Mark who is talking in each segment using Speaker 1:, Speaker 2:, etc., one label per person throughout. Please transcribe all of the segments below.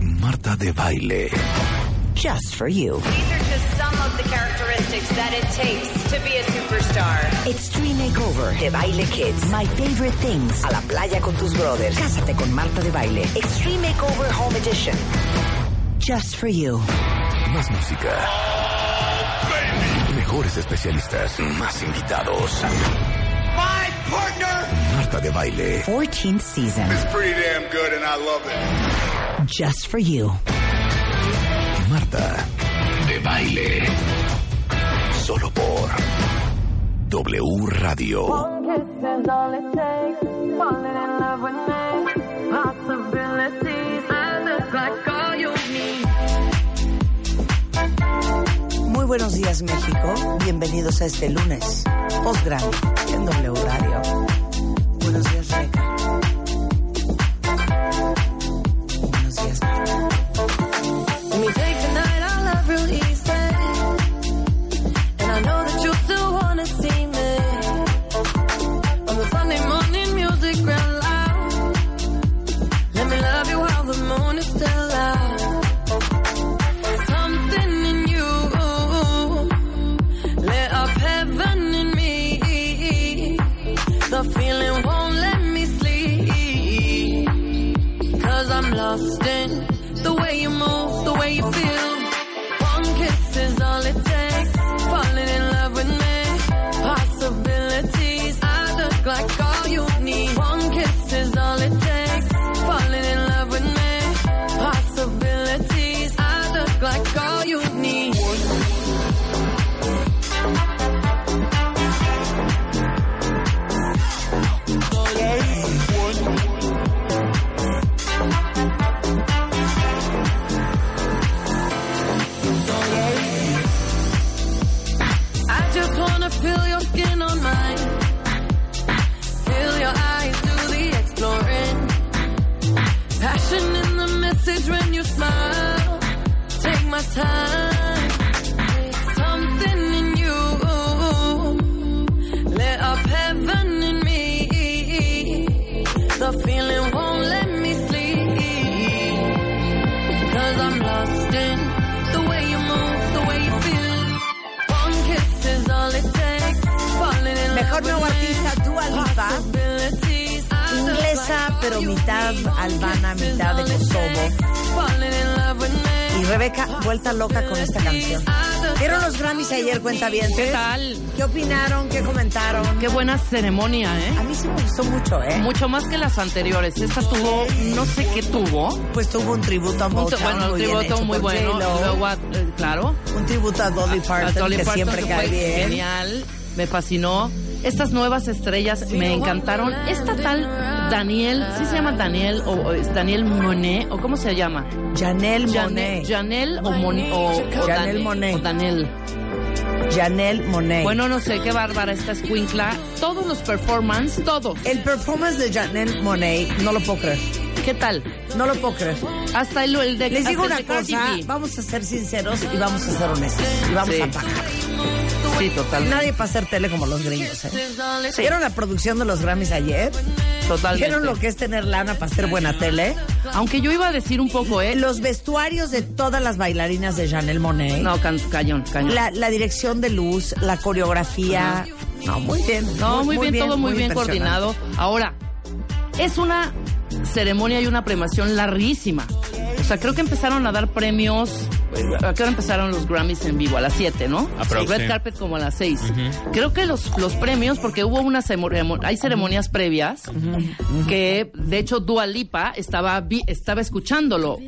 Speaker 1: Marta de Baile.
Speaker 2: Just for you.
Speaker 3: These are just some of the characteristics that it takes to be a superstar.
Speaker 2: Extreme Makeover. De Baile Kids. My Favorite Things. A la playa con tus brothers. Cásate con Marta de Baile. Extreme Makeover Home Edition. Just for you.
Speaker 1: Más música. Mejores especialistas. Más invitados.
Speaker 4: My partner
Speaker 1: Marta de Baile.
Speaker 2: 14th season.
Speaker 4: is pretty damn good and I love it.
Speaker 2: Just for you.
Speaker 1: Marta de Baile. Solo por W Radio.
Speaker 5: One kiss is all it takes. Falling in love with me. Possibilities. I look like all you need.
Speaker 2: Muy buenos días, México. Bienvenidos a este lunes. Post Grammy en W Radio. Buenos días, Reca. Buenos días, Marta.
Speaker 5: Let me take tonight. I love real easy. And I know that you still wanna see me. On the Sunday morning music ran loud. Let me love you while the moon is still out. Something in you lit up heaven in me. The feeling won't let me sleep. Cause I'm lost in the way you move, the way you feel. One kiss is all it takes. Falling in love with me. Possibilities. I look like all you need. One kiss is all it takes. Falling in love with me. Possibilities. I look like all you need. I just wanna feel your skin on mine. Feel your eyes do the exploring. Passion in the message when you smile. Take my time. Something in you lit up heaven in me. The feeling won't let me sleep. Cause I'm lost in the way you move, the way you feel. One kiss is all it takes. Falling in
Speaker 6: Mejor
Speaker 5: love with
Speaker 6: nuevo
Speaker 5: me.
Speaker 6: artista, Dua Lipa.
Speaker 5: Possibilities. I look
Speaker 6: Inglesa,
Speaker 5: like
Speaker 6: pero
Speaker 5: all you
Speaker 6: mitad
Speaker 5: need.
Speaker 6: albana,
Speaker 5: One kiss is
Speaker 6: mitad de
Speaker 5: all it
Speaker 6: Kosovo.
Speaker 5: takes. Falling in love with me.
Speaker 6: Y Rebeca, vuelta loca con esta canción. Vieron los Grammys ayer, cuenta bien. ¿eh?
Speaker 7: ¿Qué tal?
Speaker 6: ¿Qué opinaron? ¿Qué comentaron?
Speaker 7: Qué buena ceremonia, ¿eh?
Speaker 6: A mí sí me gustó mucho, ¿eh?
Speaker 7: Mucho más que las anteriores. Esta tuvo, no sé qué tuvo.
Speaker 6: Pues tuvo un tributo a
Speaker 7: Un
Speaker 6: Motown,
Speaker 7: tu- bueno, un
Speaker 6: muy bien
Speaker 7: tributo
Speaker 6: hecho
Speaker 7: muy
Speaker 6: por
Speaker 7: bueno.
Speaker 6: J.Lo.
Speaker 7: Luego, a- eh, claro.
Speaker 6: Un tributo a Dolly
Speaker 7: a- a
Speaker 6: Parton,
Speaker 7: Dolly
Speaker 6: que
Speaker 7: Parton,
Speaker 6: siempre
Speaker 7: que
Speaker 6: cae
Speaker 7: fue
Speaker 6: bien.
Speaker 7: Genial. Me fascinó. Estas nuevas estrellas me encantaron. Esta tal Daniel, ¿sí se llama Daniel? ¿O o es Daniel Monet? ¿O cómo se llama?
Speaker 6: Janelle
Speaker 7: Janel,
Speaker 6: Monet.
Speaker 7: Janel o, Mon, o, o
Speaker 6: Janelle
Speaker 7: Dan-
Speaker 6: Monet.
Speaker 7: o Daniel.
Speaker 6: Janelle Monet.
Speaker 7: Bueno, no sé, qué bárbara esta escuincla. Todos los performance, todos.
Speaker 6: el performance de Janelle Monet, no lo puedo creer.
Speaker 7: ¿Qué tal?
Speaker 6: No lo puedo creer.
Speaker 7: Hasta el, el de
Speaker 6: Les digo
Speaker 7: hasta
Speaker 6: una
Speaker 7: el de
Speaker 6: cosa,
Speaker 7: Cardi B.
Speaker 6: vamos a ser sinceros y vamos a ser honestos. Y vamos
Speaker 7: Sí.
Speaker 6: a pagar.
Speaker 7: Sí, totalmente.
Speaker 6: Nadie para hacer tele como los gringos, ¿eh?
Speaker 5: Is all it
Speaker 6: ¿Vieron la producción de los Grammys ayer?
Speaker 7: Totalmente.
Speaker 6: ¿Vieron lo que es tener lana para hacer buena tele?
Speaker 7: Aunque yo iba a decir un poco, ¿eh?
Speaker 6: Los vestuarios de todas las bailarinas de Janelle Monet.
Speaker 7: No, can- cañón, cañón.
Speaker 6: La, la dirección de luz, la coreografía. No, muy bien.
Speaker 7: no, muy, bien, todo muy, bien
Speaker 6: impresionante.
Speaker 7: coordinado. Ahora, es una ceremonia y una premación larguísima. O sea, creo que empezaron a dar premios. ¿A qué hora empezaron los Grammys en vivo? A las 7, ¿no?
Speaker 8: Aprox,
Speaker 7: Red
Speaker 8: sí.
Speaker 7: Carpet como a las 6. Creo que los, los premios, porque hubo una ceremo- hay ceremonias previas, que de hecho Dua Lipa estaba, vi- estaba escuchándolo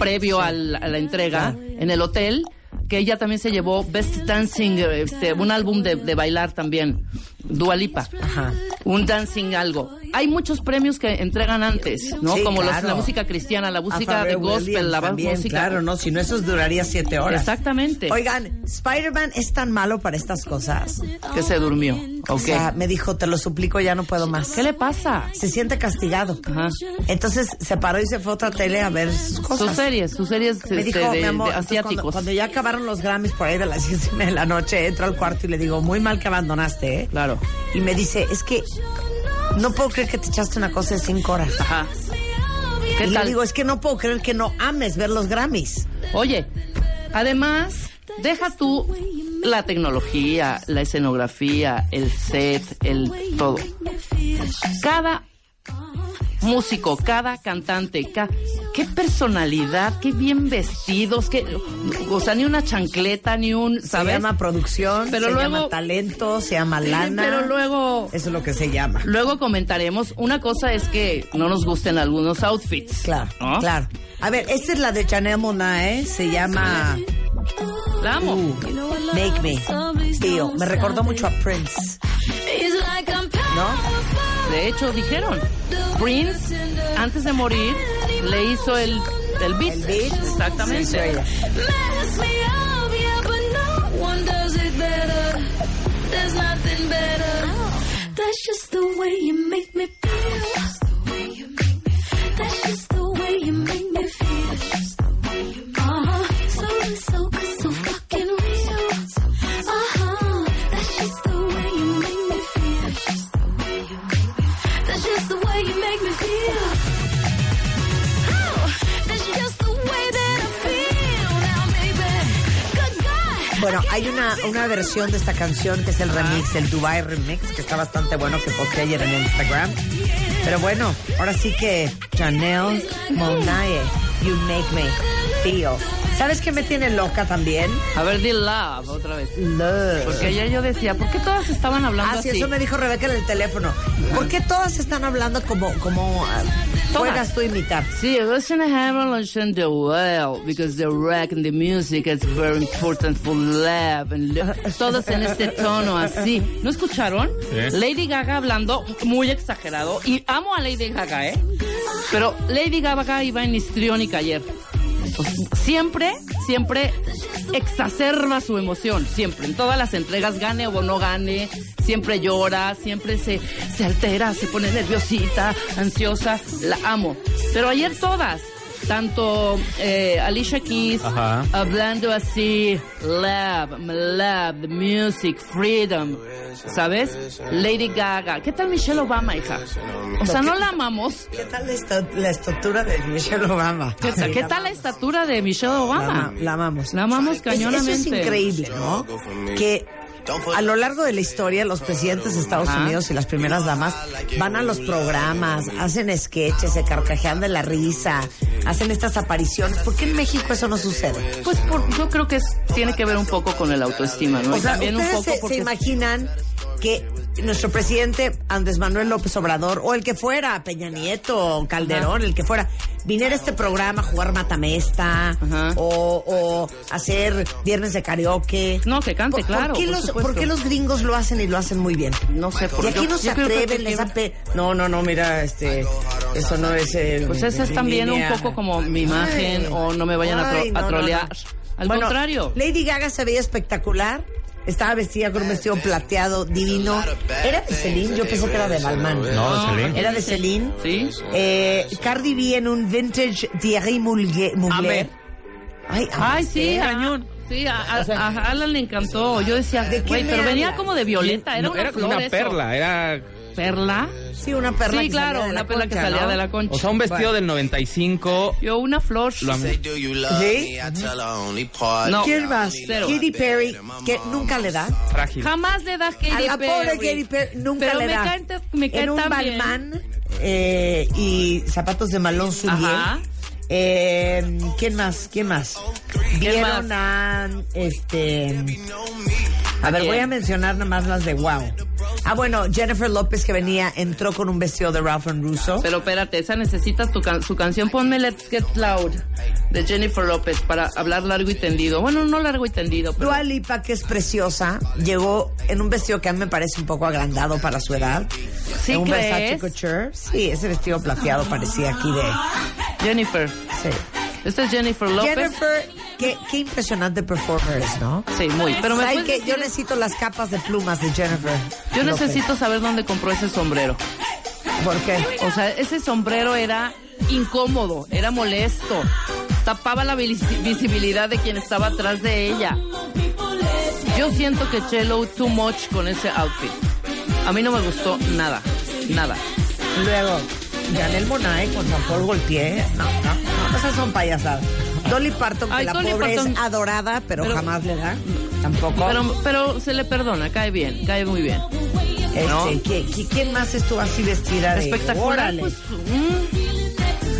Speaker 7: previo al- a la entrega en el hotel, que ella también se llevó Best Dancing, este, un álbum de, de bailar también, Dua Lipa.
Speaker 6: Ajá.
Speaker 7: Un dancing algo. Hay muchos premios que entregan antes, ¿no?
Speaker 6: Sí,
Speaker 7: Como los-
Speaker 6: claro.
Speaker 7: la música cristiana, la
Speaker 6: A
Speaker 7: música de
Speaker 6: Pharrell
Speaker 7: gospel,
Speaker 6: Williams
Speaker 7: la
Speaker 6: también,
Speaker 7: música...
Speaker 6: Claro, no, si no, eso duraría siete horas.
Speaker 7: Exactamente.
Speaker 6: Oigan, Spider-Man es tan malo para estas cosas.
Speaker 7: Que se durmió.
Speaker 6: O
Speaker 7: Ok.
Speaker 6: sea, me dijo, te lo suplico, ya no puedo más.
Speaker 7: ¿Qué le pasa?
Speaker 6: Se siente castigado.
Speaker 7: Ajá.
Speaker 6: Entonces se paró y se fue a otra tele a ver sus
Speaker 7: Sus
Speaker 6: cosas.
Speaker 7: series, sus series este,
Speaker 6: Me dijo,
Speaker 7: de,
Speaker 6: mi amor,
Speaker 7: de
Speaker 6: entonces, cuando-
Speaker 7: asiáticos.
Speaker 6: Cuando, ya acabaron los Grammys por ahí de las 10 de la noche, entro al cuarto y le digo, muy mal que abandonaste, ¿eh?
Speaker 7: Claro.
Speaker 6: Y me dice, es que no puedo creer que te echaste una cosa de cinco horas.
Speaker 7: Ajá. ¿Qué
Speaker 6: y le
Speaker 7: tal?
Speaker 6: digo, es que no puedo creer que no ames ver los Grammys.
Speaker 7: Oye, además, deja tú la tecnología, la escenografía, el set, el todo. Cada músico, cada cantante, ca- qué personalidad, qué bien vestidos, qué, o sea, ni una chancleta, ni un,
Speaker 6: Se
Speaker 7: ¿sabes?
Speaker 6: llama producción,
Speaker 7: Pero
Speaker 6: se
Speaker 7: luego-
Speaker 6: llama talento, se llama
Speaker 7: Sí,
Speaker 6: lana.
Speaker 7: pero luego-
Speaker 6: Eso es lo que se llama.
Speaker 7: Luego comentaremos. Una cosa es que no nos gusten algunos outfits.
Speaker 6: Claro,
Speaker 7: ¿no?
Speaker 6: claro. A ver, esta es la de Chanel Monáe, ¿eh? Se llama
Speaker 7: La amo.
Speaker 6: Make Me. Tío, me recordó mucho a Prince, ¿no?
Speaker 7: De hecho, dijeron, Prince, antes de morir, le hizo el, el beat.
Speaker 6: El beat. Sí,
Speaker 7: Exactamente.
Speaker 6: ella.
Speaker 8: That's just the way you make me feel. That's just the way you make me feel. Uh-huh. So and so good, so fucking real. Uh-huh. That's just the way you make me feel. That's just the way you make me feel. Oh, that's just the way that I feel now, baby. Good God.
Speaker 6: Bueno, hay una, una versión de esta canción que es el remix, el Dubai Remix, que está bastante bueno, que posté ayer en Instagram. Pero bueno, ahora sí que Chanel Monae, You Make Me Feel. ¿Sabes qué me tiene loca también?
Speaker 7: A ver, di love otra vez.
Speaker 6: Love.
Speaker 7: Porque ayer yo decía, ¿por qué todas estaban hablando
Speaker 6: Ah, sí,
Speaker 7: así?
Speaker 6: eso me dijo Rebeca en el teléfono. ¿Por qué todas están hablando como, como ah, juegas tú a imitar?
Speaker 7: Sí, listen to Hammerlunch and the well, because the rock and the music is very important for love. And lo- todas en este tono así. ¿No escucharon?
Speaker 9: Sí.
Speaker 7: Lady Gaga hablando muy exagerado. Y amo a Lady Gaga, ¿eh? Pero Lady Gaga iba en histriónica ayer. Siempre, siempre exacerba su emoción, siempre. En todas las entregas, gane o no gane, siempre llora, siempre se, se altera, se pone nerviosita, ansiosa. La amo. Pero ayer todas, tanto eh, Alicia Keys,
Speaker 9: Ajá.
Speaker 7: hablando así, love, my love, the music, freedom, ¿sabes? Lady Gaga. ¿Qué tal Michelle Obama, hija? O sea, no la amamos.
Speaker 6: ¿Qué tal la, estu- la estructura de Michelle Obama?
Speaker 7: ¿Qué, tal- qué tal la estatura de Michelle
Speaker 6: La, ama-
Speaker 7: Obama?
Speaker 6: la amamos.
Speaker 7: La amamos
Speaker 6: Es-
Speaker 7: cañonamente.
Speaker 6: Eso es increíble, ¿no? Que a lo largo de la historia los presidentes de Estados
Speaker 7: Ajá.
Speaker 6: Unidos y las primeras damas van a los programas, hacen sketches, se carcajean de la risa, hacen estas apariciones. ¿Por qué en México eso no sucede?
Speaker 7: Pues por- yo creo que es- tiene que ver un poco con el autoestima, ¿no?
Speaker 6: O
Speaker 7: Y
Speaker 6: sea,
Speaker 7: también un
Speaker 6: ustedes
Speaker 7: poco
Speaker 6: se, se
Speaker 7: porque
Speaker 6: imaginan que nuestro presidente Andrés Manuel López Obrador o el que fuera, Peña Nieto, Calderón, el que fuera, viniera a este programa a jugar matamesta
Speaker 7: Ajá.
Speaker 6: o, o hacer viernes de karaoke.
Speaker 7: No, que cante,
Speaker 6: ¿Por-
Speaker 7: claro,
Speaker 6: ¿por qué,
Speaker 7: por
Speaker 6: los,
Speaker 7: supuesto.
Speaker 6: por qué los gringos lo hacen y lo hacen muy bien?
Speaker 7: no sé por
Speaker 6: Y aquí
Speaker 7: yo-
Speaker 6: no se
Speaker 7: yo creo que
Speaker 6: atreven,
Speaker 7: tiene
Speaker 6: les
Speaker 7: que
Speaker 6: da pe- No, no, no, mira, este, eso no es... eh,
Speaker 7: Pues esa es
Speaker 6: mi
Speaker 7: también un
Speaker 6: línea.
Speaker 7: poco como mi imagen,
Speaker 6: Ay.
Speaker 7: o no me vayan a, tro-
Speaker 6: Ay,
Speaker 7: a
Speaker 6: no, no,
Speaker 7: trolear.
Speaker 6: no.
Speaker 7: Al
Speaker 6: Bueno,
Speaker 7: contrario.
Speaker 6: Lady Gaga se veía espectacular. Estaba vestida con un vestido plateado divino. ¿Era de Celine? Yo pensé que era de Balmain.
Speaker 9: No, de Celine.
Speaker 6: Era de Celine.
Speaker 7: Sí.
Speaker 6: Eh, Cardi B en un vintage Thierry Mugler.
Speaker 7: Amé.
Speaker 6: Ay,
Speaker 7: Ay,
Speaker 6: amé.
Speaker 7: sí, cañón. Sí, a, a- a Alan le encantó. Yo decía,
Speaker 6: ¿De qué
Speaker 7: güey,
Speaker 6: me
Speaker 7: pero venía
Speaker 6: hablas?
Speaker 7: como de violeta, era
Speaker 9: No,
Speaker 7: una
Speaker 9: era
Speaker 7: flor
Speaker 9: una
Speaker 7: eso.
Speaker 9: perla, era...
Speaker 7: ¿Perla?
Speaker 6: Sí, una perla
Speaker 7: sí,
Speaker 6: que
Speaker 7: claro,
Speaker 6: salía de
Speaker 7: una
Speaker 6: la
Speaker 7: perla que
Speaker 6: concha,
Speaker 7: salía
Speaker 6: ¿no?
Speaker 7: de la concha.
Speaker 9: O sea, un vestido del 95...
Speaker 7: Yo una flor.
Speaker 9: Lo amé.
Speaker 6: ¿Sí?
Speaker 7: No.
Speaker 6: ¿Quién más?
Speaker 7: Cero.
Speaker 6: Katy Perry, que nunca le da.
Speaker 9: Frágil.
Speaker 7: Jamás le da Katy
Speaker 6: A la pobre
Speaker 7: Perry.
Speaker 6: Katy Perry nunca
Speaker 7: Pero
Speaker 6: le
Speaker 7: me
Speaker 6: da.
Speaker 7: cae ta- me cae
Speaker 6: en un
Speaker 7: tan bien.
Speaker 6: balmán eh, y zapatos de malón
Speaker 7: Ajá.
Speaker 6: Subiel. Eh, ¿Quién más? ¿Quién más? Vieron a este. A ver,
Speaker 7: quién?
Speaker 6: voy a mencionar nada más las de Wow. Ah, bueno, Jennifer López que venía entró con un vestido de Ralph and Russo.
Speaker 7: Pero espérate, esa necesitas tu can- su canción, ponme Let's Get Loud de Jennifer López para hablar largo y tendido. Bueno, no largo y tendido, pero
Speaker 6: Dua Lipa, que es preciosa, llegó en un vestido que a mí me parece un poco agrandado para su edad.
Speaker 7: ¿Sí
Speaker 6: un
Speaker 7: crees?
Speaker 6: Versace Couture. Sí, ese vestido plateado parecía aquí de...
Speaker 7: Jennifer.
Speaker 6: sí.
Speaker 7: Esta es Jennifer López.
Speaker 6: Jennifer, qué, qué impresionante performer es, ¿no?
Speaker 7: Sí, muy. Pero me
Speaker 6: ¿Sabes
Speaker 7: puedes
Speaker 6: qué?
Speaker 7: decir-
Speaker 6: Yo necesito las capas de plumas de Jennifer.
Speaker 7: yo
Speaker 6: López.
Speaker 7: necesito saber dónde compró ese sombrero.
Speaker 6: ¿Por qué?
Speaker 7: O sea, ese sombrero era incómodo, era molesto. Tapaba la vis- visibilidad de quien estaba atrás de ella. Yo siento que Chelo too much con ese outfit. A mí no me gustó nada, nada.
Speaker 6: Luego, Janel Monae con Jean Paul Gaultier. No, no, no, esas son payasadas. Dolly Parton, que
Speaker 7: Ay,
Speaker 6: la
Speaker 7: Dolly
Speaker 6: pobre
Speaker 7: Parton.
Speaker 6: es adorada, pero,
Speaker 7: Pero-
Speaker 6: jamás le da. Tampoco.
Speaker 7: Pero, pero se le perdona, cae bien, cae muy bien.
Speaker 6: Este,
Speaker 7: ¿no?
Speaker 6: ¿qué- qué- ¿Quién más estuvo así vestida? de-
Speaker 7: Espectacular,
Speaker 6: órale?
Speaker 7: pues, mm,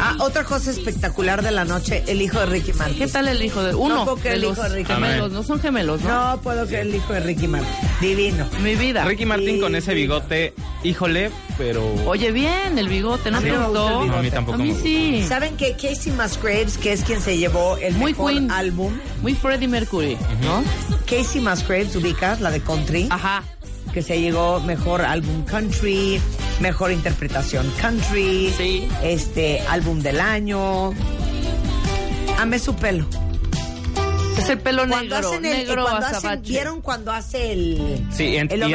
Speaker 6: Ah, otra cosa espectacular de la noche, el hijo de Ricky Martin.
Speaker 7: ¿qué tal el hijo de uno?
Speaker 6: No puedo creer
Speaker 7: de
Speaker 6: el
Speaker 7: los
Speaker 6: hijo de Ricky
Speaker 7: gemelos,
Speaker 9: Amén.
Speaker 7: no son gemelos, ¿no?
Speaker 6: No puedo creer el hijo de Ricky Martin. Divino.
Speaker 7: Mi vida.
Speaker 9: Ricky Martin con ese bigote, híjole, pero...
Speaker 7: Oye, bien, el bigote, ¿no
Speaker 6: Oh. A mí
Speaker 7: te
Speaker 6: no me gusta el
Speaker 7: gustó?
Speaker 9: no, a mí
Speaker 6: bigote.
Speaker 9: tampoco
Speaker 7: A mí
Speaker 9: me
Speaker 7: sí.
Speaker 6: ¿Saben que Casey Musgraves, que es quien se llevó el
Speaker 7: Muy
Speaker 6: mejor
Speaker 7: Queen.
Speaker 6: álbum?
Speaker 7: Muy Freddie Mercury, ¿no?
Speaker 6: Casey Musgraves, ubicas, la de country,
Speaker 7: Ajá.
Speaker 6: que se llegó mejor álbum country, mejor interpretación country,
Speaker 7: Sí.
Speaker 6: este álbum del año. Amé su pelo.
Speaker 7: Es el pelo
Speaker 6: Cuando
Speaker 7: negro,
Speaker 6: hacen el, eh,
Speaker 7: negro
Speaker 6: cuando hacen-
Speaker 7: azabache.
Speaker 6: vieron cuando hace el,
Speaker 9: Sí, en-
Speaker 6: el
Speaker 9: y
Speaker 6: homenaje a Dolly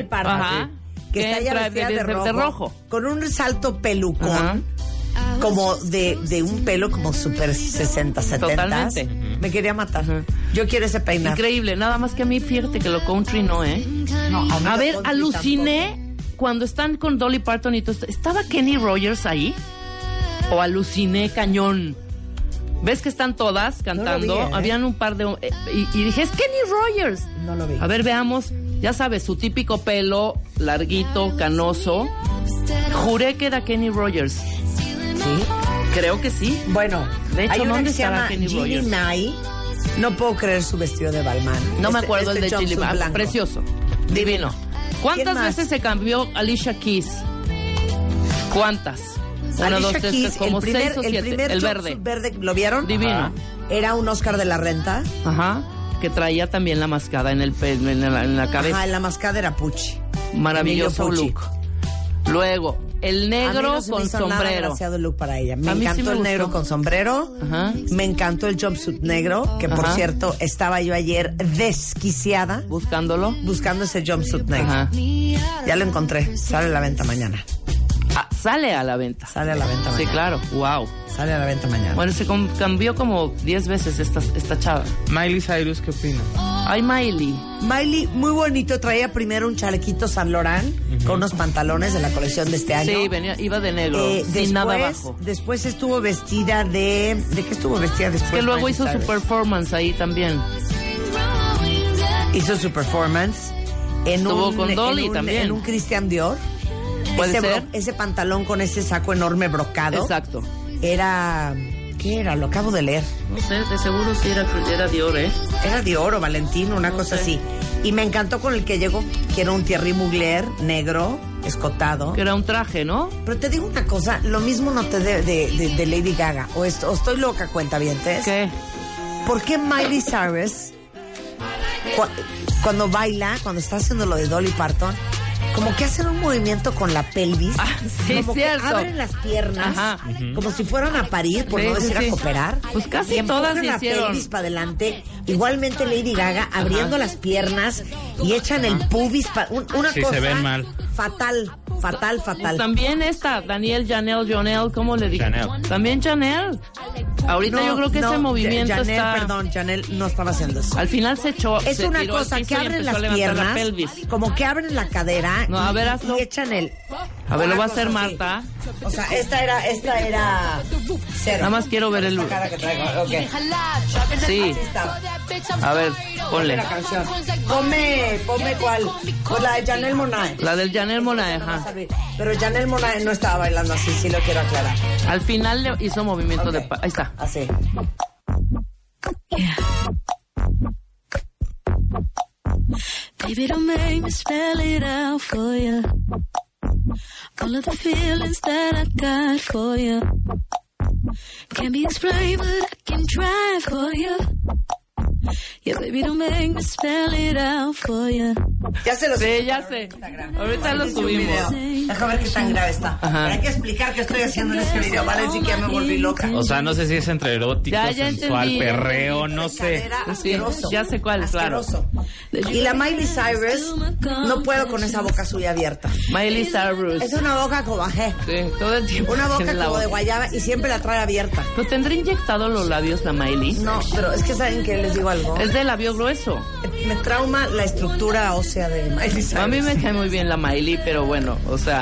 Speaker 9: entertainment.
Speaker 6: Parton,
Speaker 7: Ajá.
Speaker 6: que
Speaker 7: Que
Speaker 6: está ya
Speaker 7: entra
Speaker 6: vestida de,
Speaker 7: de- de-
Speaker 6: rojo,
Speaker 7: de rojo.
Speaker 6: con un salto pelucón.
Speaker 7: Ajá.
Speaker 6: Como de, de un pelo como super 60, 70.
Speaker 7: Totalmente.
Speaker 6: Me quería matar. Yo quiero ese peinado.
Speaker 7: Increíble, nada más que a mí, fíjate que lo country no, ¿eh?
Speaker 6: No, mí
Speaker 7: A
Speaker 6: lo
Speaker 7: ver,
Speaker 6: country
Speaker 7: aluciné cuando están con Dolly Parton y todo. esto. ¿Estaba Kenny Rogers ahí? ¿O aluciné cañón? ¿Ves que están todas cantando?
Speaker 6: vi, ¿eh?
Speaker 7: Habían un par de... eh, y, y dije, es Kenny Rogers.
Speaker 6: tampoco. No lo vi.
Speaker 7: A ver, veamos. Ya sabes, su típico pelo larguito, canoso. Juré que era Kenny Rogers.
Speaker 6: Sí.
Speaker 7: Creo que sí.
Speaker 6: Bueno,
Speaker 7: De hecho,
Speaker 6: hay una
Speaker 7: ¿dónde
Speaker 6: que se
Speaker 7: estará
Speaker 6: llama
Speaker 7: Kenny
Speaker 6: Ginny
Speaker 7: Rogers?
Speaker 6: Nye. No puedo creer su vestido de Balmain.
Speaker 7: No
Speaker 6: Este-
Speaker 7: me acuerdo
Speaker 6: este
Speaker 7: el de Chile.
Speaker 6: jumpsuit
Speaker 7: Ah,
Speaker 6: blanco.
Speaker 7: Precioso. Divino. ¿Cuántas
Speaker 6: más?
Speaker 7: veces se cambió Alicia Keys? ¿Cuántas? Uno,
Speaker 6: Alicia
Speaker 7: dos, tres,
Speaker 6: Keys,
Speaker 7: tres, como
Speaker 6: el primer,
Speaker 7: seis o siete.
Speaker 6: El primer
Speaker 7: El
Speaker 6: jumpsuit
Speaker 7: verde.
Speaker 6: verde, ¿lo vieron?
Speaker 7: Divino.
Speaker 9: Ajá.
Speaker 6: Era un Oscar de la renta.
Speaker 9: Ah.
Speaker 7: Ajá. Que traía también la mascada en, el, pe- en, la, en la cabeza.
Speaker 6: Ajá, en la mascada era Pucci.
Speaker 7: Maravilloso
Speaker 6: Emilio Pucci.
Speaker 7: look. Luego, el
Speaker 6: A mí
Speaker 7: negro
Speaker 6: no se me
Speaker 7: con
Speaker 6: hizo nada
Speaker 7: sombrero.
Speaker 6: demasiado look para ella. Me
Speaker 7: A mí sí
Speaker 6: encantó
Speaker 7: me
Speaker 6: el
Speaker 7: gustó.
Speaker 6: negro con sombrero.
Speaker 7: Ajá.
Speaker 6: Me encantó el jumpsuit negro, que por
Speaker 7: Ajá.
Speaker 6: cierto, estaba yo ayer desquiciada
Speaker 7: Buscándolo.
Speaker 6: buscando ese jumpsuit negro.
Speaker 7: Ajá.
Speaker 6: Ya lo encontré. Sale a la venta mañana.
Speaker 7: Ah, sale a la venta.
Speaker 6: Sale a la venta
Speaker 7: Sí,
Speaker 6: mañana.
Speaker 7: claro. Wow.
Speaker 6: Sale a la venta mañana.
Speaker 7: Bueno, se com- cambió como 10 veces esta, esta chava.
Speaker 9: Miley Cyrus, ¿qué opina?
Speaker 7: Ay, Miley.
Speaker 6: Miley, muy bonito, traía primero un chalequito San Laurent con unos pantalones de la colección de este año.
Speaker 7: Sí, venía, iba de negro,
Speaker 6: Eh,
Speaker 7: sin
Speaker 6: después,
Speaker 7: nada abajo.
Speaker 6: después estuvo vestida de... ¿De qué estuvo vestida después?
Speaker 7: Que luego
Speaker 6: Miley
Speaker 7: hizo su
Speaker 6: Cyrus?
Speaker 7: performance ahí también.
Speaker 6: Hizo su performance. En
Speaker 7: Estuvo
Speaker 6: un,
Speaker 7: con
Speaker 6: en
Speaker 7: Dolly
Speaker 6: un-
Speaker 7: también.
Speaker 6: En un Christian Dior.
Speaker 7: Puede
Speaker 6: ese, bro-
Speaker 7: ser.
Speaker 6: ese pantalón con ese saco enorme brocado.
Speaker 7: Exacto.
Speaker 6: Era... ¿Qué era? Lo acabo de leer.
Speaker 7: No sé, de seguro sí era, era Dior, ¿eh?
Speaker 6: Era de oro, Valentino, una
Speaker 7: No
Speaker 6: cosa
Speaker 7: sé.
Speaker 6: así. Y me encantó con el que llegó, que era un Thierry Mugler, negro, escotado.
Speaker 7: Que era un traje, ¿no?
Speaker 6: Pero te digo una cosa, lo mismo no te de, de- de- de Lady Gaga, o, est- o estoy loca, cuenta bien,
Speaker 7: ¿Qué?
Speaker 6: ¿Por qué Miley Cyrus, cua- cuando baila, cuando está haciendo lo de Dolly Parton, como que hacen un movimiento con la pelvis,
Speaker 7: Ah, sí,
Speaker 6: como
Speaker 7: cierto.
Speaker 6: que abren las piernas,
Speaker 7: Ajá. Ujú.
Speaker 6: como si fueran a parir, por
Speaker 7: Sí,
Speaker 6: no
Speaker 7: sí,
Speaker 6: decir
Speaker 7: sí.
Speaker 6: a cooperar.
Speaker 7: Pues casi
Speaker 6: y empujan
Speaker 7: todas
Speaker 6: la
Speaker 7: hicieron.
Speaker 6: pelvis para adelante. Igualmente Lady Gaga abriendo las piernas y echan el pubis para una
Speaker 9: Sí, se
Speaker 6: cosa
Speaker 9: ven mal.
Speaker 6: fatal, fatal, fatal.
Speaker 7: También esta, Daniel Janel, Jonel, ¿cómo le dije?
Speaker 9: Janelle.
Speaker 7: También Janel. Ahorita
Speaker 6: No,
Speaker 7: yo creo que
Speaker 6: no,
Speaker 7: ese movimiento
Speaker 6: Janel,
Speaker 7: está...
Speaker 6: perdón, Janel no estaba haciendo eso.
Speaker 7: Al final se echó.
Speaker 6: Es
Speaker 7: se
Speaker 6: una
Speaker 7: tiró al
Speaker 6: cosa
Speaker 7: piso
Speaker 6: que
Speaker 7: y
Speaker 6: abren
Speaker 7: empezó
Speaker 6: las
Speaker 7: a levantar la
Speaker 6: piernas,
Speaker 7: pelvis.
Speaker 6: como que abren la cadera
Speaker 7: No, a
Speaker 6: y-
Speaker 7: ver,
Speaker 6: y,
Speaker 7: hazlo.
Speaker 6: echan el.
Speaker 7: A ver, lo
Speaker 6: una
Speaker 7: va a hacer
Speaker 6: cosa así.
Speaker 7: Marta.
Speaker 6: O sea, esta era, esta era cero.
Speaker 7: Nada más quiero ver el.
Speaker 6: La cara que traigo, ok.
Speaker 7: Sí. A ver, ponle.
Speaker 6: La canción. Ponme, ponme cuál. Pues la de Janel Monae.
Speaker 7: La del Janel
Speaker 6: Vas a
Speaker 7: Monaeja.
Speaker 6: ver. Pero Janel Monae no estaba bailando así, sí lo quiero aclarar.
Speaker 7: Al final le hizo movimiento
Speaker 6: Ok.
Speaker 7: de. pa- Ahí está.
Speaker 6: Así.
Speaker 8: Baby, don't make me spell it out for you. All of the feelings that I got for you can't be explained, but I can try for you. Yeah, baby, don't make me spell it out for you.
Speaker 6: Ya se los
Speaker 7: Sí, ya sé. Ahorita lo subimos.
Speaker 6: Deja ver qué tan grave está.
Speaker 7: Ajá.
Speaker 6: Pero hay que explicar qué estoy haciendo en este video. Vale, decir que ya me volví loca.
Speaker 9: O sea, no sé si es entre erótico,
Speaker 7: Ya, ya
Speaker 9: sensual,
Speaker 7: entendí.
Speaker 9: perreo, no sé.
Speaker 6: Cadera,
Speaker 7: Sí,
Speaker 6: asqueroso.
Speaker 7: ya sé cuál, claro.
Speaker 6: Asqueroso. Y la Miley Cyrus, no puedo con esa boca suya abierta.
Speaker 7: Miley Cyrus.
Speaker 6: Es una boca como ajé.
Speaker 7: Sí, todo el tiempo.
Speaker 6: Una boca
Speaker 7: en la
Speaker 6: como de
Speaker 7: boca.
Speaker 6: guayaba y siempre la trae abierta.
Speaker 7: ¿Pero tendrá inyectado los labios la Miley?
Speaker 6: No, pero es que saben que les digo algo.
Speaker 7: Es de labio grueso.
Speaker 6: me trauma la estructura ósea de Miley Cyrus.
Speaker 7: A mí me cae muy bien la Miley, pero bueno, o sea.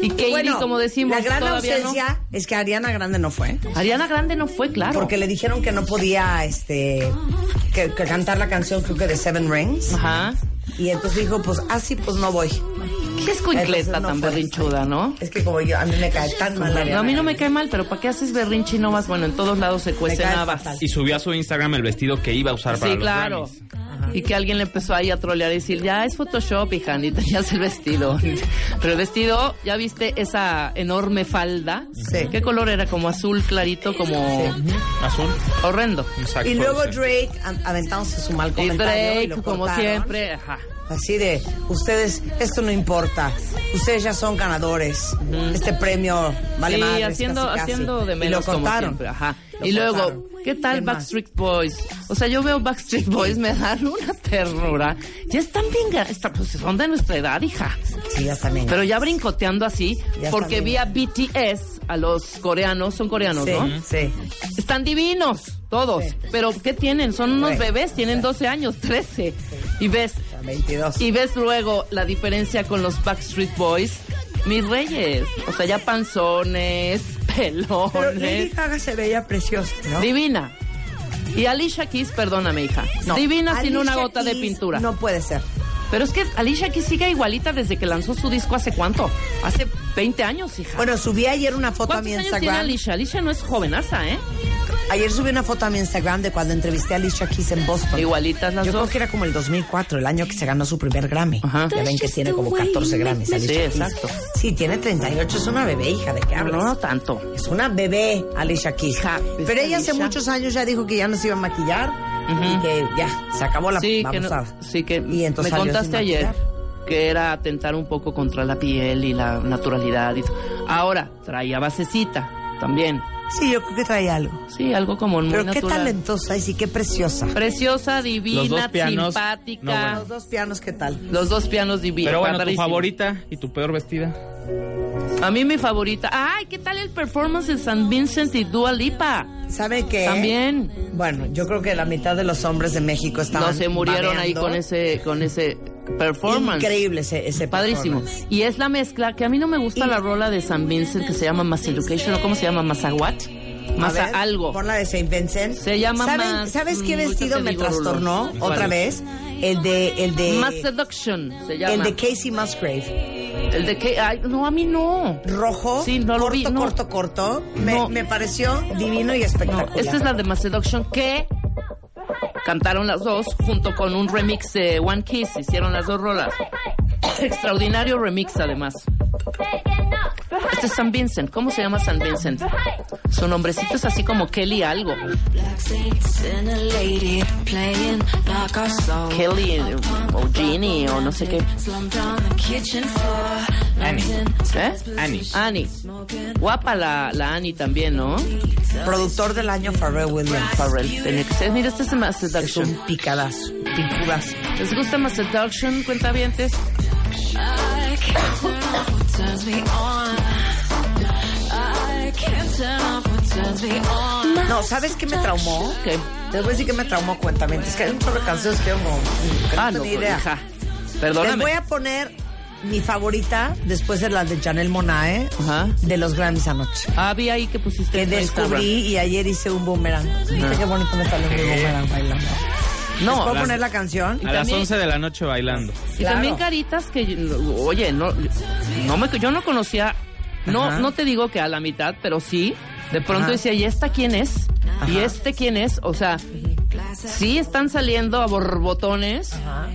Speaker 7: Y Katie,
Speaker 6: Bueno,
Speaker 7: como decimos,
Speaker 6: la gran
Speaker 7: todavía no.
Speaker 6: ausencia es que Ariana Grande no fue.
Speaker 7: Ariana Grande no fue, claro.
Speaker 6: Porque le dijeron que no podía este que, que cantar la canción, creo que de Seven Rings.
Speaker 7: Ajá.
Speaker 6: Y entonces dijo, pues así pues no voy.
Speaker 7: Qué escuincleta
Speaker 6: Entonces no
Speaker 7: tan
Speaker 6: fue.
Speaker 7: berrinchuda, ¿no?
Speaker 6: Es que como yo, a mí me cae tan mal
Speaker 7: No,
Speaker 6: Ariana
Speaker 7: a mí no
Speaker 6: Grande.
Speaker 7: me cae mal, pero ¿para qué haces berrinche y no vas? Bueno, en todos lados pues, se cuecen
Speaker 6: cae
Speaker 7: habas.
Speaker 6: fatal.
Speaker 9: Y subió a su Instagram el vestido que iba a usar para
Speaker 7: Sí,
Speaker 9: los
Speaker 7: claro.
Speaker 9: Grammys.
Speaker 7: Y que alguien le empezó ahí a trolear y decir, ya es Photoshop, hija, ni tenías el vestido. Pero el vestido, ya viste esa enorme falda.
Speaker 6: Sí.
Speaker 7: ¿Qué color era? Como azul clarito, como
Speaker 9: Azul.
Speaker 7: horrendo.
Speaker 9: Exacto.
Speaker 6: Y luego
Speaker 9: sí.
Speaker 6: Drake a- aventándose su mal
Speaker 7: Y
Speaker 6: comentario. y
Speaker 7: Drake,
Speaker 6: lo
Speaker 7: como
Speaker 6: cortaron.
Speaker 7: siempre, ajá.
Speaker 6: Así de, ustedes, esto no importa. Ustedes ya son ganadores. Este premio vale
Speaker 7: sí,
Speaker 6: más.
Speaker 7: haciendo, haciendo de menos
Speaker 6: y lo
Speaker 7: como
Speaker 6: cortaron.
Speaker 7: siempre, ajá.
Speaker 6: Lo
Speaker 7: y luego,
Speaker 6: cortaron.
Speaker 7: ¿qué tal
Speaker 6: ¿Qué más?
Speaker 7: Backstreet Boys? O sea, yo veo Backstreet Boys, me dan una ternura. Ya están bien, gra- está- pues son de nuestra edad, hija.
Speaker 6: Sí, ya está bien.
Speaker 7: Pero ya brincoteando así,
Speaker 6: Ya
Speaker 7: porque
Speaker 6: están
Speaker 7: vi a BTS, a los coreanos, son coreanos,
Speaker 6: sí,
Speaker 7: ¿no?
Speaker 6: sí.
Speaker 7: Están divinos, todos. Pero, ¿qué tienen? Son unos
Speaker 6: Bueno,
Speaker 7: bebés, tienen 12 años, 13. Y ves,
Speaker 6: 22.
Speaker 7: y ves luego la diferencia con los Backstreet Boys. Mis reyes, o sea, ya panzones,
Speaker 6: Pero Lady
Speaker 7: pelones.
Speaker 6: Gaga se veía preciosa, ¿no?
Speaker 7: Divina. Y Alicia Keys, perdóname, hija.
Speaker 6: No.
Speaker 7: Divina sin
Speaker 6: Alicia
Speaker 7: una gota de
Speaker 6: Keys
Speaker 7: pintura.
Speaker 6: No puede ser.
Speaker 7: Pero es que Alicia Keys sigue igualita desde que lanzó su disco hace cuánto? Hace 20 años, hija.
Speaker 6: Bueno, subí ayer una foto a
Speaker 7: ¿Cuántos
Speaker 6: mi
Speaker 7: años tiene
Speaker 6: Instagram.
Speaker 7: Alicia? Alicia no es jovenaza, ¿eh?
Speaker 6: Ayer subí una foto a mi Instagram de cuando entrevisté a Alicia Keys en Boston.
Speaker 7: Igualitas las
Speaker 6: Yo creo
Speaker 7: dos.
Speaker 6: que era como el 2004, el año que se ganó su primer Grammy.
Speaker 7: Ajá.
Speaker 6: Ya ven que tiene como 14 Grammys.
Speaker 7: Sí,
Speaker 6: Alicia Keys.
Speaker 7: exacto.
Speaker 6: Sí, tiene 38, es una bebé, hija, ¿de qué
Speaker 7: No,
Speaker 6: hablas?
Speaker 7: no tanto.
Speaker 6: Es una bebé, Alicia Keys.
Speaker 7: Ja, es
Speaker 6: Pero ella hace
Speaker 7: Alicia.
Speaker 6: muchos años ya dijo que ya no se iba a maquillar y que ya, se acabó la
Speaker 7: Sí que, no-
Speaker 6: babosada.
Speaker 7: sí que
Speaker 6: Y entonces
Speaker 7: me
Speaker 6: salió sin
Speaker 7: contaste ayer
Speaker 6: maquillar.
Speaker 7: que era atentar un poco contra la piel y la naturalidad. Y to- Ahora, traía basecita también.
Speaker 6: Sí, yo creo que trae algo.
Speaker 7: Sí, algo como muy
Speaker 6: Pero qué
Speaker 7: natural.
Speaker 6: talentosa es y qué preciosa.
Speaker 7: Preciosa,
Speaker 9: Los dos
Speaker 7: divina,
Speaker 9: pianos,
Speaker 7: simpática.
Speaker 9: no, bueno.
Speaker 6: Los dos pianos, ¿qué tal?
Speaker 7: Los dos pianos divinos.
Speaker 9: Pero bueno, tu
Speaker 7: padrísimo.
Speaker 9: favorita y tu peor vestida.
Speaker 7: A mí mi favorita. Ay, ¿qué tal el performance de San Vincent y Dua Lipa?
Speaker 6: ¿Sabe qué?
Speaker 7: También.
Speaker 6: Bueno, yo creo que la mitad de los hombres de México estaban
Speaker 7: No se murieron ahí
Speaker 6: babeando.
Speaker 7: con ese con ese performance.
Speaker 6: Increíble ese, ese
Speaker 7: Padrísimo.
Speaker 6: performance.
Speaker 7: Y es la mezcla que a mí no me gusta
Speaker 6: Y-
Speaker 7: la rola de San Vincent que se llama Mass Education o cómo se llama Mazaguat. Masa
Speaker 6: A ver,
Speaker 7: algo.
Speaker 6: Pon la de Saint Vincent.
Speaker 7: Se llama
Speaker 6: ¿Saben-
Speaker 7: más-
Speaker 6: ¿Sabes qué
Speaker 7: mm, ahorita
Speaker 6: vestido
Speaker 7: te
Speaker 6: me
Speaker 7: digo,
Speaker 6: trastornó
Speaker 7: Rulo.
Speaker 6: otra
Speaker 7: ¿Cuál?
Speaker 6: vez? El de. El de.
Speaker 7: Mass Seduction se llama.
Speaker 6: el de Casey Musgrave.
Speaker 7: El de que ay, no a mí no.
Speaker 6: Rojo.
Speaker 7: Sí, no lo
Speaker 6: corto,
Speaker 7: vi, no.
Speaker 6: corto, corto. Me,
Speaker 7: No.
Speaker 6: me pareció divino y espectacular.
Speaker 7: Esta es la de Mass Seduction que cantaron las dos junto con un remix de One Kiss, hicieron las dos rolas. Extraordinario remix además. Este es San Vincent. ¿Cómo se llama San Vincent? Su nombrecito es así como Kelly algo. Kelly eh, o Ginny o no sé qué.
Speaker 9: Annie.
Speaker 7: ¿Eh?
Speaker 9: Annie.
Speaker 7: Annie. Guapa la, la Annie también, ¿no?
Speaker 6: Productor del año, Pharrell Williams.
Speaker 7: Farrell. Tenía que ser. Mira, este es Mass
Speaker 6: Es un
Speaker 7: Seduction.
Speaker 6: picadazo. Picudazo.
Speaker 7: ¿Les gusta más Seduction, cuentavientes?
Speaker 9: Mm-hmm.
Speaker 6: No, ¿sabes qué me traumó?
Speaker 7: ¿Qué?
Speaker 6: Te voy a decir que me traumó cuentamente. Es que hay un chorro de canciones que yo no, que
Speaker 7: Ah,
Speaker 6: no
Speaker 7: no,
Speaker 6: tenía
Speaker 7: pues,
Speaker 6: idea.
Speaker 7: hija.
Speaker 6: Les voy
Speaker 7: Perdóname.
Speaker 6: a poner mi favorita después de la de Janelle Monae
Speaker 7: Ajá.
Speaker 6: de los Grammys anoche.
Speaker 7: Había ahí que pusiste
Speaker 6: Que
Speaker 7: en tu
Speaker 6: descubrí y ayer hice un boomerang. Fíjate qué bonito me salió mi boomerang bailando.
Speaker 7: Instagram.
Speaker 6: ¿Les
Speaker 7: No,
Speaker 6: puedo poner la canción?
Speaker 9: A las
Speaker 7: también-
Speaker 9: 11 de la noche bailando.
Speaker 7: y
Speaker 6: claro.
Speaker 7: también caritas que, oye, no, no me, yo no conocía,
Speaker 6: Ajá.
Speaker 7: no, no te digo que a la mitad, pero sí, de pronto
Speaker 6: Ajá.
Speaker 7: decía, ¿y esta quién es? ¿Y este quién es? O sea, sí están saliendo a borbotones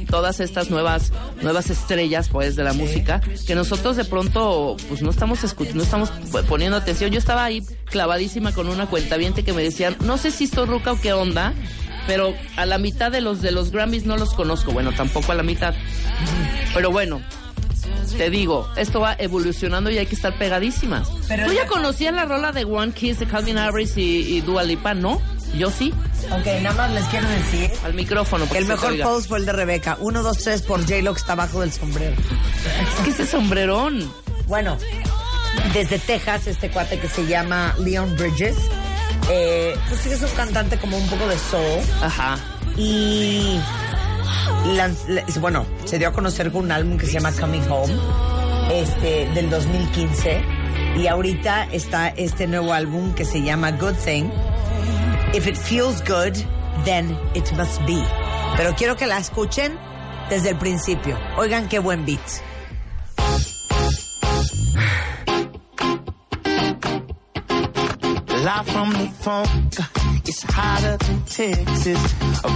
Speaker 7: todas estas nuevas, nuevas estrellas, pues, de la música, que nosotros de pronto, pues, no estamos escu- no estamos p- poniendo atención. Yo estaba ahí clavadísima con una cuenta que me decían, no sé si estoy ruca o qué onda, pero a la mitad de los de los Grammys no los conozco. Bueno, tampoco a la mitad. Pero bueno, te digo, esto va evolucionando y hay que estar pegadísimas. ¿Tú ya conocías la rola de One Kiss de Calvin Harris y, y Dua Lipa? No, yo sí,
Speaker 6: Ok, nada más les quiero decir.
Speaker 7: al micrófono.
Speaker 6: que
Speaker 7: porque
Speaker 6: El
Speaker 7: se te
Speaker 6: mejor
Speaker 7: oiga.
Speaker 6: post fue el de Rebeca. Uno, dos, tres por J-Lo que está abajo del sombrero.
Speaker 7: Es que ese sombrerón.
Speaker 6: Bueno, desde Texas, este cuate que se llama Leon Bridges. eh, pues sí, es un cantante como un poco de soul.
Speaker 7: Ajá.
Speaker 6: Y lanz- la- bueno, se dio a conocer con un álbum que se llama Coming Home, este, del 2015. Y ahorita está este nuevo álbum que se llama Good Thing. If it feels good, then it must be. Pero quiero que la escuchen desde el principio. Oigan qué buen beat.
Speaker 10: Live from the funk, it's hotter than Texas.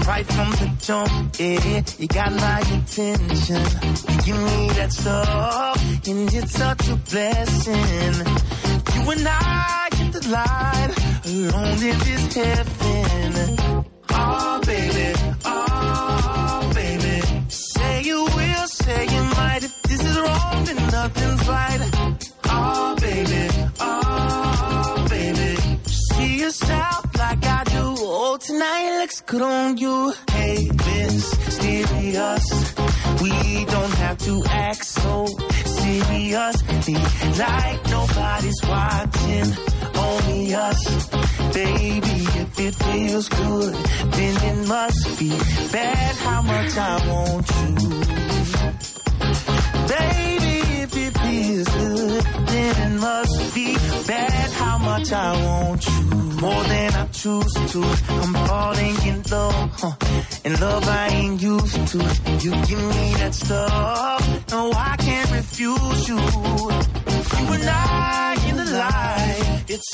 Speaker 10: Right from the jump, yeah, you got my attention. You give me that stuff, and it's such a blessing. You and I get the light, alone in this heaven. Oh, baby, oh, baby. Say you will, say you might. If this is wrong, then nothing's right. Oh, baby, oh, baby. See yourself like I do. Oh, tonight looks good on you. Hey, Miss Serious. We don't have to act so seriously. Like nobody's watching. Only us. Baby, if it feels good, then it must be bad how much I want you. Baby, if it feels good, then it must be bad how much I want you. More than I choose to. I'm falling in love, huh? In love I ain't used to. You give me that stuff. No, I can't refuse you. You and I in the light. It's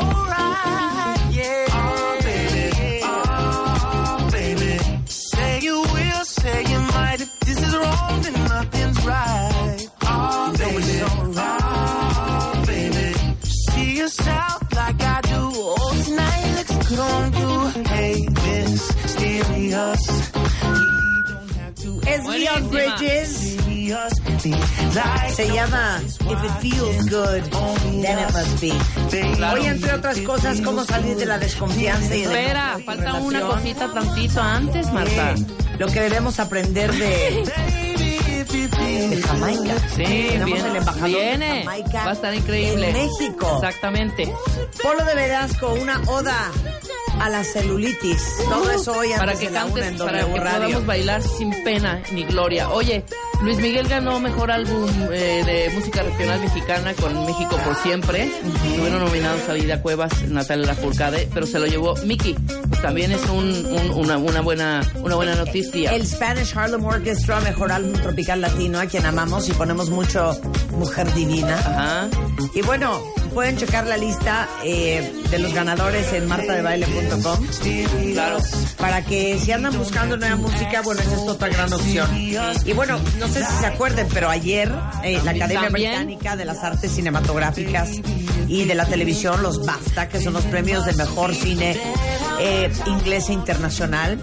Speaker 10: alright. Yeah. Oh, baby. Oh, baby. Say you will, say you might. If this is wrong, then nothing's right. Oh, baby. Oh, baby. See yourself like I do. Oh, tonight looks good on you. Hey, mysterious. We don't have to
Speaker 6: Es
Speaker 7: Buenísima.
Speaker 6: Leon Bridges.
Speaker 10: seriously like
Speaker 6: Se llama If It Feels Good, Then It Must Be.
Speaker 10: Claro.
Speaker 6: Hoy, entre otras cosas, cómo salir de la desconfianza y de
Speaker 7: Espera, falta una cosita tantito antes, Marta.
Speaker 6: Sí, Lo que debemos aprender de,
Speaker 10: Baby, if it feels
Speaker 6: de Jamaica.
Speaker 7: Sí,
Speaker 6: Tenemos
Speaker 7: viene,
Speaker 6: el embajador de
Speaker 7: viene.
Speaker 6: Jamaica.
Speaker 7: Va a estar increíble.
Speaker 6: En México.
Speaker 7: Exactamente.
Speaker 6: Polo de Velasco, una oda a la celulitis. Todo eso hoy antes
Speaker 7: para que
Speaker 6: de la una
Speaker 7: cantes,
Speaker 6: en
Speaker 7: para
Speaker 6: W
Speaker 7: que
Speaker 6: Radio.
Speaker 7: podamos bailar sin pena ni gloria. Oye, Luis Miguel ganó mejor álbum eh, de música regional mexicana con México por siempre. Estuvieron nominados a Vida Cuevas, Natalia Lafourcade, pero se lo llevó Mickey. Pues también es un- un- una, una buena una buena noticia.
Speaker 6: El Spanish Harlem Orchestra, mejor álbum tropical latino, a quien amamos y ponemos mucho Mujer Divina.
Speaker 7: Ajá.
Speaker 6: Y bueno, pueden checar la lista eh, de los ganadores en martadebaile.com. Claro. Para que si andan buscando nueva música, bueno, esa es otra gran opción. Y bueno, no sé si se acuerden, pero ayer eh, la Academia
Speaker 7: También.
Speaker 6: Británica de las Artes Cinematográficas y de la Televisión, los BAFTA, que son los premios de mejor cine eh, inglés e internacional,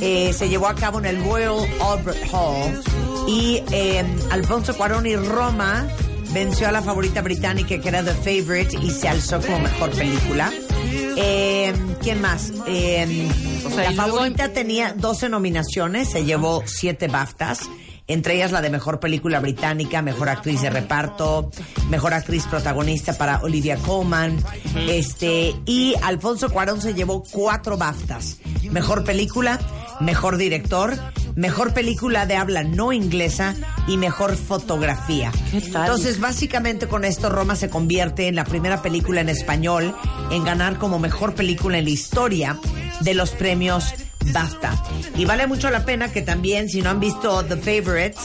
Speaker 6: eh, se llevó a cabo en el Royal Albert Hall y eh, Alfonso Cuarón y Roma venció a la favorita británica que era The Favorite y se alzó como mejor película. Eh, ¿Quién más? Eh,
Speaker 7: O sea,
Speaker 6: la
Speaker 7: y luego-
Speaker 6: favorita tenía 12 nominaciones, se llevó 7 BAFTAs, entre ellas la de Mejor Película Británica, Mejor Actriz de Reparto, Mejor Actriz Protagonista para Olivia Colman, este, y Alfonso Cuarón se llevó 4 BAFTAs, Mejor Película, Mejor Director, Mejor Película de Habla No Inglesa y Mejor Fotografía.
Speaker 7: ¿Qué tal?
Speaker 6: Entonces, básicamente con esto Roma se convierte en la primera película en español en ganar como mejor película en la historia de los premios BAFTA. Y vale mucho la pena que también, si no han visto The Favorites,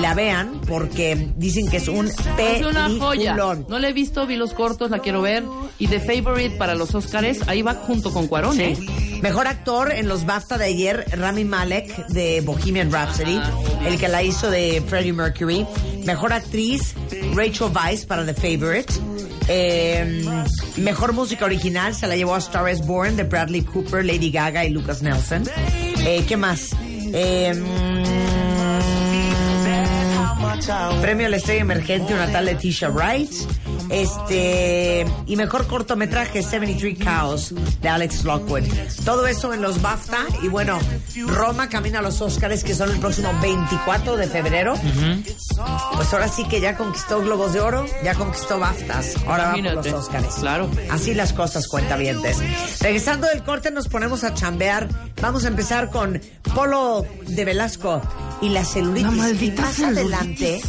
Speaker 6: la vean porque dicen que es un
Speaker 7: Es una joya.
Speaker 6: peliculón.
Speaker 7: No la he visto, vi los cortos, la quiero ver. Y The Favorite para los Óscares, ahí va junto con Cuarón, ¿eh?
Speaker 6: Mejor actor en los BAFTA de ayer, Rami Malek de Bohemian Rhapsody, el que la hizo de Freddie Mercury. Mejor actriz, Rachel Weisz para The Favorite. Eh, mejor música original se la llevó a Star is Born de Bradley Cooper, Lady Gaga y Lucas Nelson. Em, Eh, ¿Qué más? Eh, mm, Premio a la estrella emergente, una tal Leticia Wright. Este, y mejor cortometraje, 73 Cows, de Alex Lockwood. Todo eso en los BAFTA. Y bueno, Roma camina a los Oscars, que son el próximo 24 de febrero. Pues ahora sí que ya conquistó Globos de Oro, ya conquistó BAFTAs. Ahora vamos los
Speaker 7: Imagínate,
Speaker 6: Oscars.
Speaker 7: claro.
Speaker 6: Así las cosas, cuentavientes. Regresando del corte, nos ponemos a chambear. Vamos a empezar con Polo de Velasco y la celulitis.
Speaker 7: La maldita
Speaker 6: Y más
Speaker 7: celulitis.
Speaker 6: adelante,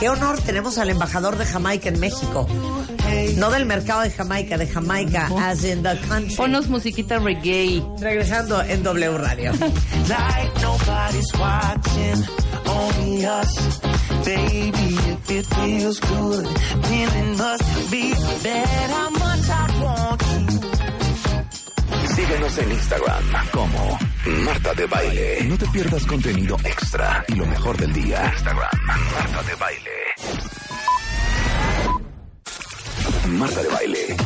Speaker 6: qué honor tenemos al embajador de Jamaica en México. No del mercado de Jamaica, de Jamaica, as in the country.
Speaker 7: Ponos musiquita reggae.
Speaker 6: Regresando en W Radio.
Speaker 10: like nobody's watching, only us. Baby, if it feels good, then it must be bad. How much I want you.
Speaker 1: Síguenos en Instagram como Marta de Baile. No te pierdas contenido extra y lo mejor del día. Instagram, Marta de Baile. Marta de Baile.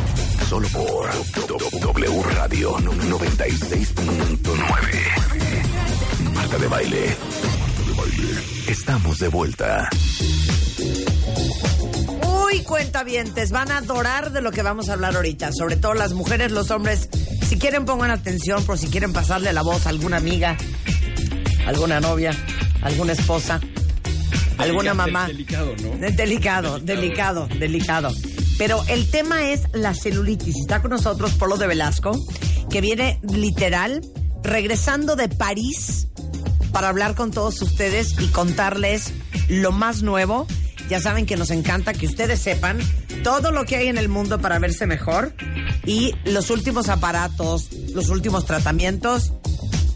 Speaker 1: Solo por W Radio 96.9. Marta de Baile. Estamos de vuelta.
Speaker 6: Uy, cuentavientes, van a adorar de lo que vamos a hablar ahorita. Sobre todo las mujeres, los hombres. Si quieren, pongan atención por si quieren pasarle la voz a alguna amiga, alguna novia, alguna esposa, alguna mamá.
Speaker 11: Delicado, ¿no?
Speaker 6: Eh, Delicado, delicado, delicado. Pero el tema es la celulitis. Está con nosotros Polo de Velasco, que viene literal regresando de París para hablar con todos ustedes y contarles lo más nuevo. Ya saben que nos encanta que ustedes sepan todo lo que hay en el mundo para verse mejor y los últimos aparatos, los últimos tratamientos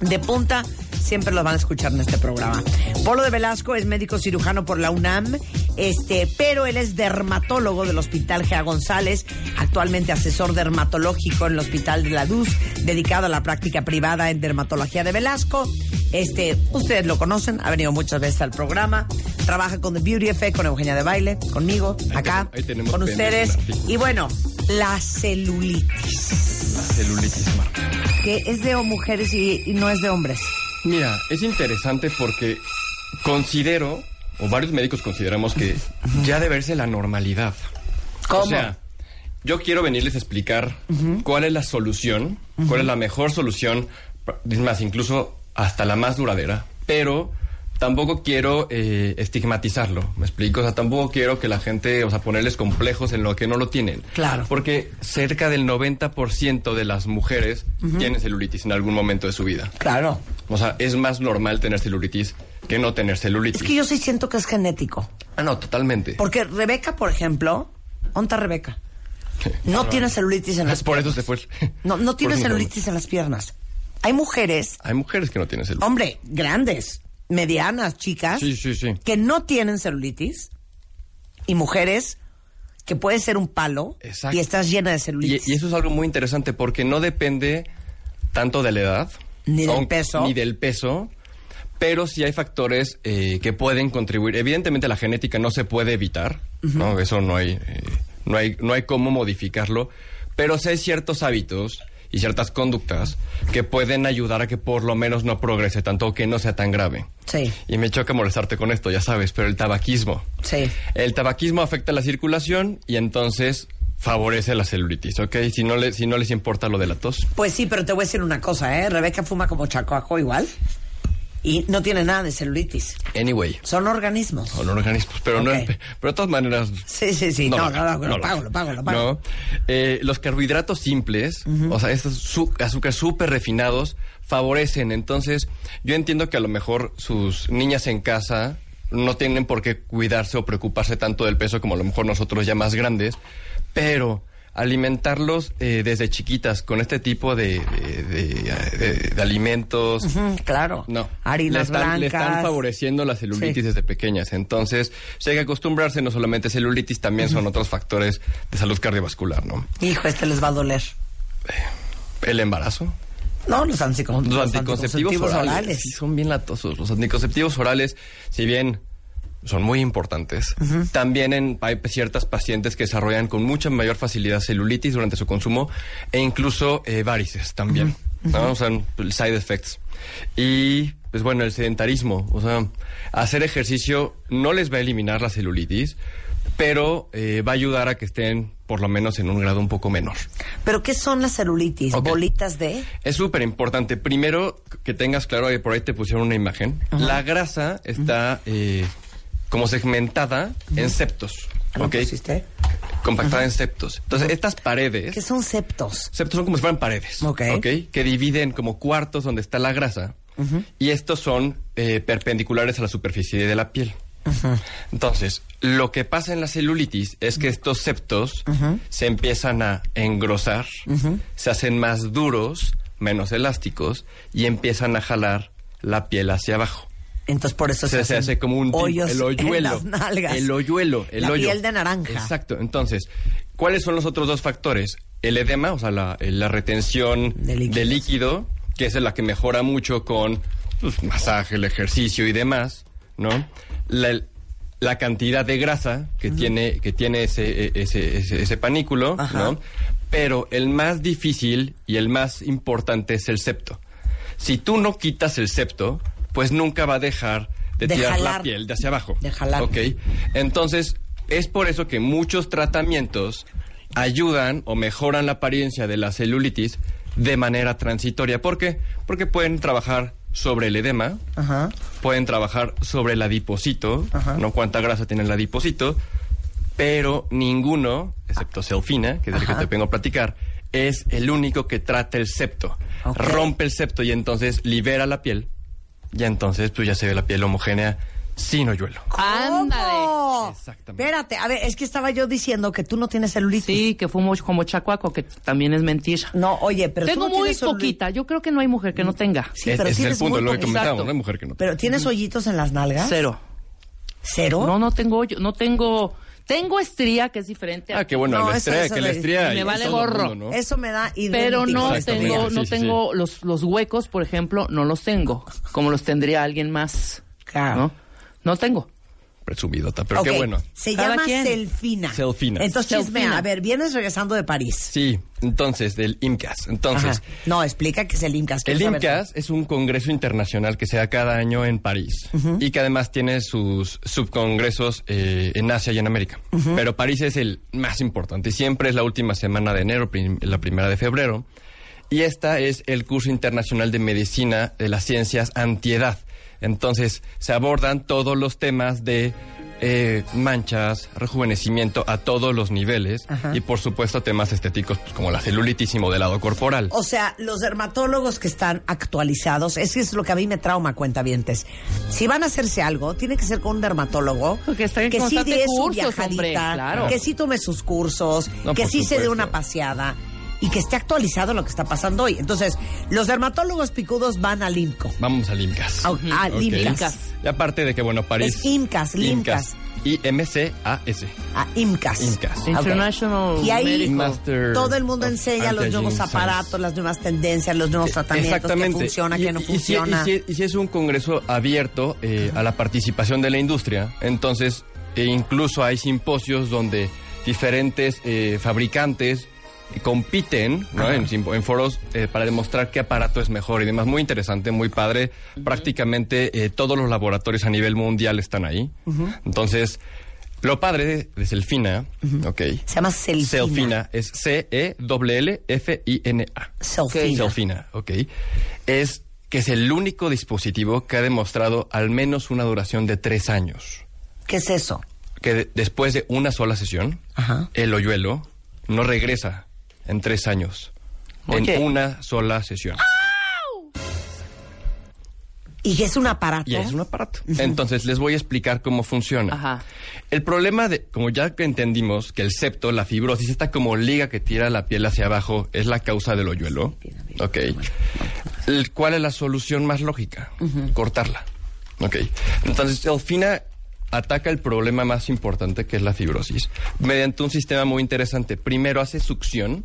Speaker 6: de punta siempre los van a escuchar en este programa. Polo de Velasco es médico cirujano por la UNAM, este, pero él es dermatólogo del Hospital Gea González, actualmente asesor dermatológico en el Hospital de la Luz, dedicado a la práctica privada en dermatología de Velasco. Este, ustedes lo conocen, ha venido muchas veces al programa, trabaja con The Beauty Effect, con Eugenia de Baile, conmigo, acá,
Speaker 11: tenemos- ahí tenemos
Speaker 6: con
Speaker 11: pendiente
Speaker 6: ustedes.
Speaker 11: una fija.
Speaker 6: Y bueno, la celulitis,
Speaker 11: La celulitis, Marta.
Speaker 6: que es de mujeres y- y no es de hombres.
Speaker 11: Mira, es interesante porque considero, o varios médicos consideramos que ya debe verse la normalidad.
Speaker 6: ¿Cómo?
Speaker 11: O sea, yo quiero venirles a explicar cuál es la solución, cuál es la mejor solución, es más, incluso hasta la más duradera, pero tampoco quiero eh, estigmatizarlo, ¿me explico? O sea, tampoco quiero que la gente, o sea, ponerles complejos en lo que no lo tienen.
Speaker 6: Claro.
Speaker 11: Porque cerca del 90% de las mujeres tienen celulitis en algún momento de su vida.
Speaker 6: Claro.
Speaker 11: O sea, es más normal tener celulitis que no tener celulitis.
Speaker 6: Es que yo sí siento que es genético.
Speaker 11: Ah, no, totalmente.
Speaker 6: Porque Rebeca, por ejemplo, ¿onta Rebeca? No tiene celulitis en las
Speaker 11: Por eso se fue.
Speaker 6: no, no tiene
Speaker 11: Por eso me fue.
Speaker 6: celulitis en las piernas. Hay mujeres,
Speaker 11: Hay mujeres que no tienen celulitis.
Speaker 6: hombre, grandes, medianas, chicas,
Speaker 11: Sí, sí, sí.
Speaker 6: que no tienen celulitis y mujeres que puede ser un palo
Speaker 11: Exacto.
Speaker 6: y estás llena de
Speaker 11: Y,
Speaker 6: celulitis.
Speaker 11: y eso es algo muy interesante porque no depende tanto de la edad.
Speaker 6: Ni del
Speaker 11: aun-
Speaker 6: peso.
Speaker 11: Ni del peso. Pero sí hay factores eh, que pueden contribuir. Evidentemente la genética no se puede evitar.
Speaker 7: Oh.
Speaker 11: ¿no? Eso no hay, eh, no, hay, no hay cómo modificarlo. Pero sí hay ciertos hábitos y ciertas conductas que pueden ayudar a que por lo menos no progrese tanto o que no sea tan grave.
Speaker 6: Sí,
Speaker 11: Y me choca molestarte con esto, ya sabes, pero el tabaquismo.
Speaker 6: sí.
Speaker 11: El tabaquismo afecta la circulación y entonces favorece la celulitis, ¿ok? Si no, le- si no les importa lo de la tos.
Speaker 6: Pues sí, pero te voy a decir una cosa, ¿eh? Rebeca fuma como chacoaco igual y no tiene nada de celulitis.
Speaker 11: Anyway,
Speaker 6: Son organismos.
Speaker 11: son organismos, pero no...
Speaker 6: Ok.
Speaker 11: Pero de todas maneras...
Speaker 6: Sí, sí, sí. No,
Speaker 11: lo
Speaker 6: no, no,
Speaker 11: hagan,
Speaker 6: lo
Speaker 11: lo
Speaker 6: pago,
Speaker 11: hagan.
Speaker 6: lo pago, lo pago.
Speaker 11: No. Eh, los carbohidratos simples, o sea, estos su- azúcares súper refinados, favorecen. Entonces, yo entiendo que a lo mejor sus niñas en casa no tienen por qué cuidarse o preocuparse tanto del peso como a lo mejor nosotros ya más grandes, pero alimentarlos eh, desde chiquitas con este tipo de, de- de- de- de alimentos,
Speaker 6: Mm, Claro.
Speaker 11: no.
Speaker 6: Harinas
Speaker 11: le están, le
Speaker 6: blancas.
Speaker 11: están favoreciendo la celulitis
Speaker 6: Sí.
Speaker 11: desde pequeñas. Entonces, si hay que acostumbrarse, no solamente celulitis, también son otros factores de salud cardiovascular, ¿no?
Speaker 6: Hijo, este les va a doler.
Speaker 11: El embarazo.
Speaker 6: No, los, anticon-
Speaker 11: Los, anticonceptivos, orales.
Speaker 6: orales.
Speaker 11: Sí, son bien latosos. Los anticonceptivos orales, si bien son muy importantes. También en, hay ciertas pacientes que desarrollan con mucha mayor facilidad celulitis durante su consumo e incluso eh, varices también. ¿no? O sea, pues, side effects. Y, pues bueno, el sedentarismo. O sea, hacer ejercicio no les va a eliminar la celulitis, pero eh, va a ayudar a que estén por lo menos en un grado un poco menor.
Speaker 6: ¿Pero qué son las celulitis?
Speaker 11: Ok.
Speaker 6: ¿Bolitas de?
Speaker 11: Es súper importante. Primero, que tengas claro, eh, por ahí te pusieron una imagen. La grasa está eh, como segmentada en septos.
Speaker 6: ¿Ah, ¿Lo
Speaker 11: ¿ok?
Speaker 6: pusiste?
Speaker 11: Compactada en septos. Entonces, estas paredes...
Speaker 6: ¿Qué son septos?
Speaker 11: Septos son como si fueran paredes.
Speaker 6: Ok.
Speaker 11: Que dividen como cuartos donde está la grasa. Y estos son eh, perpendiculares a la superficie de la piel. Entonces, lo que pasa en la celulitis es que estos septos se empiezan a engrosar, se hacen más duros, menos elásticos, y empiezan a jalar la piel hacia abajo.
Speaker 6: Entonces por eso
Speaker 11: O sea, se,
Speaker 6: hacen
Speaker 11: hace como un tip-
Speaker 6: hoyos
Speaker 11: el hoyuelo,
Speaker 6: en las nalgas.
Speaker 11: el hoyuelo, el
Speaker 6: la
Speaker 11: hoyo.
Speaker 6: piel de naranja.
Speaker 11: Exacto. Entonces, ¿cuáles son los otros dos factores? El edema, o sea, la, eh, la retención
Speaker 6: De
Speaker 11: de,
Speaker 6: líquidos.
Speaker 11: líquido, que es la que mejora mucho con pues, masaje, el ejercicio y demás, ¿no? La, la cantidad de grasa que tiene que tiene ese eh, ese, ese- ese panículo,
Speaker 6: Ajá.
Speaker 11: ¿no? Pero el más difícil y el más importante es el septo. Si tú no quitas el septo, pues nunca va a dejar de,
Speaker 6: De
Speaker 11: tirar
Speaker 6: jalar.
Speaker 11: la piel de hacia abajo.
Speaker 6: De jalar.
Speaker 11: Ok. Entonces, es por eso que muchos tratamientos ayudan o mejoran la apariencia de la celulitis de manera transitoria. ¿Por qué? Porque pueden trabajar sobre el edema,
Speaker 6: Ajá.
Speaker 11: pueden trabajar sobre el adiposito,
Speaker 6: Ajá.
Speaker 11: no cuánta grasa tiene el adiposito, pero ninguno, excepto Selfina, que es el que te vengo a platicar, es el único que trata el septo.
Speaker 6: Ok.
Speaker 11: Rompe el septo y entonces libera la piel. Y entonces pues ya se ve la piel homogénea sin hoyuelo.
Speaker 7: Ándale.
Speaker 6: ¡Oh!
Speaker 11: Exactamente.
Speaker 6: Espérate, a ver, es que estaba yo diciendo que tú no tienes celulitis.
Speaker 7: Sí, que fumo como chacuaco, que también es mentira.
Speaker 6: No, oye, pero tú
Speaker 7: Tengo
Speaker 6: no
Speaker 7: muy
Speaker 6: tienes celuli-
Speaker 7: poquita. Yo creo que no hay mujer que no tenga.
Speaker 6: Sí,
Speaker 11: Es-
Speaker 6: pero
Speaker 11: E-, ese es el
Speaker 6: tienes
Speaker 11: punto,
Speaker 6: muy
Speaker 11: lo que
Speaker 6: poquita.
Speaker 11: comentábamos, una mujer que no
Speaker 6: Pero tienes hoyitos en las nalgas.
Speaker 7: Cero.
Speaker 6: ¿Cero?
Speaker 7: No, no tengo hoyo, no tengo. Tengo estría, que es diferente.
Speaker 11: Ah, qué bueno,
Speaker 6: No,
Speaker 11: la
Speaker 6: eso-
Speaker 11: estrella,
Speaker 6: eso
Speaker 11: que la
Speaker 6: de-
Speaker 11: estrella.
Speaker 7: Me
Speaker 11: y
Speaker 7: vale
Speaker 11: todo el
Speaker 7: gorro.
Speaker 11: mundo, ¿no?
Speaker 6: Eso me da idéntico.
Speaker 7: Pero no
Speaker 11: Exactamente.
Speaker 7: tengo,
Speaker 11: Sí,
Speaker 7: no
Speaker 11: sí, sí.
Speaker 7: tengo Los, los huecos, por ejemplo, no los tengo, como los tendría alguien más.
Speaker 6: Claro.
Speaker 7: ¿no? no tengo.
Speaker 11: Presumidota, pero
Speaker 6: Ah. Ok,
Speaker 11: qué bueno.
Speaker 6: Se
Speaker 7: Cada
Speaker 6: llama
Speaker 7: quien.
Speaker 6: Selfina.
Speaker 11: Selfina.
Speaker 6: Entonces, chismea.
Speaker 7: Selfina.
Speaker 6: A ver, vienes regresando de París.
Speaker 11: Sí, entonces, del IMCAS. Entonces,
Speaker 6: Ajá. No, explica qué es el IMCAS.
Speaker 11: El
Speaker 6: quiero saber.
Speaker 11: IMCAS es un congreso internacional que se da cada año en París y que además tiene sus subcongresos eh, en Asia y en América. Pero París es el más importante. Siempre es la última semana de enero, prim- la primera de febrero. Y esta es el curso internacional de medicina de las ciencias antiedad. Entonces se abordan todos los temas de eh, manchas, rejuvenecimiento a todos los niveles y por supuesto temas estéticos pues, como la celulitis y modelado corporal.
Speaker 6: O sea, los dermatólogos que están actualizados, eso es lo que a mí me trauma, cuentavientes. Si van a hacerse algo, tiene que ser con un dermatólogo
Speaker 7: Porque está en
Speaker 6: que sí
Speaker 7: constante
Speaker 6: dé su
Speaker 7: cursos,
Speaker 6: viajadita,
Speaker 7: hombre, claro.
Speaker 6: que sí tome sus cursos,
Speaker 11: No,
Speaker 6: que
Speaker 11: por
Speaker 6: sí se dé
Speaker 11: supuesto.
Speaker 6: una paseada y que esté actualizado lo que está pasando hoy. Entonces, los dermatólogos picudos van al IMCO.
Speaker 11: Vamos al IMCAS.
Speaker 6: Au- ah,
Speaker 11: Ok.
Speaker 6: IMCAS.
Speaker 11: Y aparte de que, bueno, París.
Speaker 6: Es IMCAS, IMCAS.
Speaker 11: I-M-C-A-S.
Speaker 6: A IMCAS.
Speaker 11: IMCAS.
Speaker 6: Ah, Ok.
Speaker 7: International
Speaker 6: Y ahí
Speaker 7: Medical.
Speaker 11: Master
Speaker 6: todo el mundo
Speaker 11: of
Speaker 6: enseña los nuevos
Speaker 11: Anti-Aging
Speaker 6: aparatos,
Speaker 11: Science.
Speaker 6: las nuevas tendencias, los nuevos tratamientos,
Speaker 11: Exactamente.
Speaker 6: que funciona,
Speaker 11: Y-
Speaker 6: que no
Speaker 11: y si-
Speaker 6: funciona.
Speaker 11: Y si, y si es un congreso abierto eh, a la participación de la industria, entonces e incluso hay simposios donde diferentes eh, fabricantes compiten ¿no? en, simpo- en foros eh, para demostrar qué aparato es mejor y demás. Muy interesante, muy padre. Prácticamente eh, todos los laboratorios a nivel mundial están ahí. Entonces, lo padre de, de Selfina, ok,
Speaker 6: Se llama Selfina.
Speaker 11: Selfina es E C-E-L-L-F-I-N-A.
Speaker 6: Selfina.
Speaker 11: Selfina, ok. Es que es el único dispositivo que ha demostrado al menos una duración de tres años.
Speaker 6: ¿Qué es eso?
Speaker 11: Que de- después de una sola sesión,
Speaker 6: Ajá.
Speaker 11: el hoyuelo no regresa en tres años.
Speaker 7: Oye.
Speaker 11: En una sola sesión.
Speaker 6: Y que es un aparato.
Speaker 11: Y es un aparato. Entonces les voy a explicar cómo funciona.
Speaker 7: Ajá.
Speaker 11: El problema de, como ya que entendimos que el septo, la fibrosis, esta como liga que tira la piel hacia abajo, es la causa del hoyuelo. Ok. El- ¿Cuál es la solución más lógica? Cortarla. Ok. Entonces, Elfina ataca el problema más importante que es la fibrosis mediante un sistema muy interesante. Primero hace succión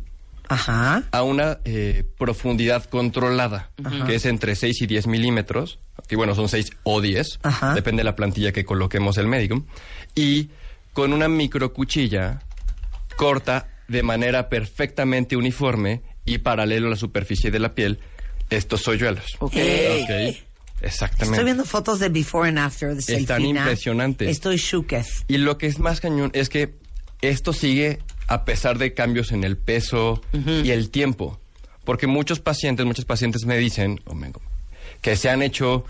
Speaker 6: Ajá. ¿Ah?
Speaker 11: a una eh, profundidad controlada, que es entre 6 y 10 milímetros, que bueno, son 6 o 10,
Speaker 6: Ajá.
Speaker 11: depende de la plantilla que coloquemos el médico, y con una microcuchilla corta de manera perfectamente uniforme y paralelo a la superficie de la piel estos soyuelos.
Speaker 6: Ok.
Speaker 11: Ok. Exactamente.
Speaker 6: Estoy viendo fotos de before and after de
Speaker 11: Están
Speaker 6: Selfina.
Speaker 11: impresionantes.
Speaker 6: Estoy shooketh.
Speaker 11: Y lo que es más cañón es que esto sigue a pesar de cambios en el peso y el tiempo. Porque muchos pacientes, muchas pacientes me dicen o me- que se han hecho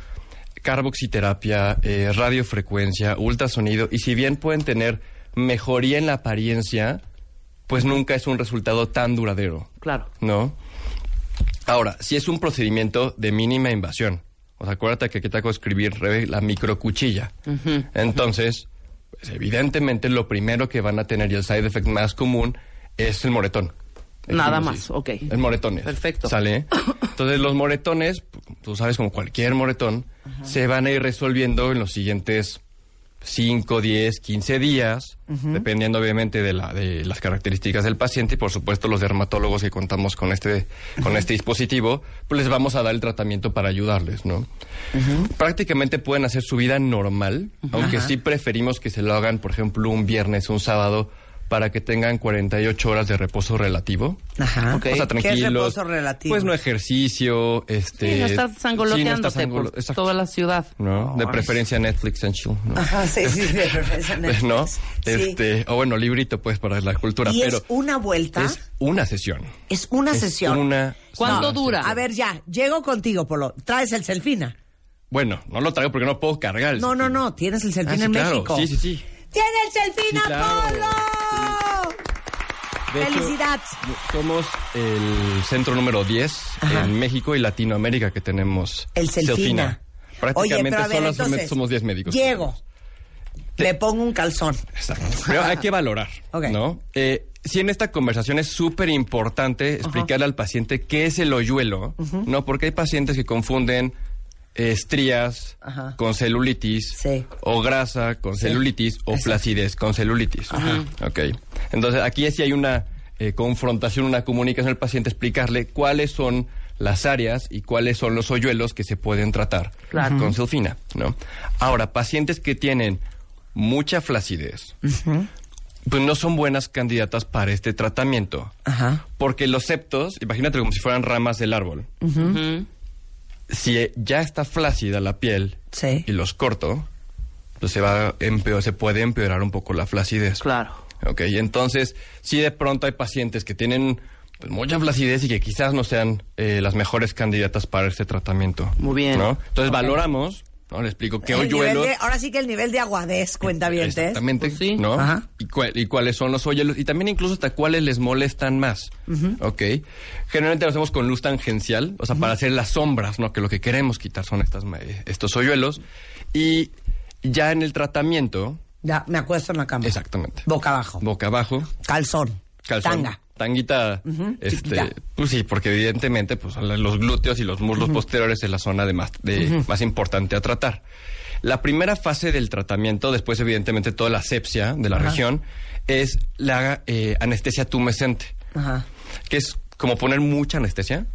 Speaker 11: carboxiterapia, eh, radiofrecuencia, ultrasonido, y si bien pueden tener mejoría en la apariencia, pues nunca es un resultado tan duradero.
Speaker 7: Claro.
Speaker 11: ¿No? Ahora, si es un procedimiento de mínima invasión, o sea, acuérdate que aquí te hago escribir Rebe, la microcuchilla. Entonces, pues, evidentemente lo primero que van a tener y el side effect más común es el moretón.
Speaker 7: Nada
Speaker 11: Decimos
Speaker 7: más, ok.
Speaker 11: el moretones.
Speaker 7: Perfecto.
Speaker 11: ¿Sale? Entonces, los moretones, tú sabes, como cualquier moretón, se van a ir resolviendo en los siguientes 5, 10, 15 días,
Speaker 12: Ujú.
Speaker 11: dependiendo obviamente de, la- de las características del paciente y por supuesto los dermatólogos que contamos con este, con este dispositivo, pues les vamos a dar el tratamiento para ayudarles, ¿no? Prácticamente pueden hacer su vida normal, aunque
Speaker 12: Ajá.
Speaker 11: sí preferimos que se lo hagan, por ejemplo, un viernes, un sábado, para que tengan 48 horas de reposo relativo.
Speaker 6: Ajá.
Speaker 11: O sea,
Speaker 6: ¿Qué es
Speaker 11: tranquilos.
Speaker 6: reposo relativo?
Speaker 11: Pues no ejercicio, este...
Speaker 7: Sí, no estás pues.
Speaker 11: sangoloteando
Speaker 7: sangoloteándote por toda la ciudad.
Speaker 11: ¿no? De preferencia Netflix and chill, ¿no?
Speaker 6: Ajá, sí, sí, de preferencia
Speaker 11: Pues,
Speaker 6: Netflix.
Speaker 11: ¿no?
Speaker 6: Sí.
Speaker 11: Este, o bueno, librito pues para la cultura,
Speaker 6: Y
Speaker 11: pero
Speaker 6: es una vuelta.
Speaker 11: es una sesión.
Speaker 6: Es una
Speaker 11: Es
Speaker 6: sesión.
Speaker 11: una- ¿Cuánto
Speaker 6: dura? A ver, ya, llego contigo, Polo. Traes el Selfina.
Speaker 11: Bueno, no lo traigo porque no puedo cargar. el
Speaker 6: No, no, no, tienes el
Speaker 11: Ah,
Speaker 6: Selfina
Speaker 11: sí,
Speaker 6: en
Speaker 11: claro.
Speaker 6: México.
Speaker 11: Sí, sí, sí.
Speaker 6: ¡Tiene el Selfina,
Speaker 11: Sí, claro.
Speaker 6: Polo!
Speaker 11: De hecho,
Speaker 6: ¡Felicidad!
Speaker 11: Somos el centro número 10 en México y Latinoamérica que tenemos.
Speaker 6: El Celfina. Oye,
Speaker 11: Prácticamente
Speaker 6: pero a ver,
Speaker 11: solo
Speaker 6: entonces,
Speaker 11: somos 10 médicos.
Speaker 6: Llego, le pongo un calzón.
Speaker 11: Pero hay que valorar, ¿no? Eh, si en esta conversación es súper importante explicarle al paciente qué es el hoyuelo,
Speaker 12: Ujú.
Speaker 11: ¿no? Porque hay pacientes que confunden eh, estrías
Speaker 12: Ajá.
Speaker 11: con celulitis, o grasa con celulitis, o placidez con celulitis.
Speaker 12: Ajá.
Speaker 11: Ok. Entonces, aquí sí hay una eh, confrontación, una comunicación al paciente, explicarle cuáles son las áreas y cuáles son los hoyuelos que se pueden tratar
Speaker 12: Claro.
Speaker 11: con
Speaker 12: Ujú.
Speaker 11: sulfina, ¿no? Ahora, pacientes que tienen mucha flacidez, pues no son buenas candidatas para este tratamiento.
Speaker 6: Ajá.
Speaker 11: Porque los septos, imagínate como si fueran ramas del árbol. Si eh, ya está flácida la piel y los corto, pues se, va a empeor- se puede empeorar un poco la flacidez.
Speaker 7: Claro.
Speaker 11: Ok, y entonces, si de pronto hay pacientes que tienen pues, mucha flacidez y que quizás no sean eh, las mejores candidatas para este tratamiento. Muy bien. Entonces valoramos, ¿no? Le explico qué
Speaker 6: El nivel
Speaker 11: hoyuelos...
Speaker 6: de- ahora sí que el nivel de aguadez, cuenta bien.
Speaker 11: Exactamente, ¿no? Y, cua- y cuáles son los hoyuelos y también incluso hasta cuáles les molestan más. Ok. Generalmente lo hacemos con luz tangencial, o sea, para hacer las sombras, ¿no? Que lo que queremos quitar son estas, ma- eh, estos hoyuelos. Y ya en el tratamiento.
Speaker 6: Ya, me acuesto en la cama.
Speaker 11: Exactamente.
Speaker 6: Boca abajo.
Speaker 11: Boca abajo.
Speaker 6: Calzón.
Speaker 11: Calzón.
Speaker 6: Tanga.
Speaker 11: Tanguita.
Speaker 6: Ujú, chiquita.
Speaker 11: Este, pues sí, porque evidentemente pues, los glúteos y los muslos posteriores es la zona de más, de,
Speaker 12: Ujú.
Speaker 11: más importante a tratar. La primera fase del tratamiento, después evidentemente toda la asepsia de la
Speaker 12: Ajá.
Speaker 11: región, es la eh, anestesia tumescente,
Speaker 6: Ajá.
Speaker 11: que es como poner mucha anestesia,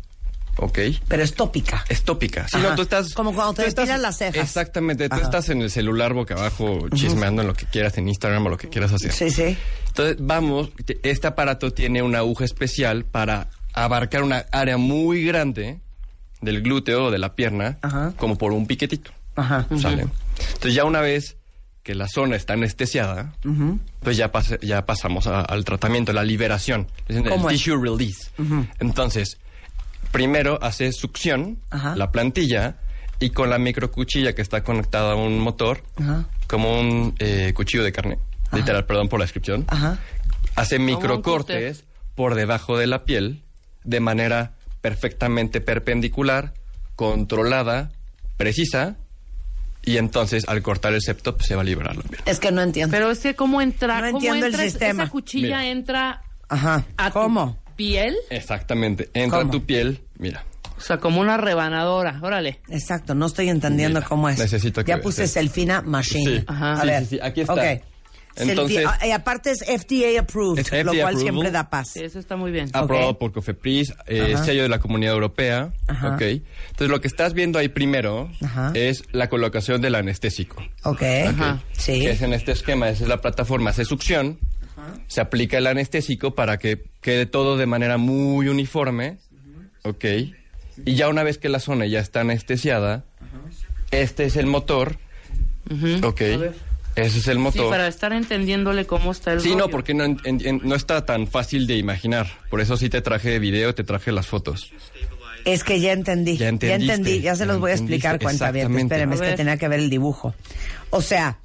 Speaker 11: ¿ok?
Speaker 6: Pero es tópica.
Speaker 11: Es tópica. Si
Speaker 6: Ajá.
Speaker 11: no, tú estás...
Speaker 6: Como cuando te
Speaker 11: tú estás-
Speaker 6: depilan las cejas.
Speaker 11: Exactamente, tú
Speaker 6: Ajá.
Speaker 11: estás en el celular boca abajo chismeando en lo que quieras, en Instagram o lo que quieras hacer.
Speaker 6: Sí, sí.
Speaker 11: Entonces, vamos, te- este aparato tiene una aguja especial para abarcar una área muy grande del glúteo o de la pierna, como por un piquetito.
Speaker 6: Ajá.
Speaker 11: ¿sale? Entonces, ya una vez que la zona está anestesiada,
Speaker 6: Ujú.
Speaker 11: pues ya, pas- ya pasamos a- al tratamiento, la liberación, le dicen el
Speaker 6: ¿Cómo es?
Speaker 11: tissue release.
Speaker 6: Ujú.
Speaker 11: Entonces, primero hace succión,
Speaker 6: Ajá.
Speaker 11: la plantilla, y con la microcuchilla que está conectada a un motor,
Speaker 6: Ajá.
Speaker 11: como un eh, cuchillo de carne, literal, perdón por la descripción,
Speaker 6: Ajá.
Speaker 11: hace
Speaker 6: Como un
Speaker 11: microcortes por debajo de la piel de manera perfectamente perpendicular, controlada, precisa, y entonces al cortar el septo pues, se va a liberar la piel.
Speaker 6: Es que no entiendo.
Speaker 7: Pero es que cómo entra,
Speaker 6: No
Speaker 7: cómo
Speaker 6: entiendo el
Speaker 7: entra es-
Speaker 6: sistema.
Speaker 7: esa cuchilla
Speaker 11: Mira.
Speaker 7: entra
Speaker 6: Ajá.
Speaker 7: a
Speaker 6: ¿Cómo?
Speaker 7: tu piel,
Speaker 11: Exactamente, entra
Speaker 7: ¿Cómo?
Speaker 11: tu piel, mira.
Speaker 7: o sea, como una rebanadora, órale.
Speaker 6: Exacto, no estoy entendiendo cómo es.
Speaker 11: necesito que
Speaker 6: Ya puse
Speaker 11: veas.
Speaker 6: Selfina Machine.
Speaker 11: Sí.
Speaker 6: Ajá. A
Speaker 11: Sí,
Speaker 6: ver.
Speaker 11: sí, sí, aquí está.
Speaker 6: Ok. Se le
Speaker 11: Entonces-
Speaker 6: pide- ah, y aparte es FDA approved,
Speaker 11: Es
Speaker 6: lo
Speaker 11: FDA
Speaker 6: cual
Speaker 11: approval.
Speaker 6: siempre da paz.
Speaker 7: Eso está muy bien.
Speaker 11: aprobado por COFEPRIS, eh,
Speaker 6: Ajá.
Speaker 11: sello de la Comunidad Europea.
Speaker 6: Ajá.
Speaker 11: ok. Entonces, lo que estás viendo ahí primero
Speaker 6: Ajá.
Speaker 11: es la colocación del anestésico.
Speaker 6: Ok. Sí.
Speaker 11: que es en este esquema, esa es la plataforma, se succión, se aplica el anestésico para que quede todo de manera muy uniforme, ¿ok? Y ya una vez que la zona ya está anestesiada, este es el motor, ¿ok? Ese es el
Speaker 7: Sí,
Speaker 11: motor.
Speaker 7: para estar entendiéndole cómo está el
Speaker 11: Sí, no,
Speaker 7: rollo.
Speaker 11: porque no, en- en- en- no está tan fácil de imaginar. Por eso sí te traje video, te traje las fotos.
Speaker 6: Es que ya entendí. Ya,
Speaker 11: entendiste,
Speaker 6: entendí. Ya se
Speaker 11: ya
Speaker 6: los voy a
Speaker 11: entendiste,
Speaker 6: explicar cuenta bien.
Speaker 11: exactamente.
Speaker 6: Espérenme,
Speaker 11: A
Speaker 6: es que
Speaker 11: ver.
Speaker 6: tenía que ver el dibujo. O sea,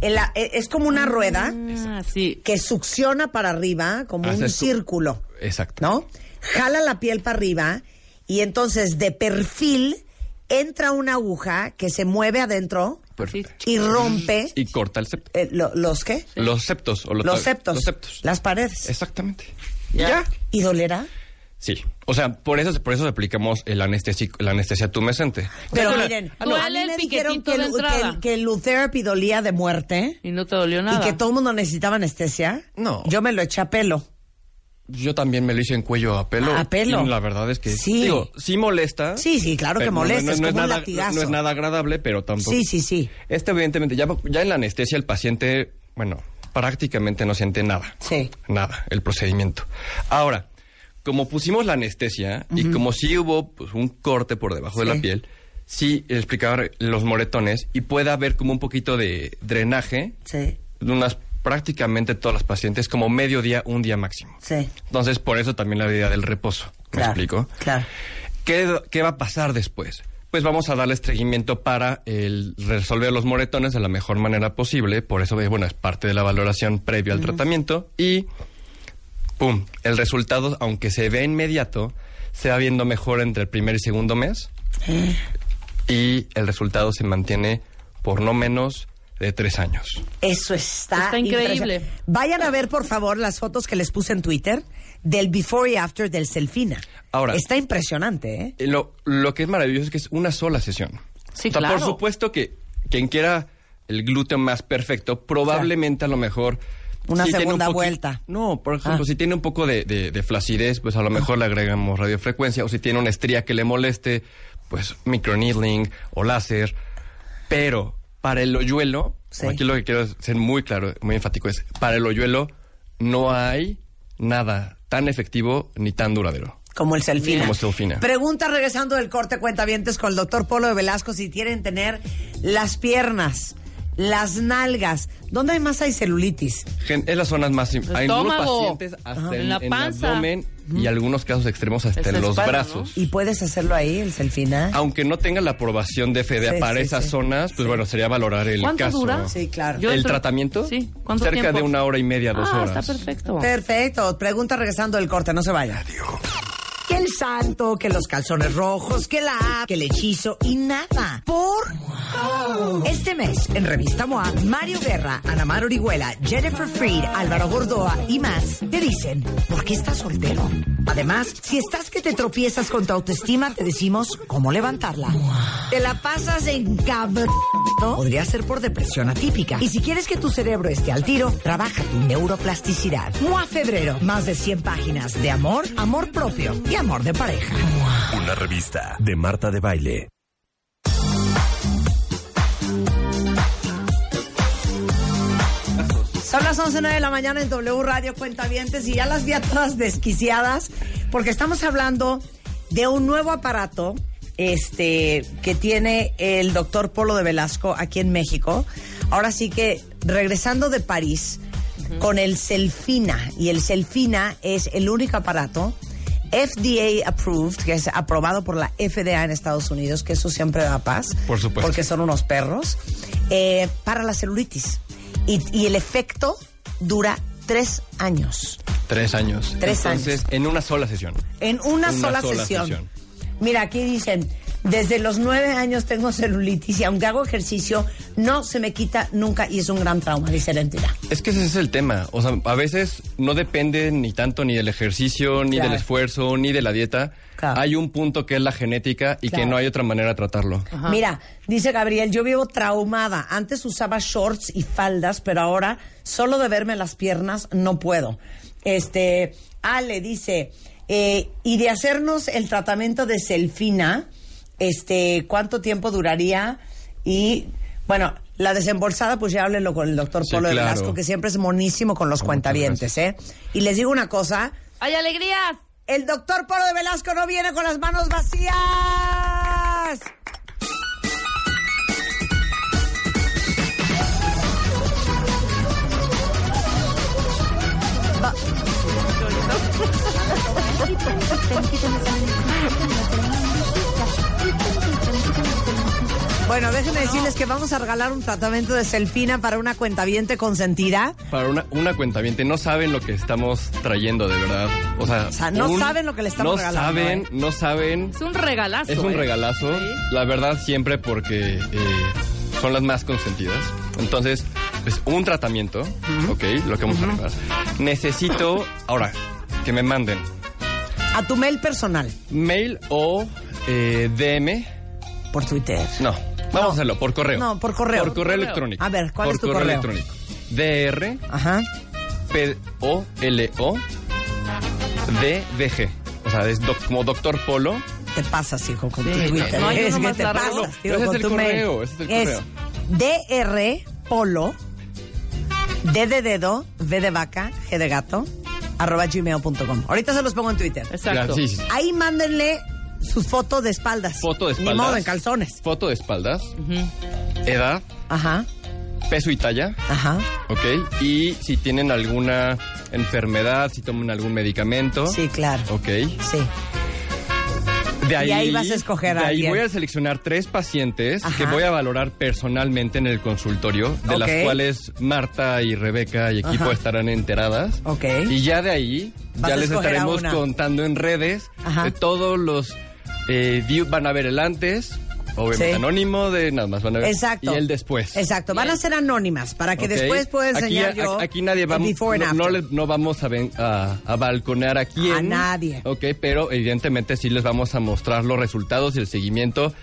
Speaker 6: el a- e- es como una rueda
Speaker 7: Ah,
Speaker 6: que succiona para arriba, como
Speaker 11: Hace
Speaker 6: un
Speaker 11: su-
Speaker 6: círculo,
Speaker 11: Exacto.
Speaker 6: ¿no? Jala la piel para arriba y entonces de perfil entra una aguja que se mueve adentro
Speaker 11: Perfecto.
Speaker 6: y rompe
Speaker 11: Y corta el septo.
Speaker 6: eh, lo- los qué?
Speaker 11: Los septos. O
Speaker 6: Los septos.
Speaker 11: Los septos.
Speaker 6: Las paredes.
Speaker 11: Exactamente.
Speaker 6: ¿Ya? ¿Y dolerá?
Speaker 11: Sí. O sea, por eso, por eso aplicamos el anestésico, la anestesia tumescente.
Speaker 6: Pero
Speaker 11: O sea, Ah,
Speaker 6: miren,
Speaker 7: Duele
Speaker 6: a mí
Speaker 7: el
Speaker 6: me dijeron
Speaker 7: piquetito
Speaker 6: que,
Speaker 7: de
Speaker 6: el- que el-
Speaker 7: entrada.
Speaker 6: que el Lutherapy dolía de muerte
Speaker 7: Y no te dolió
Speaker 6: y
Speaker 7: nada.
Speaker 6: que todo el mundo necesitaba anestesia.
Speaker 11: No.
Speaker 6: Yo me lo eché a pelo.
Speaker 11: Yo también me lo hice en cuello a pelo.
Speaker 6: A pelo.
Speaker 11: Y la verdad es que
Speaker 6: Sí.
Speaker 11: digo, sí molesta.
Speaker 6: Sí, sí, claro que
Speaker 11: pero
Speaker 6: molesta, es como un
Speaker 11: nada,
Speaker 6: latigazo.
Speaker 11: no es nada agradable, pero tampoco.
Speaker 6: Sí, sí, sí.
Speaker 11: Este, evidentemente, ya, ya en la anestesia el paciente, bueno, prácticamente no siente nada.
Speaker 6: Sí.
Speaker 11: Nada, el procedimiento. Ahora, como pusimos la anestesia y como sí hubo pues, un corte por debajo de
Speaker 6: Sí.
Speaker 11: la piel, sí explicaban los moretones y puede haber como un poquito de drenaje
Speaker 6: Sí,
Speaker 11: de unas prácticamente todas las pacientes como medio día, un día máximo.
Speaker 6: sí.
Speaker 11: Entonces, por eso también la idea del reposo. ¿Me
Speaker 6: Claro,
Speaker 11: explico?
Speaker 6: Claro.
Speaker 11: ¿Qué, qué va a pasar después? Pues vamos a darles seguimiento para el resolver los moretones de la mejor manera posible. Por eso, eh, bueno, es parte de la valoración previa al tratamiento. Y, ¡pum! El resultado, aunque se ve inmediato, se va viendo mejor entre el primer y segundo mes.
Speaker 6: Eh.
Speaker 11: Y el resultado se mantiene por no menos de tres años.
Speaker 6: Eso está,
Speaker 7: Está increíble.
Speaker 6: impresionante. Vayan a ver, por favor, las fotos que les puse en Twitter del before y after del Selfina.
Speaker 11: Ahora.
Speaker 6: Está impresionante, ¿eh?
Speaker 11: Eh, Lo, lo que es maravilloso es que es una sola sesión.
Speaker 7: Sí,
Speaker 11: O sea,
Speaker 7: claro.
Speaker 11: Por supuesto que quien quiera el glúteo más perfecto, probablemente a lo mejor...
Speaker 6: Una
Speaker 11: si tiene un
Speaker 6: segunda
Speaker 11: poqui-
Speaker 6: vuelta.
Speaker 11: No, por ejemplo,
Speaker 6: Ah.
Speaker 11: si tiene un poco de, de- de flacidez, pues a lo mejor le agregamos radiofrecuencia. O si tiene una estría que le moleste, pues microneedling o láser. Pero para el hoyuelo,
Speaker 6: Sí.
Speaker 11: aquí lo que quiero es ser muy claro, muy enfático, es para el hoyuelo no hay nada tan efectivo ni tan duradero.
Speaker 6: Como el Selfina.
Speaker 11: Como Selfina.
Speaker 6: Pregunta regresando del corte cuentavientes con el doctor Polo de Velasco si quieren tener las piernas, las nalgas. ¿Dónde hay más hay celulitis?
Speaker 11: Gen- Es las zonas más... im- Hay algunos
Speaker 7: Estómago.
Speaker 11: pacientes hasta
Speaker 7: Ajá.
Speaker 11: en,
Speaker 7: En la
Speaker 11: en el
Speaker 7: panza.
Speaker 11: abdomen y algunos casos extremos hasta
Speaker 7: Es
Speaker 11: en
Speaker 7: la
Speaker 11: los
Speaker 7: espalda,
Speaker 11: brazos.
Speaker 6: ¿Y puedes hacerlo ahí, el Selfina?
Speaker 11: Aunque no tenga la aprobación de FDA
Speaker 6: Sí,
Speaker 11: para
Speaker 6: sí,
Speaker 11: esas
Speaker 6: sí.
Speaker 11: zonas, pues bueno, sería valorar el
Speaker 7: ¿Cuánto
Speaker 11: caso.
Speaker 7: dura?
Speaker 6: Sí, claro.
Speaker 7: Yo
Speaker 11: ¿El
Speaker 7: entro-
Speaker 11: tratamiento?
Speaker 7: Sí. ¿Cuánto
Speaker 11: Cerca
Speaker 7: tiempo?
Speaker 11: de una hora y media, dos
Speaker 7: ah,
Speaker 11: horas.
Speaker 7: está perfecto.
Speaker 6: Perfecto. Pregunta regresando del corte, no se vaya. Que el santo, que los calzones rojos, que la app, que el hechizo y nada. Por este mes, en Revista MOA, Mario Guerra, Anamar Orihuela, Jennifer Freed, Álvaro Gordoa y más te dicen por qué estás soltero. Además, si estás que te tropiezas con tu autoestima, te decimos cómo levantarla. Te la pasas en cabrón. Podría ser por depresión atípica. Y si quieres que tu cerebro esté al tiro, trabaja tu neuroplasticidad. MOA Febrero. Más de 100 páginas de amor, amor propio y amor de pareja.
Speaker 1: Una revista de Marta de Baile.
Speaker 6: Son las 11.09 de la mañana en W Radio Cuentavientes y ya las vi a todas desquiciadas porque estamos hablando de un nuevo aparato este, que tiene el doctor Polo de Velasco aquí en México. Ahora sí que regresando de París con el Selfina y el Selfina es el único aparato FDA approved, que es aprobado por la FDA en Estados Unidos, que eso siempre da paz.
Speaker 11: Por supuesto.
Speaker 6: Porque son unos perros. eh, para la celulitis. Y, y el efecto dura tres años.
Speaker 11: Tres años.
Speaker 6: Tres
Speaker 11: Entonces, en una sola sesión.
Speaker 6: En una,
Speaker 11: Una
Speaker 6: sola,
Speaker 11: sola
Speaker 6: sesión.
Speaker 11: sesión.
Speaker 6: Mira, aquí dicen, Desde los nueve años tengo celulitis y aunque hago ejercicio, no se me quita nunca y es un gran trauma, dice la entidad.
Speaker 11: Es que ese es el tema. O sea, a veces no depende ni tanto ni del ejercicio, ni
Speaker 6: Claro.
Speaker 11: del esfuerzo, ni de la dieta. Hay un punto que es la genética y
Speaker 6: Claro.
Speaker 11: que no hay otra manera de tratarlo.
Speaker 6: Mira, dice Gabriel, yo vivo traumada. Antes usaba shorts y faldas, pero ahora solo de verme las piernas no puedo. Este, Ale dice, eh, y de hacernos el tratamiento de selfina, este, ¿cuánto tiempo duraría? Y, bueno, la desembolsada, pues ya háblenlo con el doctor
Speaker 12: Sí,
Speaker 6: Polo de
Speaker 12: claro.
Speaker 6: Velasco, que siempre es monísimo con los cuentavientes, ¿eh? Y les digo una cosa.
Speaker 7: ¡Hay alegrías!
Speaker 6: El doctor Polo de Velasco no viene con las manos vacías. Bueno, déjenme decirles que vamos a regalar un tratamiento de selfina para una cuentaviente consentida.
Speaker 11: Para una, una cuenta no saben lo que estamos trayendo, de verdad. O sea,
Speaker 6: sea, no saben lo que le estamos
Speaker 11: no
Speaker 6: regalando, ¿eh?
Speaker 11: Saben, No saben,
Speaker 7: Es un regalazo.
Speaker 11: Es un
Speaker 7: ¿eh?
Speaker 11: regalazo. La verdad, siempre porque eh, son las más consentidas. Entonces, es un tratamiento, ok, lo que vamos a regalar. Necesito, ahora, que me manden
Speaker 6: A tu mail personal.
Speaker 11: mail o eh, DM.
Speaker 6: Por Twitter.
Speaker 11: No, vamos a hacerlo, por correo.
Speaker 6: No, por correo.
Speaker 11: Por correo electrónico.
Speaker 6: A ver, ¿cuál
Speaker 11: por
Speaker 6: es tu
Speaker 11: correo?
Speaker 6: correo?
Speaker 11: electrónico. DR.
Speaker 6: Ajá.
Speaker 11: P O L O D D G. O sea, es doc- como Doctor Polo.
Speaker 6: Te pasas, hijo, con
Speaker 11: tu
Speaker 6: Twitter.
Speaker 11: No, yo
Speaker 6: es que
Speaker 11: nomás
Speaker 6: te
Speaker 11: la
Speaker 6: pasas,
Speaker 11: robo. Pero
Speaker 6: tío,
Speaker 11: ese
Speaker 6: con
Speaker 11: es el
Speaker 6: tu mail.
Speaker 11: correo, ese es el correo.
Speaker 6: DR Polo D de dedo, V de vaca, G de gato, arroba gmail.com. Ahorita se los pongo en Twitter.
Speaker 11: Exacto. Sí, sí, sí.
Speaker 6: Ahí mándenle su foto de espaldas.
Speaker 11: Foto de espaldas.
Speaker 6: Ni modo, en calzones.
Speaker 11: Foto de espaldas. Edad.
Speaker 6: Ajá.
Speaker 11: Peso y talla.
Speaker 6: Ajá.
Speaker 11: Ok. Y si tienen alguna enfermedad, si toman algún medicamento. Sí,
Speaker 6: claro.
Speaker 11: Ok.
Speaker 6: Sí.
Speaker 11: De ahí,
Speaker 6: Y ahí vas a escoger a
Speaker 11: de ahí
Speaker 6: alguien.
Speaker 11: voy a seleccionar tres pacientes
Speaker 6: Ajá.
Speaker 11: que voy a valorar personalmente en el consultorio, de
Speaker 6: Ok.
Speaker 11: las cuales Marta y Rebeca y equipo
Speaker 6: Ajá.
Speaker 11: estarán enteradas.
Speaker 6: Ok.
Speaker 11: Y ya de ahí,
Speaker 6: Vas a
Speaker 11: ya les
Speaker 6: escoger a
Speaker 11: estaremos
Speaker 6: una.
Speaker 11: contando en redes
Speaker 6: Ajá.
Speaker 11: de todos los eh, view- van a ver el antes, obviamente
Speaker 6: Sí.
Speaker 11: anónimo, de nada más van a ver.
Speaker 6: Exacto.
Speaker 11: ¿Eh? Y el después.
Speaker 6: Exacto. Van a ser anónimas para que
Speaker 11: Ok.
Speaker 6: después pueda
Speaker 11: Aquí-
Speaker 6: enseñar
Speaker 11: a-
Speaker 6: yo.
Speaker 11: Aquí nadie va
Speaker 6: el before and
Speaker 11: no, no
Speaker 6: after.
Speaker 11: le- no vamos a, ven- a, a balconear a quién.
Speaker 6: A nadie.
Speaker 11: Ok, pero evidentemente sí les vamos a mostrar los resultados, el seguimiento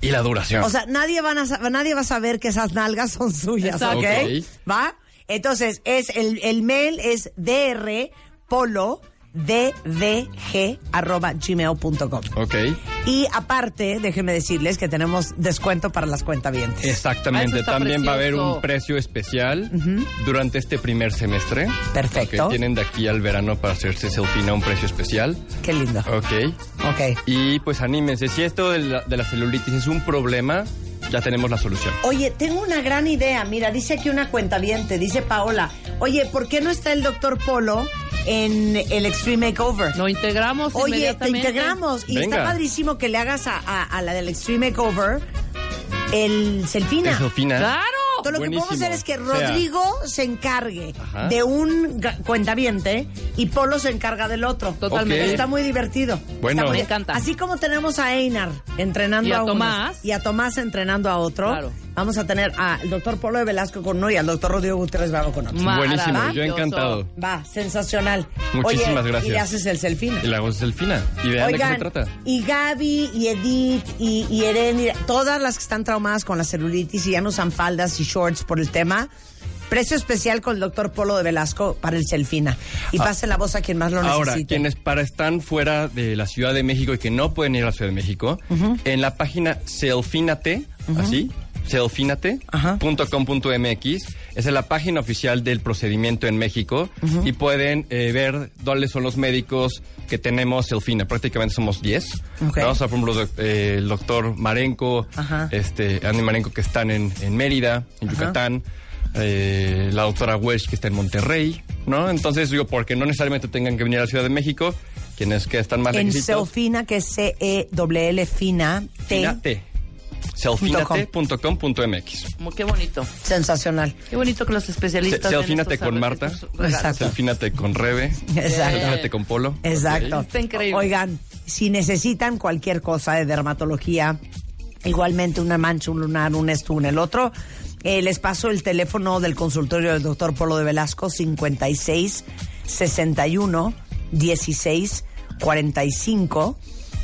Speaker 11: y la duración.
Speaker 6: O sea, nadie, van a, sa- nadie va a saber que esas nalgas son suyas,
Speaker 11: Exacto.
Speaker 6: ¿ok?
Speaker 11: Ok.
Speaker 6: ¿Va? Entonces, es el, el mail es drpolo.dvg.gmail.com.
Speaker 11: ok.
Speaker 6: Y aparte, déjenme decirles que tenemos descuento para las cuentavientes. Ah,
Speaker 11: Exactamente, también va a haber un precio especial durante este primer semestre.
Speaker 6: Perfecto.
Speaker 11: Ok, tienen de aquí al verano para hacerse selfie a un precio especial.
Speaker 6: Qué lindo.
Speaker 11: Ok.
Speaker 6: Ok.
Speaker 11: Y pues anímense, si esto de la, de la celulitis es un problema, ya tenemos la solución.
Speaker 6: Oye, tengo una gran idea. Mira, dice aquí una cuentaviente, dice Paola. Oye, ¿por qué no está el doctor Polo en el Extreme Makeover? Lo
Speaker 7: integramos
Speaker 6: Oye, te
Speaker 7: inmediatamente.
Speaker 6: integramos. Y está
Speaker 11: Venga.
Speaker 6: padrísimo que le hagas a, a- a la del Extreme Makeover el selfina.
Speaker 11: El selfina. Claro.
Speaker 6: Todo lo
Speaker 11: Buenísimo.
Speaker 6: que podemos hacer es que
Speaker 11: O sea-
Speaker 6: Rodrigo se encargue
Speaker 11: Ajá.
Speaker 6: de un ga- cuentaviente y Polo se encarga del otro.
Speaker 11: Totalmente. Ok.
Speaker 6: Está muy divertido.
Speaker 11: Bueno.
Speaker 6: Está muy-
Speaker 11: Me encanta.
Speaker 6: Así como tenemos a Einar entrenando
Speaker 7: Y a
Speaker 6: unos
Speaker 7: Tomás.
Speaker 6: y a Tomás entrenando a otro.
Speaker 7: Claro.
Speaker 6: Vamos a tener al doctor Polo de Velasco con uno y al doctor Rodrigo Gutiérrez Bravo con otro.
Speaker 11: Buenísimo,
Speaker 6: ¿Va?
Speaker 11: yo encantado.
Speaker 6: Va, sensacional.
Speaker 11: Muchísimas
Speaker 6: Oye,
Speaker 11: gracias.
Speaker 6: Y le haces el selfie.
Speaker 11: Y la voz delfina. Y vean de qué se
Speaker 6: Oigan,
Speaker 11: trata.
Speaker 6: y Gaby, y Edith, y, y Eren, y- todas las que están traumadas con la celulitis y ya no usan faldas y shorts por el tema, precio especial con el doctor Polo de Velasco para el Selfina. Y
Speaker 11: Ah.
Speaker 6: pasen la voz a quien más lo
Speaker 11: Ahora,
Speaker 6: necesite.
Speaker 11: quienes para están fuera de la Ciudad de México y que no pueden ir a la Ciudad de México, en la página selfinate, así, selfinate.com.mx, esa es la página oficial del procedimiento en México y pueden eh, ver dónde son los médicos que tenemos selfina. Prácticamente somos 10.
Speaker 1: Ok.
Speaker 11: ¿no? O sea, por ejemplo, doc- eh, el doctor Marenco,
Speaker 1: Ajá.
Speaker 11: este, Andy Marenco que están en, en Mérida, en
Speaker 1: Ajá.
Speaker 11: Yucatán, eh, la doctora Welsh que está en Monterrey, ¿no? Entonces digo, porque no necesariamente tengan que venir a la Ciudad de México, quienes que están más
Speaker 6: en
Speaker 11: lejitos,
Speaker 6: Selfina, que es C-E-L-L, fina, T.
Speaker 11: Finate. Selfinate.com.mx.
Speaker 7: Como Qué bonito.
Speaker 6: Sensacional.
Speaker 7: Qué bonito que los especialistas. den
Speaker 11: Selfinate
Speaker 7: estos
Speaker 11: con Marta.
Speaker 7: regalos.
Speaker 11: Selfinate con Rebe.
Speaker 6: Exacto.
Speaker 11: Selfinate con Polo.
Speaker 6: Exacto.
Speaker 11: Ok.
Speaker 6: Oigan, Si necesitan cualquier cosa de dermatología, igualmente una mancha, un lunar, un esto, un el otro, eh, les paso el teléfono del consultorio del doctor Polo de Velasco, 56 61 16 45.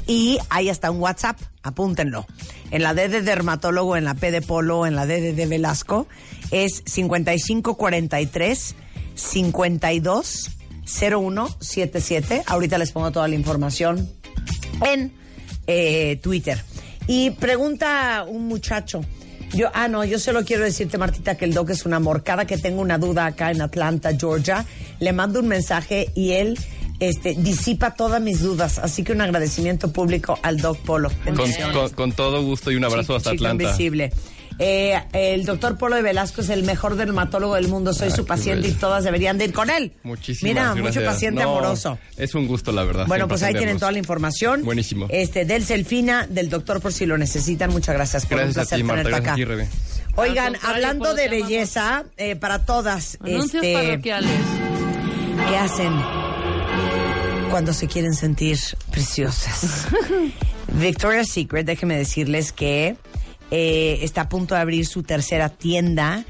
Speaker 6: Y hay hasta un WhatsApp, apúntenlo. En la D de dermatólogo, en la P de Polo, en la D de Velasco, es 5543 52 0177. Ahorita les pongo toda la información en eh, Twitter. Y pregunta un muchacho. Yo, ah, no, yo solo quiero decirte, Martita, que el Doc es un amor. Cada que tengo una duda acá en Atlanta, Georgia, le mando un mensaje y él este, disipa todas mis dudas. Así que un agradecimiento público al Doc Polo.
Speaker 11: Con, con- con todo gusto y un abrazo hasta
Speaker 6: Chico
Speaker 11: Atlanta.
Speaker 6: Invisible. Eh, el doctor Polo de Velasco es el mejor dermatólogo del mundo. Soy
Speaker 11: Ah,
Speaker 6: su
Speaker 11: qué
Speaker 6: paciente y
Speaker 11: bello.
Speaker 6: todas deberían de ir con él.
Speaker 11: Muchísimas
Speaker 6: Mira,
Speaker 11: gracias.
Speaker 6: mucho paciente
Speaker 11: No,
Speaker 6: amoroso.
Speaker 11: Es un gusto, la verdad.
Speaker 6: Bueno,
Speaker 11: siempre
Speaker 6: pues ahí tienen
Speaker 11: atenderlos.
Speaker 6: toda la información.
Speaker 11: Buenísimo.
Speaker 6: Este, del Selfina, del doctor por si lo necesitan. Muchas gracias. Por un
Speaker 11: Gracias a
Speaker 6: placer
Speaker 11: ti, Marta.
Speaker 6: tenerte
Speaker 11: Gracias
Speaker 6: acá.
Speaker 11: a ti, Rebe.
Speaker 6: Oigan,
Speaker 7: Al contrario,
Speaker 6: hablando
Speaker 7: cuando
Speaker 6: de
Speaker 7: te amamos.
Speaker 6: belleza, eh, para todas,
Speaker 7: Anuncios
Speaker 6: este,
Speaker 7: parroquiales.
Speaker 6: ¿qué hacen cuando se quieren sentir preciosas? Victoria's Secret, déjenme decirles que eh, está a punto de abrir su tercera tienda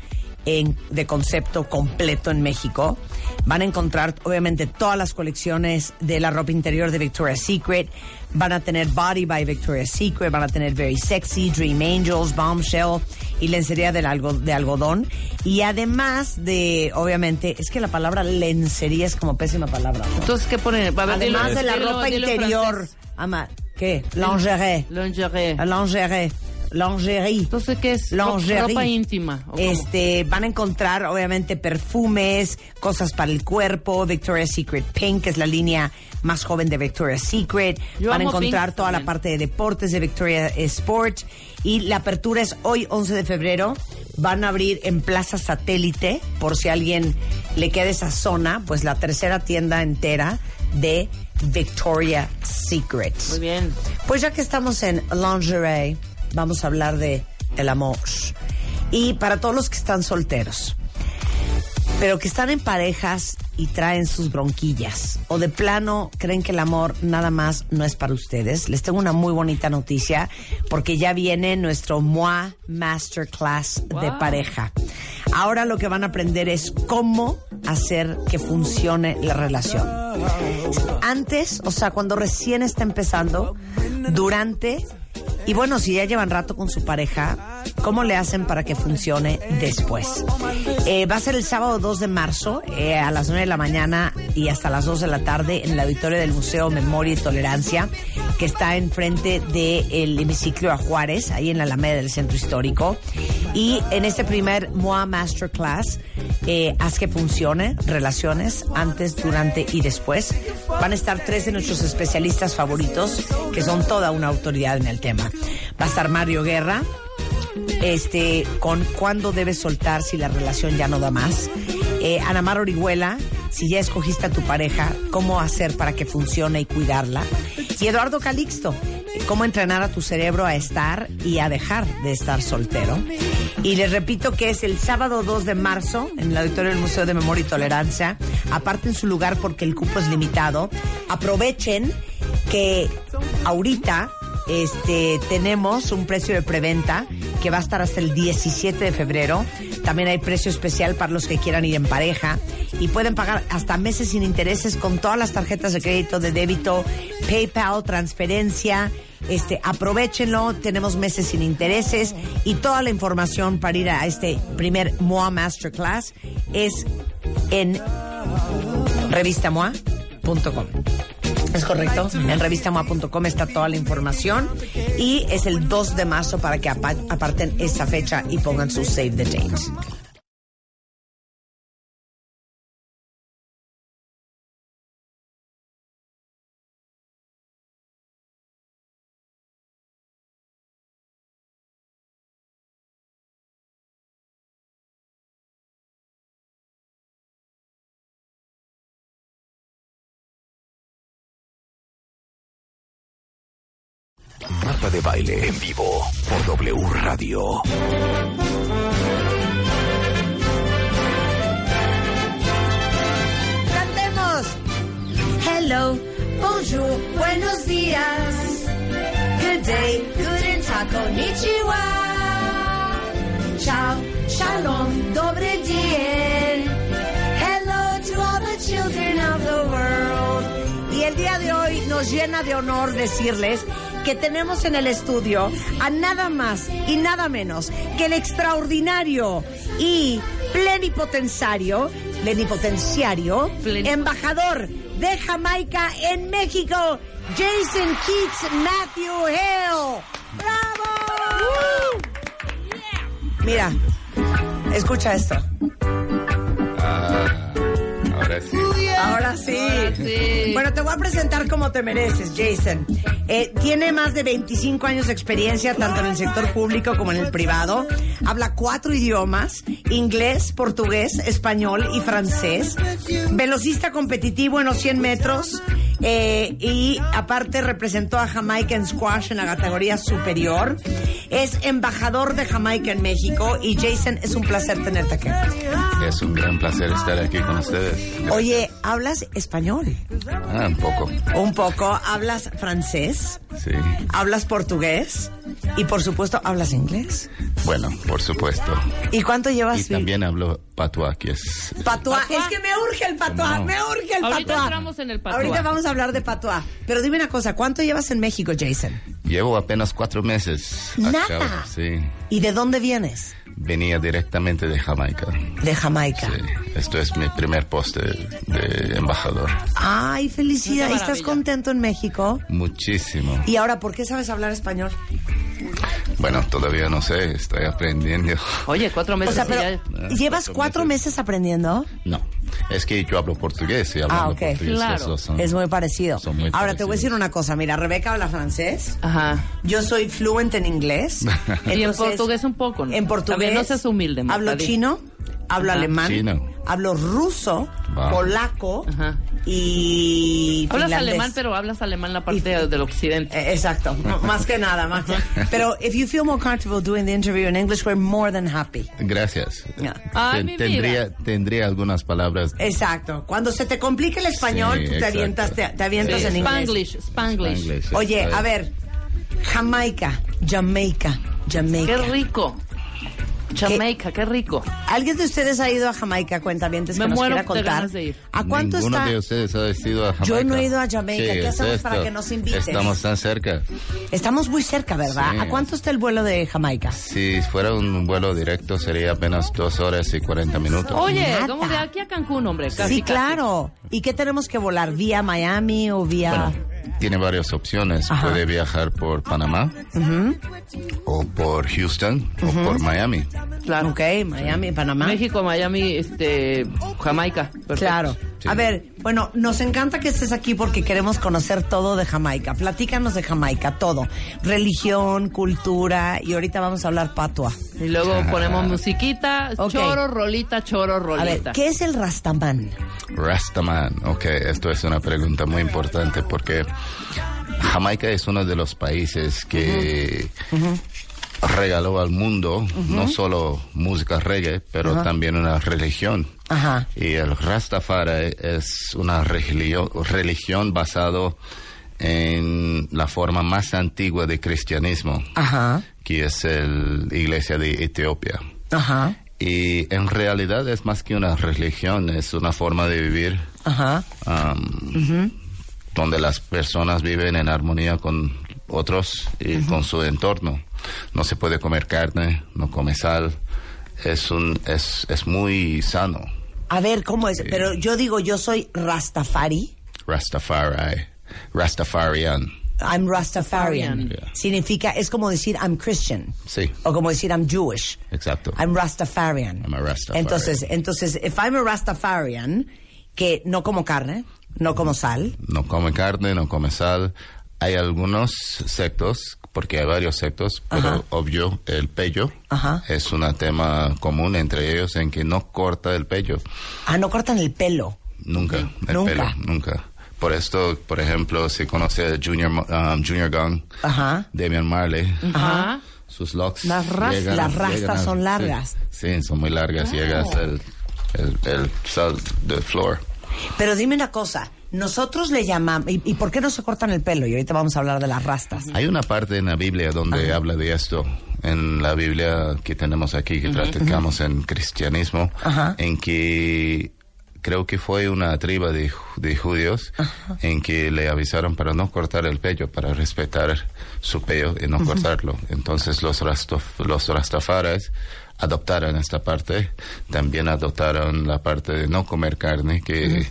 Speaker 6: en- de concepto completo en México. Van a encontrar, obviamente, todas las colecciones de la ropa interior de Victoria's Secret. Van a tener Body by Victoria's Secret, van a tener Very Sexy, Dream Angels, Bombshell y lencería del algo- de algodón. Y además de, obviamente, es que la palabra lencería es como pésima palabra. ¿no?
Speaker 7: Entonces, ¿qué ponen? A ver,
Speaker 6: Además
Speaker 7: dilo,
Speaker 6: de la
Speaker 7: dilo,
Speaker 6: ropa
Speaker 7: dilo en
Speaker 6: interior.
Speaker 7: francés.
Speaker 6: Ama, ¿Qué? Lingerie.
Speaker 7: Lingerie.
Speaker 6: La Lingerie. Lingerie.
Speaker 7: Eh. Entonces, ¿qué es? Ro-
Speaker 6: Lingerie.
Speaker 7: Ropa íntima. ¿o cómo?
Speaker 6: Este, van a encontrar obviamente perfumes, cosas para el cuerpo, Victoria's Secret Pink, que es la línea más joven de Victoria's Secret.
Speaker 7: Yo
Speaker 6: van a
Speaker 7: amo
Speaker 6: encontrar
Speaker 7: Pink
Speaker 6: toda la
Speaker 7: también.
Speaker 6: parte de deportes de Victoria Sport. Y la apertura es hoy, 11 de febrero. Van a abrir en Plaza Satélite, por si a alguien le queda esa zona, pues la tercera tienda entera de Victoria's Secret.
Speaker 7: Muy bien.
Speaker 6: Pues ya que estamos en lingerie, vamos a hablar de el amor. Y para todos los que están solteros, pero que están en parejas y traen sus bronquillas, o de plano creen que el amor nada más no es para ustedes, les tengo una muy bonita noticia, porque ya viene nuestro MOA Masterclass de
Speaker 7: Wow.
Speaker 6: pareja. Ahora lo que van a aprender es cómo hacer que funcione la relación antes, o sea, cuando recién está empezando, durante y bueno, si ya llevan rato con su pareja, ¿cómo le hacen para que funcione después? Eh, va a ser el sábado 2 de marzo eh, a las 9 de la mañana y hasta las 2 de la tarde en la auditorio del Museo Memoria y Tolerancia, que está enfrente del hemiciclo a Juárez, ahí en la Alameda del Centro Histórico. Y en este primer MOA Masterclass, eh, haz que funcione relaciones antes, durante y después. Van a estar tres de nuestros especialistas favoritos, que son toda una autoridad en el tema. Va a estar Mario Guerra, este, con cuándo debes soltar si la relación ya no da más. Eh, Ana Mar Orihuela, si ya escogiste a tu pareja, cómo hacer para que funcione y cuidarla. Y Eduardo Calixto, eh, cómo entrenar a tu cerebro a estar y a dejar de estar soltero. Y les repito que es el sábado 2 de marzo en el auditorio del Museo de Memoria y Tolerancia. Aparten su lugar porque el cupo es limitado. Aprovechen que ahorita este, tenemos un precio de preventa que va a estar hasta el 17 de febrero. También hay precio especial para los que quieran ir en pareja. Y pueden pagar hasta meses sin intereses con todas las tarjetas de crédito, de débito, PayPal, transferencia. Este, aprovechenlo, tenemos meses sin intereses y toda la información para ir a este primer MOA Masterclass es en revistamoa.com. Es correcto. En revistamoa.com está toda la información y es el 2 de marzo para que apa- aparten esa fecha y pongan su save the date.
Speaker 1: Marta de Baile en vivo por W Radio.
Speaker 6: Cantemos. Hello,
Speaker 12: bonjour, buenos dias. Good day, guten tag, konnichiwa. Ciao, shalom, dobre dien. Hello to all the children of the world.
Speaker 6: Y el día de hoy nos llena de honor decirles que tenemos en el estudio a nada más y nada menos que el extraordinario y plenipotenciario, plenipotenciario, embajador de Jamaica en México, Jason Keats Matthew Hill. ¡Bravo! Mira, escucha esto.
Speaker 13: Ah, ahora sí.
Speaker 6: Ahora sí. Bueno, te voy a presentar como te mereces, Jason. Eh, tiene más de 25 años de experiencia tanto en el sector público como en el privado. Habla cuatro idiomas, inglés, portugués, español y francés. Velocista competitivo en los 100 metros. eh, y aparte representó a Jamaica en squash en la categoría superior. Es embajador de Jamaica en México. Y Jason, es un placer tenerte aquí.
Speaker 13: Es un gran placer estar aquí con ustedes.
Speaker 6: Oye, ¿hablas español?
Speaker 13: Ah, un poco.
Speaker 6: Un poco, hablas francés,
Speaker 13: Sí.
Speaker 6: hablas portugués y por supuesto hablas inglés.
Speaker 13: Bueno, por supuesto.
Speaker 6: ¿Y cuánto
Speaker 13: Y
Speaker 6: llevas?
Speaker 13: también hablo patuá, que es...
Speaker 6: Patuá, es que me urge el patuá,
Speaker 13: ¿Cómo no?
Speaker 6: me urge el
Speaker 7: Ahorita
Speaker 6: patuá.
Speaker 7: entramos en el patuá.
Speaker 6: Ahorita vamos a hablar de patuá. Pero dime una cosa, ¿cuánto llevas en México, Jason?
Speaker 13: Llevo apenas cuatro meses.
Speaker 6: Nada.
Speaker 13: sí.
Speaker 6: ¿Y de dónde vienes?
Speaker 13: Venía directamente de Jamaica.
Speaker 6: De Jamaica.
Speaker 13: Esto es mi primer poste de embajador.
Speaker 6: Ay, felicidad. ¿Y
Speaker 13: Una
Speaker 6: ¿Estás
Speaker 13: maravilla.
Speaker 6: contento en México?
Speaker 13: Muchísimo.
Speaker 6: ¿Y ahora por qué sabes hablar español?
Speaker 13: Bueno, todavía no sé, estoy aprendiendo.
Speaker 7: Oye, cuatro
Speaker 6: O sea, pero
Speaker 13: Ah,
Speaker 6: ¿llevas cuatro meses aprendiendo?
Speaker 13: No, es que yo hablo portugués y hablo
Speaker 6: Ah, ok.
Speaker 13: portugués. los dos son-
Speaker 6: es muy parecido.
Speaker 13: son muy
Speaker 6: Ahora te voy a decir una cosa. Mira, Rebeca habla francés. Ajá. Yo soy fluente en inglés.
Speaker 7: y en
Speaker 6: Entonces,
Speaker 7: portugués un poco. ¿no?
Speaker 6: En portugués.
Speaker 7: A ver, no seas humilde, Marta,
Speaker 6: Hablo
Speaker 7: di.
Speaker 6: chino, hablo
Speaker 7: Ajá.
Speaker 6: alemán,
Speaker 7: Chino.
Speaker 6: hablo ruso,
Speaker 7: Wow.
Speaker 6: polaco y
Speaker 7: Hablas
Speaker 6: finlandés. Eh,
Speaker 7: alemán, pero hablas alemán la parte de- del occidente.
Speaker 6: exacto. M- más que nada, más que- Pero if you feel more comfortable doing the interview in English, we're more than happy.
Speaker 13: Gracias.
Speaker 6: Ay,
Speaker 13: Ten-
Speaker 6: mi vida. Eh,
Speaker 13: tendría, tendría algunas palabras.
Speaker 6: Exacto. Cuando se te complica el español,
Speaker 13: Sí,
Speaker 6: tú te
Speaker 13: exacto.
Speaker 6: avientas, te, te avientas
Speaker 13: Sí.
Speaker 6: en inglés.
Speaker 7: Spanglish, Spanglish.
Speaker 13: Spanglish,
Speaker 6: Oye,
Speaker 13: exacto.
Speaker 6: a ver, Jamaica, Jamaica, Jamaica. Qué rico. Jamaica, qué, rico. ¿Alguien de ustedes ha ido a Jamaica? Cuenta bien, que
Speaker 7: Me
Speaker 6: nos
Speaker 7: muero
Speaker 6: quiera
Speaker 7: de
Speaker 6: contar.
Speaker 7: ganas de ir.
Speaker 6: ¿A cuánto
Speaker 13: Ninguno
Speaker 6: está?
Speaker 13: de ustedes ha sido a Jamaica.
Speaker 6: Yo no he ido a Jamaica.
Speaker 13: Sí,
Speaker 6: ¿Qué
Speaker 13: es
Speaker 6: hacemos para
Speaker 13: esto.
Speaker 6: que nos invites?
Speaker 13: Estamos tan cerca.
Speaker 6: Estamos muy cerca, ¿verdad?
Speaker 13: Sí.
Speaker 6: ¿A cuánto está el vuelo de Jamaica?
Speaker 13: Si fuera un vuelo directo sería apenas dos horas y 40 minutos.
Speaker 7: Oye,
Speaker 6: Nada.
Speaker 7: ¿cómo de aquí a Cancún, hombre? Casi,
Speaker 6: sí,
Speaker 7: casi.
Speaker 6: claro. ¿Y qué tenemos que volar? ¿Vía Miami o vía...?
Speaker 13: Tiene varias opciones.
Speaker 6: Ajá.
Speaker 13: Puede viajar por Panamá
Speaker 6: Ujú.
Speaker 13: o por Houston o por Miami.
Speaker 6: Claro. Ok, Miami, Panamá.
Speaker 7: México, Miami, este, Jamaica. Perfecto.
Speaker 6: Claro. A ver, bueno, nos encanta que estés aquí porque queremos conocer todo de Jamaica. Platícanos de Jamaica, todo. Religión, cultura y ahorita vamos a hablar patua.
Speaker 7: Y luego ponemos musiquita,
Speaker 6: Ok.
Speaker 7: choro, rolita, choro, rolita.
Speaker 6: A ver, ¿qué es el rastamán?
Speaker 13: Rastaman. Ok, esto es una pregunta muy importante porque Jamaica es uno de los países que regaló al mundo no solo música reggae, pero
Speaker 6: Ujú.
Speaker 13: también una religión.
Speaker 6: Ajá.
Speaker 13: Y el Rastafari es una religio- religión basado en la forma más antigua de cristianismo,
Speaker 6: Ajá.
Speaker 13: que es la iglesia de Etiopía.
Speaker 6: Ajá.
Speaker 13: Y en realidad es más que una religión, es una forma de vivir
Speaker 6: Ajá.
Speaker 13: am, donde las personas viven en armonía con otros y con su entorno. No se puede comer carne, no come sal, es, un, es, es muy sano.
Speaker 6: A ver, ¿cómo es? Pero yo digo, yo soy Rastafari.
Speaker 13: Rastafari, Rastafarian.
Speaker 6: I'm Rastafarian. Significa, es como decir I'm Christian.
Speaker 13: Sí,
Speaker 6: O como decir I'm Jewish.
Speaker 13: exacto.
Speaker 6: I'm Rastafarian.
Speaker 13: I'm a Rastafarian.
Speaker 6: Entonces, entonces, if I'm a Rastafarian, que no como carne, no como sal.
Speaker 13: no come carne, no come sal. Hay algunos sectos, porque hay varios sectos, pero obvio el pello
Speaker 6: Ajá.
Speaker 13: es un tema común entre ellos en que no corta el pello.
Speaker 6: Ah, no cortan el pelo.
Speaker 13: Nunca, el
Speaker 6: Nunca.
Speaker 13: pelo, nunca. Por esto, por ejemplo, se conoce a Junior, Mo- um, Junior Gang,
Speaker 6: Ajá.
Speaker 13: Damian Marley.
Speaker 6: Ajá.
Speaker 13: Sus locks.
Speaker 6: Las ras-
Speaker 13: llegan-
Speaker 6: las rastas
Speaker 13: llegan
Speaker 6: son
Speaker 13: sí,
Speaker 6: largas. Oh.
Speaker 13: Sí, son muy largas. Llega hasta el, el, el sal del floor.
Speaker 6: Pero dime una cosa, Nosotros le llamamos. ¿y, y por qué no se cortan el pelo? Y ahorita vamos a hablar de las rastas.
Speaker 13: Hay una parte en la Biblia donde habla de esto, en la Biblia que tenemos aquí, que practicamos en cristianismo,
Speaker 6: Ajá.
Speaker 13: en que creo que fue una triba de, ju- de judíos en que le avisaron para no cortar el pelo, para respetar su pelo y no
Speaker 14: Ujú.
Speaker 13: cortarlo. Entonces los, rastof- los rastafaras adoptaron esta parte, también adoptaron la parte de no comer carne, que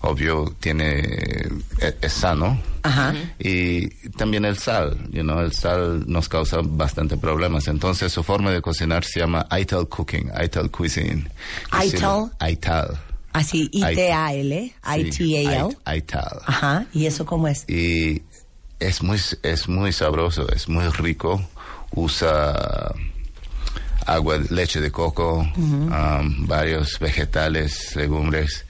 Speaker 13: obvio tiene, e-, es- es sano,
Speaker 6: Ajá.
Speaker 13: y también el sal, you know, el sal nos causa bastante problemas. Entonces su forma de cocinar se llama Ital cooking, Ital cuisine. Que se-
Speaker 6: Ital?
Speaker 13: Ital.
Speaker 6: Así, I-T-A-L,
Speaker 13: Sí,
Speaker 6: I-T-A-L.
Speaker 13: I- Ital.
Speaker 6: Ajá. ¿Y eso cómo es?
Speaker 13: Y es muy, es muy sabroso, es muy rico. Usa agua, leche de coco,
Speaker 14: Ujú.
Speaker 13: um, varios vegetales, legumbres.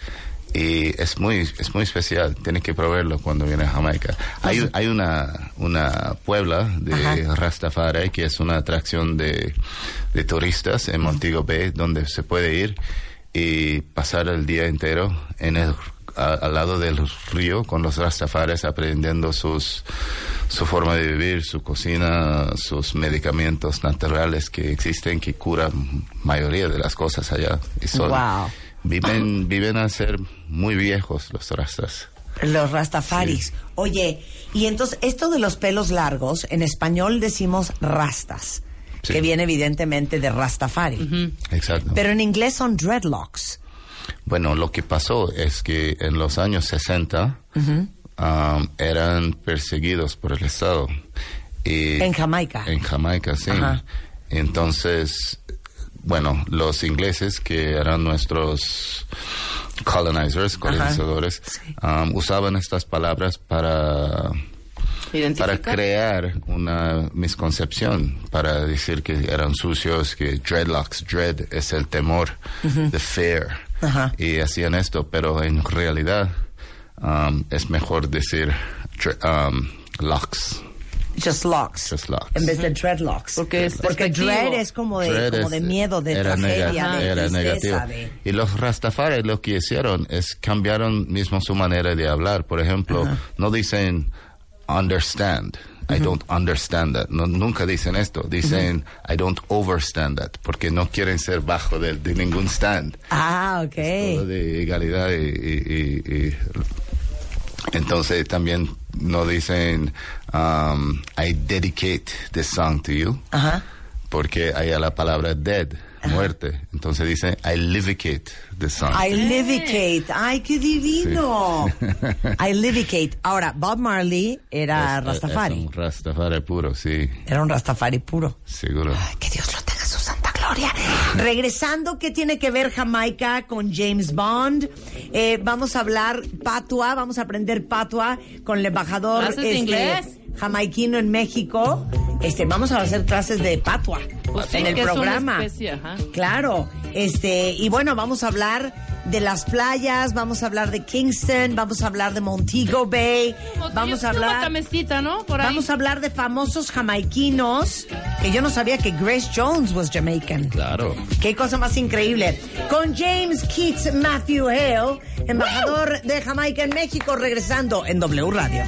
Speaker 13: Y es muy, es muy especial, tienes que probarlo cuando viene a Jamaica. Hay, hay una, una puebla de Rastafari que es una atracción de, de turistas en Montego Bay donde se puede ir y pasar el día entero en el, a- al lado del río con los rastafares aprendiendo sus, su forma de vivir, su cocina, sus medicamentos naturales que existen que curan mayoría de las cosas allá. Y son-
Speaker 6: Wow.
Speaker 13: viven, viven a ser muy viejos los rastas.
Speaker 6: Los rastafaris. Oye, y entonces esto de los pelos largos, en español decimos rastas, que viene evidentemente de rastafari.
Speaker 13: Exacto.
Speaker 6: Pero en inglés son dreadlocks.
Speaker 13: Bueno, lo que pasó es que en los años 60 um, eran perseguidos por el Estado. Y
Speaker 6: En Jamaica.
Speaker 13: En Jamaica, sí.
Speaker 6: Ah. Ajá.
Speaker 13: Entonces, bueno, los ingleses que eran nuestros colonizers, colonizadores, um, usaban estas palabras para para crear una misconcepción, para decir que eran sucios, que dreadlocks, dread es el temor,
Speaker 6: Mm.
Speaker 13: the fear. Y hacían esto, pero en realidad um, es mejor decir dre- um, locks.
Speaker 6: Just locks.
Speaker 13: Just locks.
Speaker 6: En vez de dreadlocks. Porque,
Speaker 13: es despectivo.
Speaker 6: dread es como de,
Speaker 13: Dread
Speaker 6: como de
Speaker 13: es-
Speaker 6: miedo, de
Speaker 13: eh, era
Speaker 6: tragedia,
Speaker 13: nega-
Speaker 6: de
Speaker 13: era negativo.
Speaker 6: tristeza, de-
Speaker 13: Y los rastafari lo que hicieron es cambiaron mismo su manera de hablar. Por ejemplo, no dicen understand. I don't understand that. No, nunca dicen esto. Dicen I don't overstand that. Porque no quieren ser bajo de, de ningún stand.
Speaker 6: Ah, ok.
Speaker 13: Todo de igualdad y, y- y- y- entonces también no dicen um, I dedicate this song to you
Speaker 6: Ajá.
Speaker 13: porque hay a la palabra dead muerte entonces dicen I livicate this song
Speaker 6: I livicate. Ay, qué divino. I livicate. Ahora, Bob Marley era
Speaker 13: Es-
Speaker 6: rastafari.
Speaker 13: es un rastafari puro sí
Speaker 6: era un rastafari puro Ah,
Speaker 13: seguro
Speaker 6: que Dios lo tenga en su santa gloria. Regresando, ¿qué tiene que ver Jamaica con James Bond? Eh, vamos a hablar patua, vamos a aprender patua con el embajador este,
Speaker 7: ¿Clases de inglés?
Speaker 6: jamaiquino en México. Este, vamos a hacer clases de patua
Speaker 7: Pues sí,
Speaker 6: en el
Speaker 7: que es una
Speaker 6: programa.
Speaker 7: especie, ajá.
Speaker 6: Claro, este, y bueno, vamos a hablar de las playas, vamos a hablar de Kingston, vamos a hablar de Montego Bay, vamos a hablar. Vamos a hablar de famosos jamaiquinos, que yo no sabía que Grace Jones was Jamaican.
Speaker 13: Claro.
Speaker 6: Qué cosa más increíble. Con James Keats Matthew Hale, embajador de Jamaica en México, regresando en W Radio.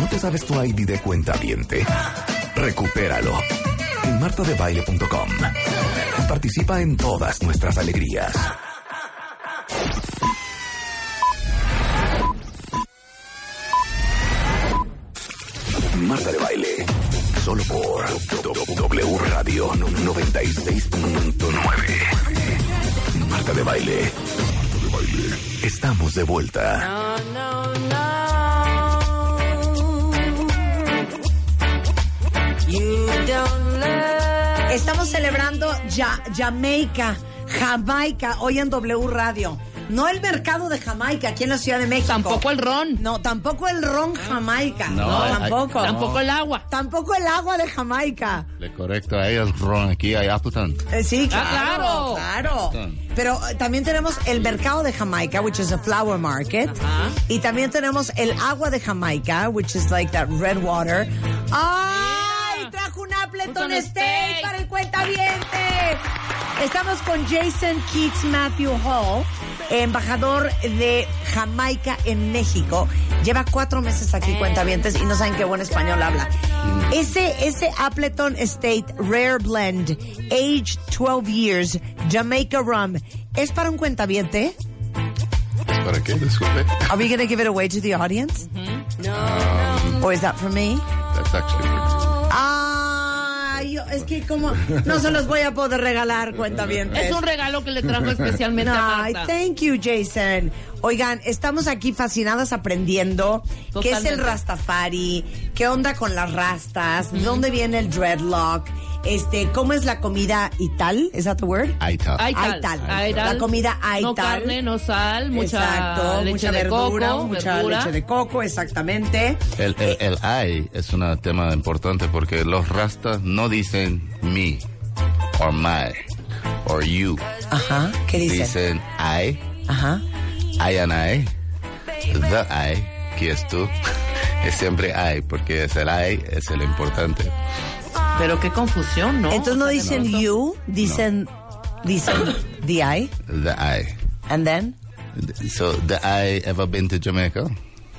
Speaker 1: ¿No te sabes tu ID de cuenta viente? Recupéralo en martadebaile.com. Participa en todas nuestras alegrías. Marta de Baile, solo por W Radio 96.9. Marta de Baile. Estamos de vuelta.
Speaker 5: No, no, no. You don't love.
Speaker 6: Estamos celebrando Ja- Jamaica, Jamaica, hoy en W Radio. No el mercado de Jamaica aquí en la Ciudad de México. Tampoco
Speaker 7: el ron.
Speaker 6: No, tampoco el ron Jamaica.
Speaker 13: No,
Speaker 6: No,
Speaker 13: hay-
Speaker 6: tampoco.
Speaker 13: Tampoco
Speaker 7: el agua.
Speaker 6: Tampoco el agua de Jamaica.
Speaker 13: le correcto hay el ron aquí hay Appleton
Speaker 6: Eh, sí,
Speaker 13: Ah,
Speaker 6: claro, claro. Pero eh, también tenemos el mercado de Jamaica, which is a flower market. Y también tenemos el agua de Jamaica, which is like that red water. ¡Ay! Trajo un Appleton
Speaker 12: Appleton
Speaker 6: State para el cuentaviente. Estamos con Jason Keats Matthew Hall, embajador de Jamaica en México. Lleva cuatro meses aquí, cuentavientes, y no saben qué buen español habla. Ese, ese Appleton Estate Rare Blend, Age 12 Years, Jamaica Rum, ¿es para un cuentaviente?
Speaker 13: ¿Para qué? Disculpe.
Speaker 6: Are we going to give it away to the audience? Or is that for me?
Speaker 13: That's actually
Speaker 6: Ay, yo- es que como no se los voy a poder regalar, cuenta bien.
Speaker 7: Es un regalo que le trajo especialmente a Marta.
Speaker 6: Ay, thank you, Jason. Oigan, estamos aquí fascinadas aprendiendo qué es el
Speaker 7: Totalmente.
Speaker 6: Rastafari, qué onda con las rastas, de dónde viene el dreadlock, este, cómo es la comida y tal, ¿is that the word?
Speaker 13: Aital.
Speaker 7: Aital.
Speaker 6: Aital.
Speaker 7: Aital.
Speaker 6: La comida aital.
Speaker 7: No carne, no sal, mucha leche
Speaker 6: mucha
Speaker 7: de
Speaker 6: verdura,
Speaker 7: coco,
Speaker 6: mucha
Speaker 7: verdura.
Speaker 6: leche de coco, exactamente.
Speaker 13: El, el, el I es un tema importante porque los rastas no dicen me, or my, or you.
Speaker 6: Ajá, ¿qué dicen?
Speaker 13: Dicen I,
Speaker 6: Ajá.
Speaker 13: I and I, the I, que es tú. Es siempre I, porque es el I, es el importante.
Speaker 7: Pero qué confusión, ¿no?
Speaker 6: Entonces Ah, no dicen you, dicen, dicen the I,
Speaker 13: The I.
Speaker 6: and then
Speaker 13: So, the I ever been to Jamaica?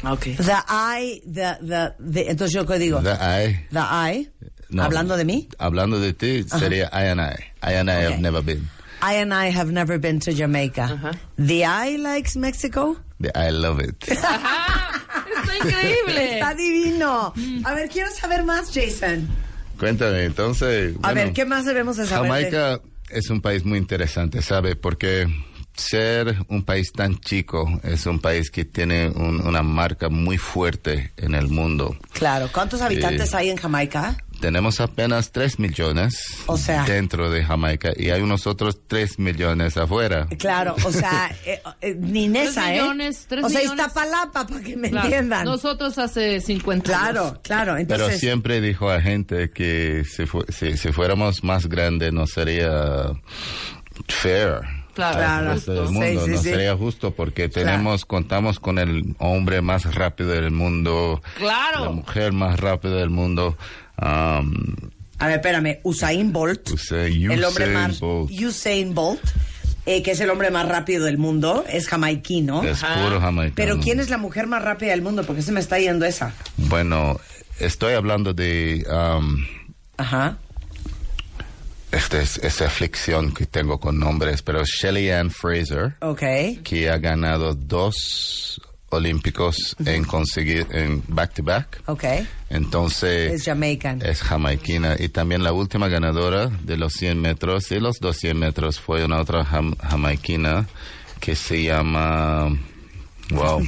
Speaker 6: Ah,
Speaker 7: Okay.
Speaker 6: the I, the, the, the- entonces yo qué digo,
Speaker 13: The I.
Speaker 6: the I,
Speaker 13: No.
Speaker 6: hablando de mí,
Speaker 13: Hablando de ti, sería I and I. I and I have never been.
Speaker 6: I and I have never been to Jamaica. The I likes Mexico.
Speaker 13: The I love it.
Speaker 6: Ah,
Speaker 7: Está
Speaker 13: increíble.
Speaker 6: Está divino. A ver, quiero saber más, Jason.
Speaker 13: Cuéntame, entonces.
Speaker 6: A
Speaker 13: bueno.
Speaker 6: ver, ¿qué más debemos de saber? de-
Speaker 13: Jamaica es un país muy interesante, ¿sabe? Porque ser un país tan chico es un país que tiene un- una marca muy fuerte en el mundo.
Speaker 6: Claro, ¿cuántos habitantes
Speaker 13: Sí.
Speaker 6: hay en Jamaica?
Speaker 13: Tenemos apenas 3 millones
Speaker 6: O sea.
Speaker 13: dentro de Jamaica y hay unos otros 3 millones afuera.
Speaker 6: Claro, o sea, eh, eh, ni Nesa,
Speaker 7: Tres
Speaker 6: ¿eh?
Speaker 7: millones, tres
Speaker 6: o sea,
Speaker 7: millones.
Speaker 6: está Palapa, para que me
Speaker 7: Claro.
Speaker 6: entiendan.
Speaker 7: Nosotros hace 50 años.
Speaker 6: Claro, claro.
Speaker 13: Pero
Speaker 6: Entonces,
Speaker 13: siempre dijo a gente que si, fu- si- si fuéramos más grandes no sería fair. al
Speaker 7: Claro. Claro.
Speaker 13: Ah, resto del
Speaker 7: Justo.
Speaker 13: mundo.
Speaker 7: Sí, sí,
Speaker 13: no
Speaker 7: sí.
Speaker 13: sería justo porque tenemos, contamos con el hombre más rápido del mundo, la
Speaker 6: claro.
Speaker 13: mujer más rápida del mundo. am,
Speaker 6: A ver, espérame, Usain Bolt.
Speaker 13: Usain-
Speaker 6: el hombre
Speaker 13: Usain
Speaker 6: más
Speaker 13: Bolt.
Speaker 6: Usain Bolt, eh, que es el hombre más rápido del mundo, es jamaiquino.
Speaker 13: Es Ajá. puro jamaicano.
Speaker 6: Pero ¿quién es la mujer más rápida del mundo? Porque se me está yendo esa.
Speaker 13: Bueno, estoy hablando de... am, esta este es esa aflicción que tengo con nombres, pero Shelly Ann Fraser.
Speaker 6: Ok.
Speaker 13: que ha ganado dos olímpicos en conseguir en back to back.
Speaker 6: Ok.
Speaker 13: Entonces
Speaker 6: Es Jamaican.
Speaker 13: es jamaiquina y también la última ganadora de los 100 metros y los 200 metros fue una otra jam- jamaiquina que se llama wow.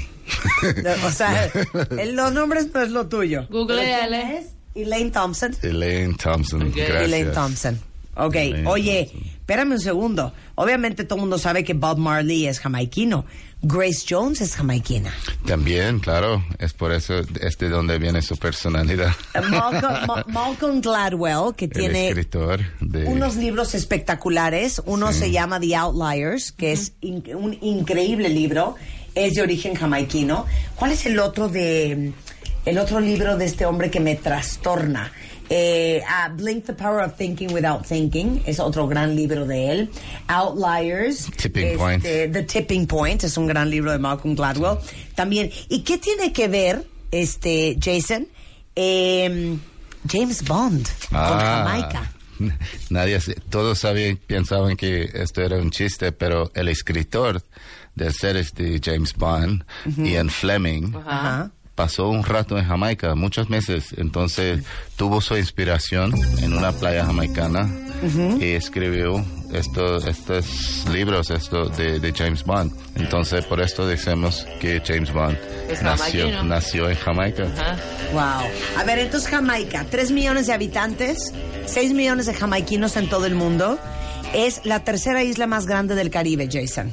Speaker 6: O sea, el- los nombres no es lo tuyo.
Speaker 7: Googleale.
Speaker 6: ¿Quién es? Elaine Thompson.
Speaker 13: Elaine Thompson.
Speaker 6: Ok.
Speaker 13: Gracias.
Speaker 6: Elaine Thompson. Ok,
Speaker 13: Elaine
Speaker 6: oye, espérame un segundo. Obviamente todo el mundo sabe que Bob Marley es jamaiquino. Grace Jones es jamaiquina.
Speaker 13: También, claro, es por eso es de donde viene su personalidad.
Speaker 6: Malcolm, Ma- Malcolm Gladwell, que
Speaker 13: El
Speaker 6: tiene
Speaker 13: escritor de
Speaker 6: unos libros espectaculares. Uno se llama The Outliers, que es in- un increíble libro. Es de origen jamaiquino. ¿Cuál es el otro de el otro libro de este hombre que me trastorna? Eh, ah, Blink the Power of Thinking Without Thinking es otro gran libro de él. Outliers. Este,
Speaker 13: Tipping Point.
Speaker 6: The Tipping Point es un gran libro de Malcolm Gladwell. También. ¿Y qué tiene que ver, este, Jason? Em, James Bond con
Speaker 13: Ah.
Speaker 6: Jamaica.
Speaker 13: Nadie, se- todos sabían, pensaban que esto era un chiste, pero el escritor de series de James Bond, Ian Fleming,
Speaker 6: Ajá.
Speaker 13: pasó un rato en Jamaica, muchos meses. Entonces tuvo su inspiración en una playa jamaicana
Speaker 10: Mm-hmm.
Speaker 13: y escribió estos, estos libros estos de, de James Bond. Entonces por esto decimos que James Bond
Speaker 6: Es
Speaker 13: nació,
Speaker 6: jamaiquino.
Speaker 13: nació en Jamaica.
Speaker 6: Wow. A ver, entonces Jamaica, 3 millones de habitantes, 6 millones de jamaiquinos en todo el mundo. Es la tercera isla más grande del Caribe, Jason.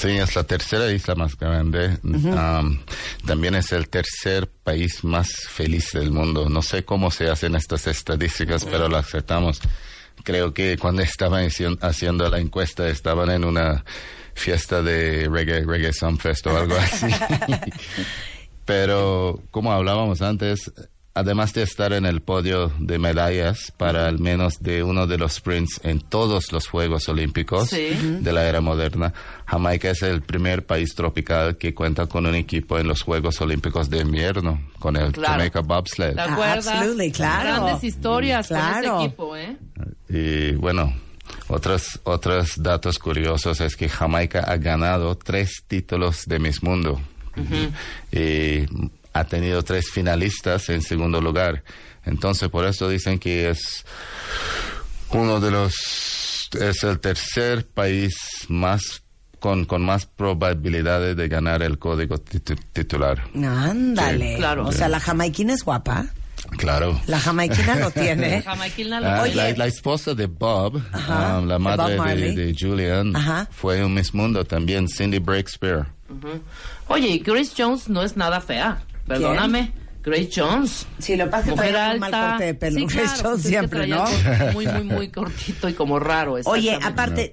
Speaker 13: Sí, es la tercera isla más grande. Um, también es el tercer país más feliz del mundo. No sé cómo se hacen estas estadísticas, pero las aceptamos. Creo que cuando estaban haci- haciendo la encuesta estaban en una fiesta de reggae, reggae Sun Fest o algo así. pero como hablábamos antes, además de estar en el podio de medallas para al menos de uno de los sprints en todos los Juegos Olímpicos
Speaker 14: Sí. Ujú.
Speaker 13: de la era moderna, Jamaica es el primer país tropical que cuenta con un equipo en los Juegos Olímpicos de invierno, con el
Speaker 7: Claro.
Speaker 13: Jamaica Bobsled.
Speaker 7: ¿Te acuerdas?
Speaker 6: Absolutely, claro.
Speaker 7: Grandes historias
Speaker 6: Claro.
Speaker 7: con ese equipo, ¿eh?
Speaker 13: Y bueno, otros, otros datos curiosos es que Jamaica ha ganado tres títulos de Miss Mundo.
Speaker 10: Mm-hmm.
Speaker 13: y ha tenido tres finalistas en segundo lugar. Entonces, por eso dicen que es uno de los, es el tercer país más, con, con más probabilidades de ganar el código titu- titular.
Speaker 6: Ándale.
Speaker 13: Sí, claro.
Speaker 6: O sea, la jamaiquina es guapa.
Speaker 13: Claro.
Speaker 6: La jamaiquina lo tiene.
Speaker 7: Jamaiquina
Speaker 13: Ah,
Speaker 6: Oye,
Speaker 13: la, la esposa de Bob,
Speaker 6: Ajá,
Speaker 13: ah, la
Speaker 6: de
Speaker 13: madre
Speaker 6: Bob Marley.
Speaker 13: de, de Julian,
Speaker 7: Ajá.
Speaker 13: fue un Miss Mundo también, Cindy Breakspear.
Speaker 7: Ujú. Oye, y Grace Jones no es nada fea. Perdóname. Grace Jones.
Speaker 6: Sí, lo pasa
Speaker 7: Mujer
Speaker 6: traía un
Speaker 7: alta.
Speaker 6: mal corte de pelo.
Speaker 7: Sí,
Speaker 6: Grace
Speaker 7: claro, pues
Speaker 6: Jones
Speaker 7: es que
Speaker 6: siempre,
Speaker 7: traía
Speaker 6: ¿no?
Speaker 7: el corte Muy, muy, muy cortito y como raro.
Speaker 6: Oye,
Speaker 7: exactamente.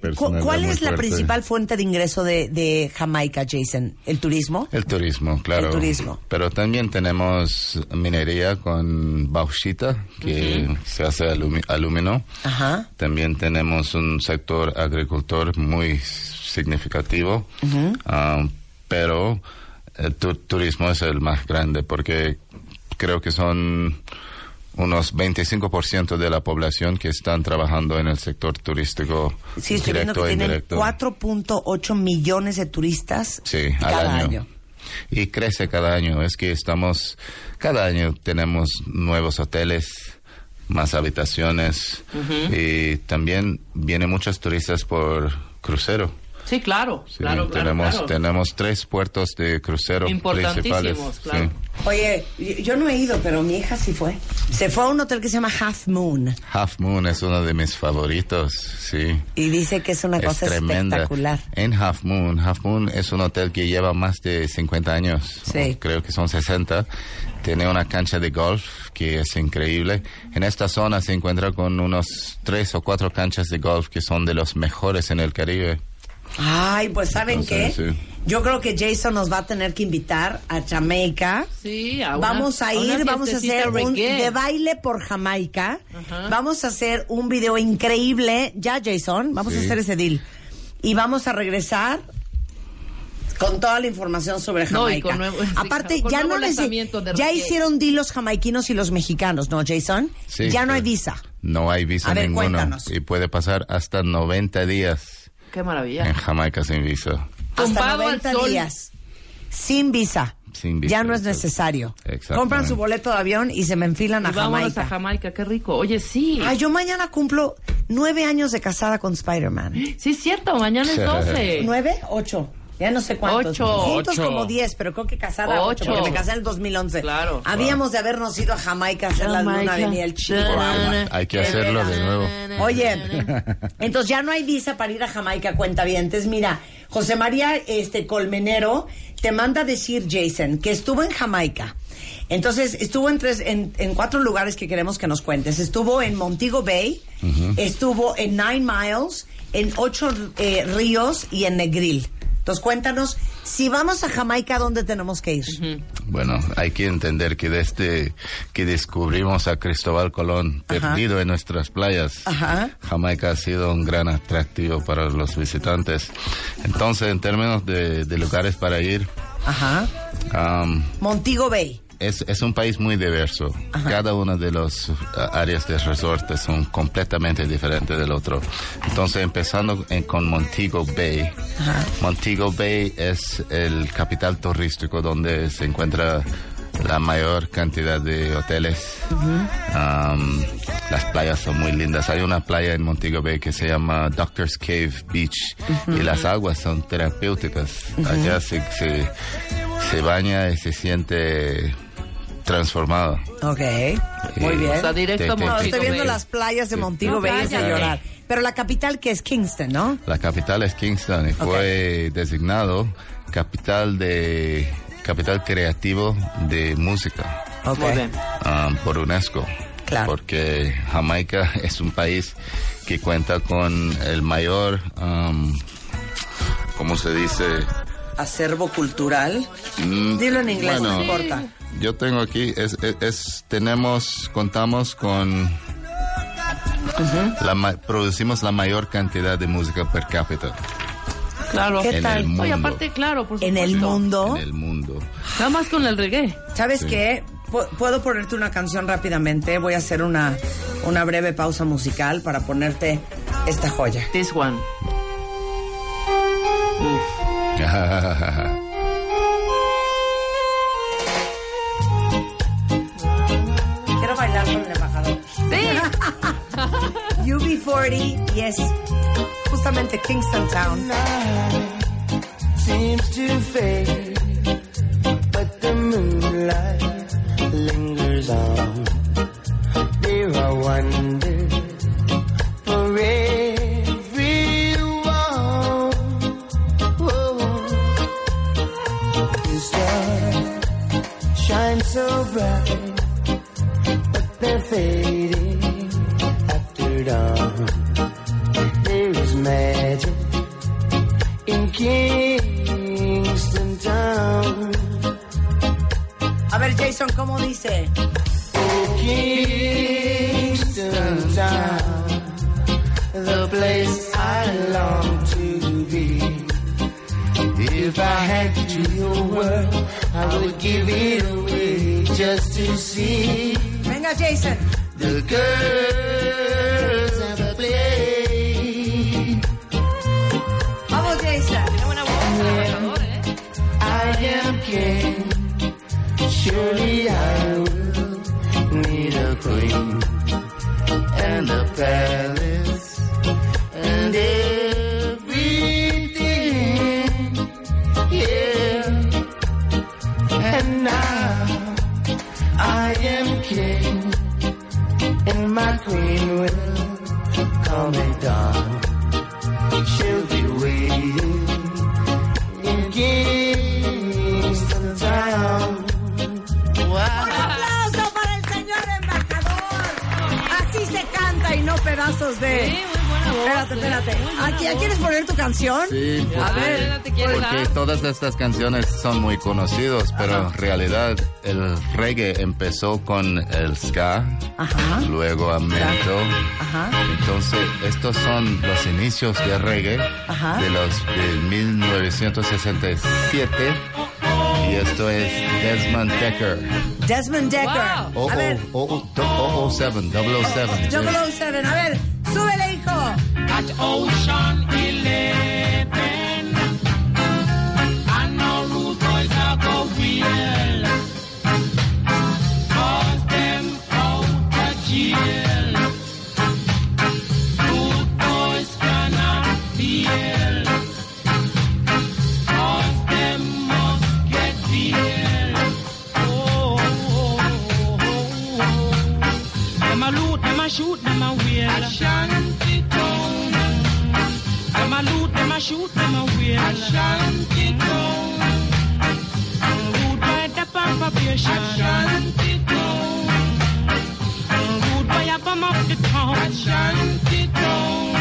Speaker 6: aparte,
Speaker 13: Una
Speaker 6: ¿cu- ¿cuál
Speaker 13: personalidad
Speaker 6: es
Speaker 13: muy
Speaker 6: la
Speaker 13: fuerte.
Speaker 6: principal fuente de ingreso de, de Jamaica, Jason? ¿El turismo?
Speaker 13: El turismo, claro.
Speaker 6: El turismo.
Speaker 13: Pero también tenemos minería con bauxita, que se hace alumi- alumino.
Speaker 6: Ajá.
Speaker 13: También tenemos un sector agricultor muy significativo.
Speaker 10: Mm-hmm.
Speaker 13: Ah, pero el tu- turismo es el más grande porque creo que son unos 25% de la población que están trabajando en el sector turístico
Speaker 6: Sí, estoy viendo
Speaker 13: directo
Speaker 6: que
Speaker 13: e
Speaker 6: tienen
Speaker 13: indirecto.
Speaker 6: 4.8 millones de turistas
Speaker 13: Sí, al
Speaker 6: cada
Speaker 13: año.
Speaker 6: año.
Speaker 13: Y crece cada año. Es que estamos, cada año tenemos nuevos hoteles, más habitaciones
Speaker 7: Ujú.
Speaker 13: y también vienen muchos turistas por crucero.
Speaker 7: Sí, claro.
Speaker 13: Sí,
Speaker 7: claro, claro,
Speaker 13: tenemos,
Speaker 7: claro.
Speaker 13: tenemos tres puertos de crucero principales.
Speaker 7: Importantísimos,
Speaker 13: sí.
Speaker 7: claro.
Speaker 6: Oye, yo yo no he ido, pero mi hija sí fue. Se fue a un hotel que se llama Half Moon
Speaker 13: Half Moon es uno de mis favoritos, sí.
Speaker 6: y dice que es una
Speaker 13: es
Speaker 6: cosa
Speaker 13: tremenda.
Speaker 6: espectacular.
Speaker 13: En Half Moon, Half Moon es un hotel que lleva más de 50 años,
Speaker 6: Sí.
Speaker 13: o creo que son 60. Tiene una cancha de golf que es increíble. En esta zona se encuentra con unos tres o cuatro canchas de golf que son de los mejores en el Caribe.
Speaker 6: Ay, pues ¿saben
Speaker 13: Entonces,
Speaker 6: qué?
Speaker 13: sí.
Speaker 6: Yo creo que Jason nos va a tener que invitar a Jamaica.
Speaker 7: Sí, a una-
Speaker 6: Vamos a
Speaker 7: a una
Speaker 6: ir, vamos a hacer
Speaker 7: fiestecita
Speaker 6: un
Speaker 7: reggae.
Speaker 6: de baile por Jamaica.
Speaker 7: Ajá.
Speaker 6: Vamos a hacer un video increíble. Ya, Jason, vamos a
Speaker 7: Sí.
Speaker 6: hacer ese deal. Y vamos a regresar con toda la información sobre
Speaker 7: No, y
Speaker 6: Jamaica.
Speaker 7: con nuevo- sí,
Speaker 6: Aparte,
Speaker 7: con
Speaker 6: ya
Speaker 7: nuevo
Speaker 6: no les
Speaker 7: lanzamiento de
Speaker 6: ya
Speaker 7: reggae.
Speaker 6: hicieron deal los jamaiquinos y los mexicanos, ¿no, Jason?
Speaker 13: Sí,
Speaker 6: ya no
Speaker 13: claro.
Speaker 6: hay visa.
Speaker 13: No hay visa
Speaker 6: A ver,
Speaker 13: ninguno.
Speaker 6: cuéntanos.
Speaker 13: Y puede pasar hasta 90 días
Speaker 7: Qué
Speaker 13: en
Speaker 7: maravilla.
Speaker 13: Jamaica sin visa.
Speaker 6: Hasta
Speaker 7: Tumbado al
Speaker 6: 90
Speaker 7: sol.
Speaker 6: días. Sin visa.
Speaker 13: Sin visa.
Speaker 6: Ya no es necesario.
Speaker 13: Exactamente.
Speaker 6: Compran su boleto de avión y se me enfilan a
Speaker 7: Vámonos
Speaker 6: Jamaica.
Speaker 7: a Jamaica, qué rico. Oye, sí.
Speaker 6: Ay, yo mañana cumplo nueve años de casada con Spider-Man.
Speaker 7: Sí, es cierto, mañana es 12.
Speaker 6: ¿Nueve? Ocho. Ya no sé cuántos.
Speaker 7: Ocho.
Speaker 6: Juntos
Speaker 7: Ocho.
Speaker 6: como diez, pero creo que casada ocho.
Speaker 7: Ocho.
Speaker 6: porque me casé en el 2011. Claro. Habíamos de habernos ido a Jamaica a hacer la luna de
Speaker 7: Jamaica.
Speaker 6: miel chico.
Speaker 13: Wow, hay que hacerlo de nuevo.
Speaker 6: Oye, entonces ya no hay visa para ir a Jamaica, cuenta Entonces, Mira, José María este, Colmenero te manda a decir, Jason, que estuvo en Jamaica. Entonces, estuvo en, tres, en, en cuatro lugares que queremos que nos cuentes. Estuvo en Montego Bay, estuvo en Nine Miles, en Ocho eh, Ríos y en Negril. Entonces, cuéntanos, si vamos a Jamaica, ¿dónde tenemos que ir?
Speaker 13: Bueno, hay que entender que desde que descubrimos a Cristóbal Colón
Speaker 6: Ajá.
Speaker 13: perdido en nuestras playas,
Speaker 6: Ajá.
Speaker 13: Jamaica ha sido un gran atractivo para los visitantes. Entonces, en términos de, de lugares para ir,
Speaker 6: Ajá.
Speaker 13: am,
Speaker 6: Montego Bay.
Speaker 13: es, es un país muy diverso. Cada una de las áreas de resorte son completamente diferentes del otro. Entonces, empezando en- con Montego Bay. Montego Bay es el capital turístico donde se encuentra la mayor cantidad de hoteles.
Speaker 10: Mm-hmm.
Speaker 13: Um, las playas son muy lindas. Hay una playa en Montego Bay que se llama Doctor's Cave Beach y las aguas son terapéuticas. Allá se, se, se baña y se siente transformado.
Speaker 6: Ok.
Speaker 13: Eh,
Speaker 6: Muy bien.
Speaker 13: O sea, directo a
Speaker 6: No,
Speaker 13: Montego
Speaker 6: estoy viendo
Speaker 13: Bay.
Speaker 6: las playas de Montego
Speaker 13: No,
Speaker 6: Bay es de
Speaker 13: cállate.
Speaker 6: llorar. Pero la capital que es Kingston, ¿no?
Speaker 13: La capital es Kingston y fue designado capital de capital creativo de música.
Speaker 6: Ok. Muy bien.
Speaker 13: um, por UNESCO. Porque Jamaica es un país que cuenta con el mayor, um, ¿cómo se dice?
Speaker 6: Acervo cultural.
Speaker 13: Mm,
Speaker 6: Dilo en inglés,
Speaker 13: bueno,
Speaker 6: no importa.
Speaker 13: yo tengo aquí es, es- es- tenemos contamos con la ma- producimos la mayor cantidad de música per cápita
Speaker 7: Claro.
Speaker 13: ¿Qué En tal? el
Speaker 7: Oye,
Speaker 13: mundo.
Speaker 7: aparte, claro, por
Speaker 6: En el
Speaker 7: supuesto.
Speaker 6: mundo.
Speaker 13: del mundo.
Speaker 7: Nada más con el reggae.
Speaker 6: ¿Sabes
Speaker 13: Sí.
Speaker 6: qué? Pu- Puedo ponerte una canción rápidamente. Voy a hacer una, una breve pausa musical para ponerte esta joya.
Speaker 7: This one.
Speaker 6: Quiero bailar con el embajador. Sí. UB40, yes. Justamente Kingston Town.
Speaker 10: seems to fade, but the moonlight lingers on. There are wonders for everyone. Whoa. The stars shine so bright, but they're fading after dawn. There is magic in Kingston Town.
Speaker 6: A ver, Jason, ¿cómo dice?
Speaker 10: Kingston Town, the place I long to be. If I had your word, I would give it away just to see
Speaker 6: Venga, Jason.
Speaker 10: the girls and the play.
Speaker 6: Vamos, Jason.
Speaker 10: I am king. Surely I will need a queen and a palace and everything. Yeah. And now I am king and my queen will call me dawn. She'll be waiting in Kingston Town.
Speaker 6: Un aplauso para el señor embajador. Así se canta y no pedazos de.
Speaker 7: eh,
Speaker 6: espérate, espérate. Aquí, ¿ya ¿Quieres poner tu canción?
Speaker 13: Sí,
Speaker 6: A
Speaker 13: porque-
Speaker 6: ver,
Speaker 13: porque todas estas canciones son muy conocidas, pero en realidad el reggae empezó con el ska,
Speaker 6: Ajá.
Speaker 13: luego a Mento.
Speaker 6: Ajá.
Speaker 13: Entonces, estos son los inicios del reggae
Speaker 6: Ajá.
Speaker 13: de los de 1967 y esto es Desmond Decker.
Speaker 6: Desmond Decker.
Speaker 13: Oh,
Speaker 6: A ver,
Speaker 13: oh, oh, oh, 007, 007.
Speaker 6: 007. A ver, súbele, hijo.
Speaker 10: At Ocean Eleven, I know rude boys are go wheel. Cause them out of jail. Rude boys cannot feel. Cause them must get feel. Oh, oh, oh, oh, oh. Them a loot, them a shoot, them a wheel. Ashanti town. Them a loot, them a shoot, them a wheel. Ashanti town. Rude by the population. Ashanti town. Rude by a bum of the town. Ashanti town.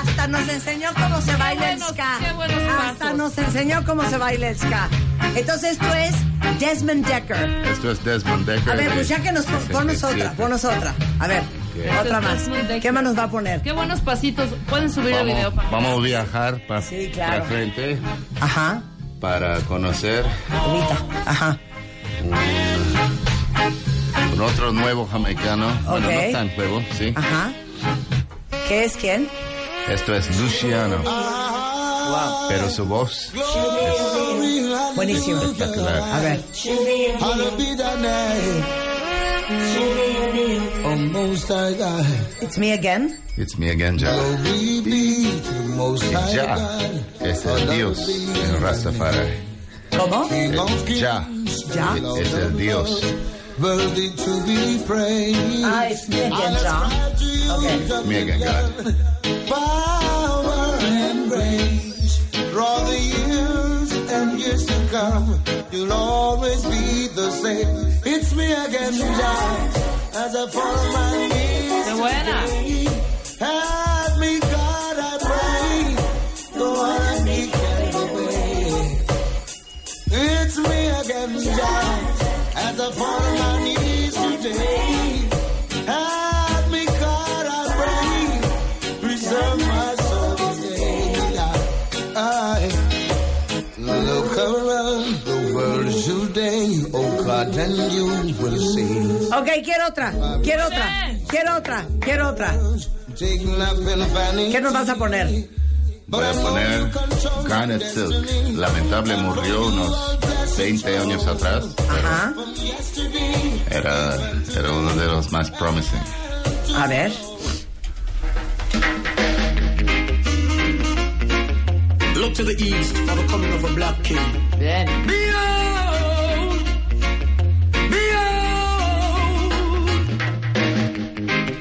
Speaker 6: Hasta nos enseñó cómo se baila el
Speaker 7: buenos-
Speaker 6: ska.
Speaker 7: qué buenos
Speaker 6: Hasta
Speaker 7: pasos.
Speaker 6: nos enseñó cómo se baila el ska. Entonces esto es Desmond Decker.
Speaker 13: Esto es Desmond Decker.
Speaker 6: A ver,
Speaker 13: de
Speaker 6: pues ya que nos pon- ponos
Speaker 13: 67.
Speaker 6: otra, ponos otra. A ver,
Speaker 13: Ok.
Speaker 6: otra más. ¿Qué más nos va a poner?
Speaker 7: Qué buenos pasitos. Pueden subir el video.
Speaker 13: Vamos,
Speaker 7: para-
Speaker 13: vamos a viajar para
Speaker 6: claro.
Speaker 13: frente
Speaker 6: Ajá.
Speaker 13: para conocer
Speaker 6: Ajá.
Speaker 13: un- un otro nuevo jamaicano. Bueno,
Speaker 6: Ok.
Speaker 13: no tan nuevo, sí.
Speaker 6: Ajá. ¿Qué es quién?
Speaker 13: Esto es Luciano. Pero su voz
Speaker 6: Buenísimo.
Speaker 13: espectacular.
Speaker 6: A ver. It's me again.
Speaker 13: It's me again, Jah. El Jah es el Dios en Rastafari.
Speaker 6: ¿Cómo?
Speaker 13: El Jah
Speaker 6: Ya.
Speaker 13: es el Dios.
Speaker 6: Ah, it's me again, John. Okay.
Speaker 13: Me again, God.
Speaker 10: Power and grace. Draw the years and years to come. You'll always be the same. It's me again, Jah. As I fall on my knees.
Speaker 7: Qué buena.
Speaker 10: today. Help me, God, I pray. Though I me carried away. Oh then you will see.
Speaker 6: Ok, quiero otra, quiero otra, quiero otra, quiero otra. ¿Qué nos vas a poner?
Speaker 13: Voy a poner Garnet Silk. Lamentable murió unos 20 años atrás.
Speaker 6: Ajá.
Speaker 13: Era, era uno de los más promising.
Speaker 6: A ver.
Speaker 15: Look to the east for the coming of a black king.
Speaker 7: Bien.
Speaker 15: Behold, behold.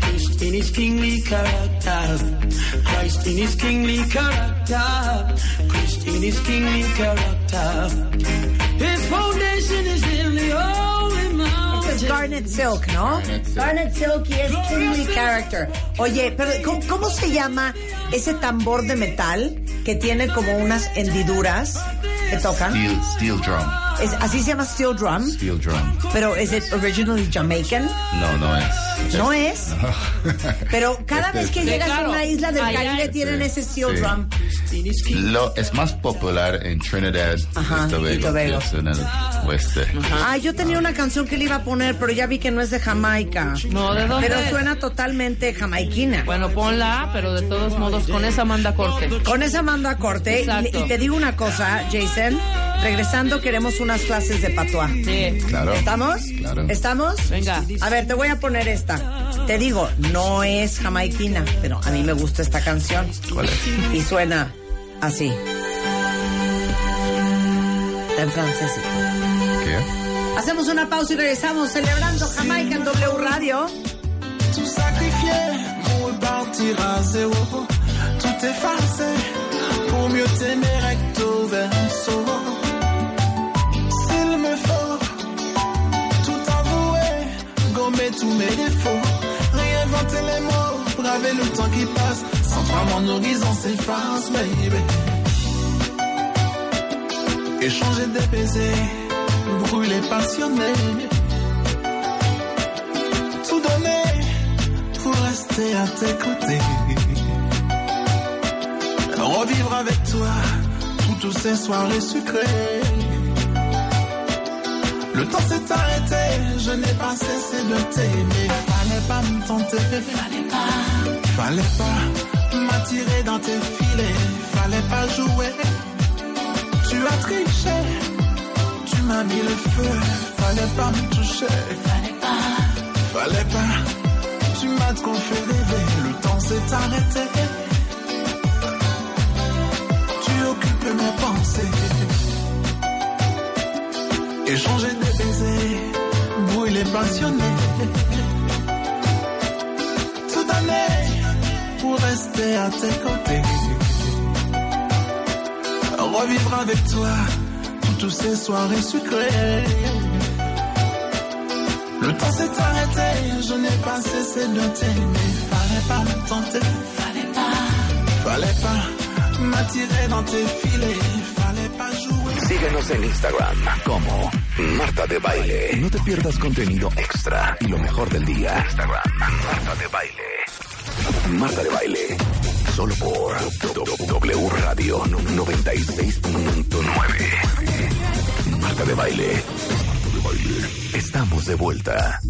Speaker 15: Christ in his kingly character. Christ in his kingly character. Christ in his kingly character. His foundation is in the holy mountain.
Speaker 6: Es Garnet Silk, ¿no? Garnet Silk y es Kingly Character. Oye, pero ¿cómo, cómo se llama ese tambor de metal que tiene como unas hendiduras que tocan?
Speaker 13: Steel, steel drum.
Speaker 6: Es, así se llama steel drum,
Speaker 13: Steel drum.
Speaker 6: pero es it originally Jamaican?
Speaker 13: No, no es.
Speaker 6: No es. Pero cada
Speaker 13: Este
Speaker 6: vez que
Speaker 13: es-
Speaker 6: llegas a una isla del
Speaker 7: Allá
Speaker 6: Caribe
Speaker 13: es- eh.
Speaker 6: tienen ese steel
Speaker 13: Sí.
Speaker 6: drum.
Speaker 13: Lo, es más popular en Trinidad
Speaker 6: Ajá,
Speaker 13: y Tobago,
Speaker 6: y Tobago.
Speaker 13: que es en el oeste.
Speaker 6: Ah, yo tenía una canción que le iba a poner, pero ya vi que no es de Jamaica.
Speaker 7: No, ¿de dónde
Speaker 6: Pero
Speaker 7: es?
Speaker 6: suena totalmente jamaiquina.
Speaker 7: Bueno, ponla, pero de todos modos, con esa manda corte.
Speaker 6: Con esa mando a corte. Y,
Speaker 7: Exacto.
Speaker 6: y te digo una cosa, Jason. Regresando, queremos unas clases de patuá.
Speaker 7: Sí.
Speaker 13: Claro.
Speaker 6: ¿Estamos?
Speaker 13: Claro.
Speaker 6: ¿Estamos?
Speaker 7: Venga.
Speaker 6: A ver, te voy a poner esta. Te digo, no es jamaiquina, pero a mí me gusta esta canción.
Speaker 13: ¿Cuál es?
Speaker 6: Y suena así. Está en francés.
Speaker 13: ¿Qué?
Speaker 6: Hacemos una pausa y regresamos celebrando Jamaica en W Radio.
Speaker 16: Tout sacrifier, moule partira à zéro. Tout effacer pour mieux t'aimer recto verso. S'il me faut tout avouer, gommer tous mes défauts, réinventer les mots, braver le temps qui passe, sans vraiment mon horizon s'efface, baby. Échanger des baisers, brûler passionné, tout donner pour rester à tes côtés. Revivre avec toi toutes ces soirées sucrées. Le temps s'est arrêté, je n'ai pas cessé de t'aimer. Fallait pas me tenter, fallait pas, fallait pas m'attirer dans tes filets, fallait pas jouer. Tu as triché, tu m'as mis le feu, fallait pas me toucher, fallait pas, fallait pas. Tu m'as trop fait rêver, le temps s'est arrêté. Tu occupes mes pensées. Échanger des baisers, brûler passionné. Tout donner pour rester à tes côtés. Revivre avec toi toutes ces soirées sucrées. Le temps s'est arrêté, je n'ai pas cessé de t'aimer. Fallait pas me tenter, fallait pas, fallait pas m'attirer dans tes filets, fallait pas jouer.
Speaker 1: Síguenos en Instagram como Marta de Baile. No te pierdas contenido extra y lo mejor del día. Instagram, Marta de Baile. Marta de Baile. Solo por W Radio 96.9. Marta de Baile. Estamos de vuelta.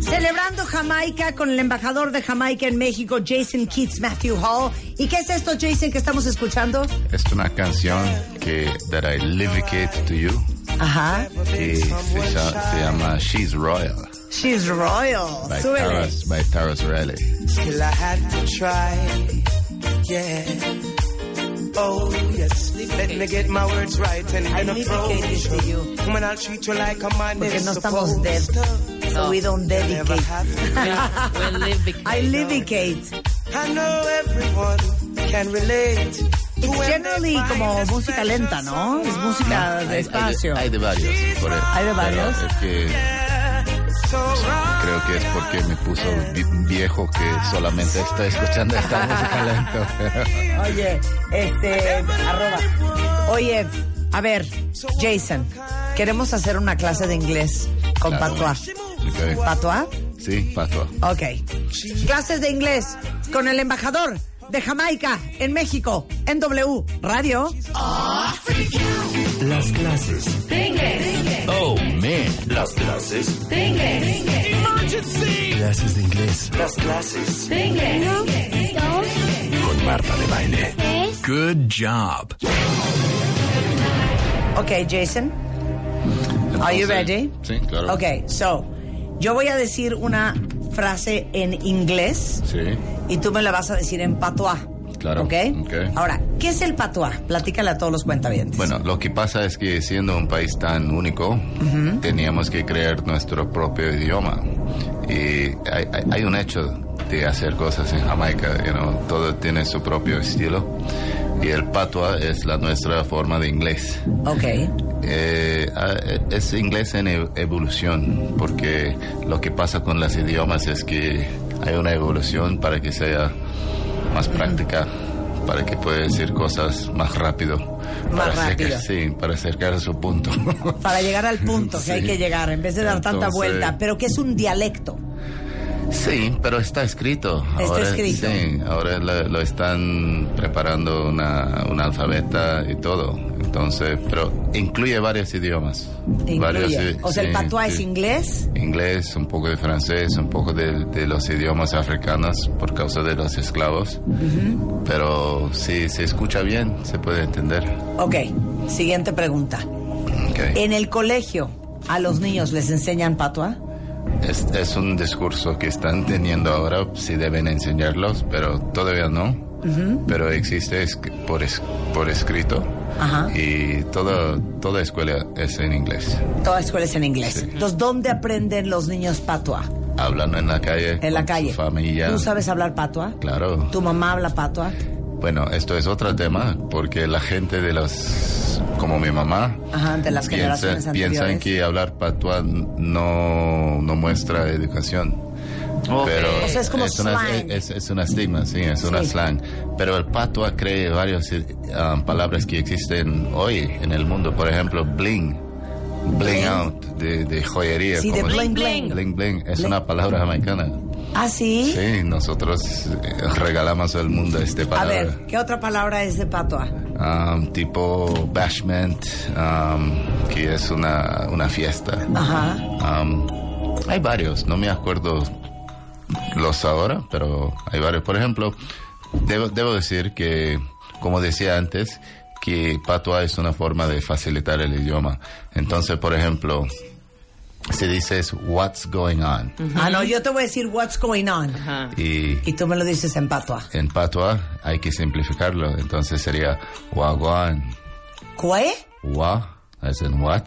Speaker 6: Celebrando Jamaica con el embajador de Jamaica en México, Jason Keats Matthew Hall. ¿Y qué es esto, Jason, que estamos escuchando?
Speaker 13: Es una canción que that I dedicate to you
Speaker 6: Ajá.
Speaker 13: que se, cha- se llama She's Royal
Speaker 6: She's royal.
Speaker 13: by
Speaker 6: Súbele.
Speaker 13: Taras, by Taras Riley.
Speaker 16: Still I had to try, yeah. Oh, yes, let me get my words right and then approach. Woman, I'll treat you like a man
Speaker 6: Porque
Speaker 16: is
Speaker 6: no estamos dead.
Speaker 16: supposed to.
Speaker 6: So we don't dedicate. I livicate.
Speaker 16: I know everyone can relate.
Speaker 6: It's generally como música lenta, ¿no? Es música
Speaker 13: Hay-
Speaker 6: despacio.
Speaker 13: Hay de, hay de varios. por ahí.
Speaker 6: Hay de varios.
Speaker 13: Pero es que
Speaker 16: So right.
Speaker 13: creo que es porque me puso vi- viejo que solamente está escuchando esta música lento.
Speaker 6: Oye, este, arroba. Oye, a ver, Jason, queremos hacer una clase de inglés con
Speaker 13: Claro.
Speaker 6: Patois.
Speaker 13: Ok.
Speaker 6: ¿Patois?
Speaker 13: Sí, patua.
Speaker 6: Ok. Clases de inglés con el embajador de Jamaica en México, en W Radio.
Speaker 14: Las clases. Oh, man. Las clases. Clases de inglés. Las clases. Con Marta de Baile. Good job.
Speaker 6: Ok, Jason. Are you ready?
Speaker 13: Sí, claro.
Speaker 6: Ok, so, yo voy a decir una frase en inglés
Speaker 13: Sí,
Speaker 6: y tú me la vas a decir en patois.
Speaker 13: claro.
Speaker 6: ¿Ok?
Speaker 13: Ok.
Speaker 6: Ahora, ¿qué es el patois? Platícale a todos los cuentavientes.
Speaker 13: Bueno, lo que pasa es que siendo un país tan único, teníamos que crear nuestro propio idioma. Y hay, hay- hay un hecho de hacer cosas en Jamaica, you know, todo tiene su propio estilo. Y el patua es la nuestra forma de inglés.
Speaker 6: Ok.
Speaker 13: Eh, ah, eh, es inglés en e- evolución, porque lo que pasa con los idiomas es que hay una evolución para que sea más práctica, para que pueda decir cosas más rápido. para
Speaker 6: rápido.
Speaker 13: Acercar, sí, para acercar a su punto.
Speaker 6: Para llegar al punto que
Speaker 13: Sí.
Speaker 6: hay que llegar, en vez de dar tanta
Speaker 13: Entonces-
Speaker 6: vuelta, pero que es un dialecto.
Speaker 13: Sí, pero está escrito.
Speaker 6: Está escrito.
Speaker 13: Sí, ahora lo, lo están preparando una, una alfabeta y todo. Entonces, pero incluye varios idiomas. Varios
Speaker 6: Incluye.
Speaker 13: i-
Speaker 6: O sea, el
Speaker 13: sí,
Speaker 6: patois
Speaker 13: sí.
Speaker 6: es inglés.
Speaker 13: inglés, un poco de francés, un poco de, de los idiomas africanos por causa de los esclavos. Pero si se escucha bien, se puede entender.
Speaker 6: Ok, siguiente pregunta.
Speaker 13: Okay.
Speaker 6: ¿En el colegio a los niños les enseñan patois?
Speaker 13: Es, es un discurso que están teniendo ahora, si deben enseñarlos, pero todavía no.
Speaker 6: Ujú.
Speaker 13: Pero existe es- por, es- por escrito
Speaker 6: Ajá.
Speaker 13: y toda, toda escuela es en inglés.
Speaker 6: Toda escuela es en inglés. Entonces, ¿dónde aprenden los niños patois?
Speaker 13: Hablando en la calle.
Speaker 6: En la
Speaker 13: con su
Speaker 6: calle.
Speaker 13: familia.
Speaker 6: ¿Tú sabes hablar patois?
Speaker 13: Claro.
Speaker 6: ¿Tu mamá habla patois?
Speaker 13: Bueno, esto es otro tema, porque la gente de los, como mi mamá,
Speaker 6: Ajá, de las
Speaker 13: piensa,
Speaker 6: generaciones
Speaker 13: piensan
Speaker 6: anteriores.
Speaker 13: que hablar patuá no, no muestra educación. Pero
Speaker 6: O sea, es como
Speaker 13: una,
Speaker 6: slang.
Speaker 13: Es, es una estigma, sí, es una
Speaker 6: Sí.
Speaker 13: slang. Pero el patua cree varias eh, um, palabras que existen hoy en el mundo. Por ejemplo, bling. Bling, out, de, de joyería.
Speaker 6: Sí, de
Speaker 13: como-
Speaker 6: bling, bling.
Speaker 13: Bling bling, es una palabra jamaicana.
Speaker 6: ¿Ah, sí?
Speaker 13: Sí, nosotros eh, regalamos al mundo este
Speaker 6: A
Speaker 13: palabra.
Speaker 6: ver, ¿qué otra palabra es de patois?
Speaker 13: Um, tipo bashment, um, que es una, una fiesta.
Speaker 6: Ajá.
Speaker 13: Um, hay varios, no me acuerdo los ahora, pero hay varios. Por ejemplo, debo, debo decir que, como decía antes, que patua es una forma de facilitar el idioma. Entonces, por ejemplo, si dices what's going on
Speaker 6: Ah, no, yo te voy a decir what's going on.
Speaker 13: y
Speaker 6: Y tú me lo dices en patois.
Speaker 13: en patua hay que simplificarlo, entonces sería wagwan.
Speaker 6: ¿Qué?
Speaker 13: Wa, as in what?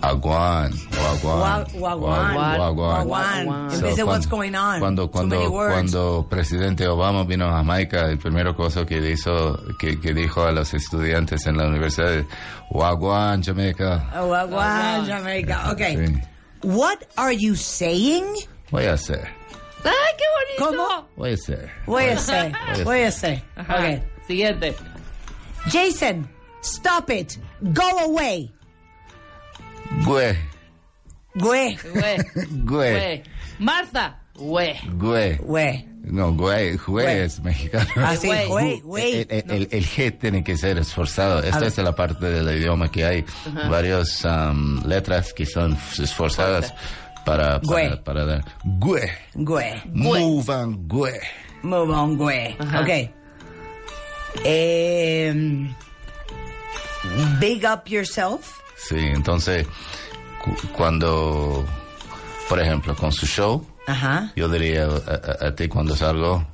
Speaker 13: Aguan,
Speaker 6: Wa-
Speaker 13: wagwan,
Speaker 6: wagwan, wagwan. En vez de what's going on.
Speaker 13: Cuando,
Speaker 6: Too many
Speaker 13: cuando,
Speaker 6: words.
Speaker 13: cuando presidente Obama vino a Jamaica, el primer cosa que hizo, que, que dijo a los estudiantes en la universidad, es, wagwan, Jamaica.
Speaker 6: Oh, wow, wow, Jamaica. Ok.
Speaker 13: Sí.
Speaker 6: What are you saying?
Speaker 13: Voy a hacer,
Speaker 6: ¡Ay, qué bonito! ¿Cómo?
Speaker 13: voy a hacer.
Speaker 6: Voy a hacer, voy a hacer. Ok.
Speaker 7: Siguiente.
Speaker 6: Jason, stop it. Go away.
Speaker 13: Güey,
Speaker 6: Güey.
Speaker 7: Güey.
Speaker 13: güey,
Speaker 7: Güey. Marta. Güey.
Speaker 13: güey. No, güey, güey es mexicano.
Speaker 7: Ah, sí, güey, güey.
Speaker 13: El, el- el- el G tiene que ser esforzado. Esta
Speaker 7: ver.
Speaker 13: es la parte del idioma que hay
Speaker 7: Ajá.
Speaker 13: varias um, letras que son esforzadas para, para,
Speaker 6: Güey.
Speaker 13: para dar. Güey.
Speaker 6: Güey.
Speaker 13: Move on, güey.
Speaker 6: Move on, güey.
Speaker 13: Ajá.
Speaker 6: Ok. Em, big up yourself.
Speaker 13: Sí, entonces, cu- cuando, por ejemplo, con su show,
Speaker 6: Ajá.
Speaker 13: yo diría a, a- a ti cuando salgo,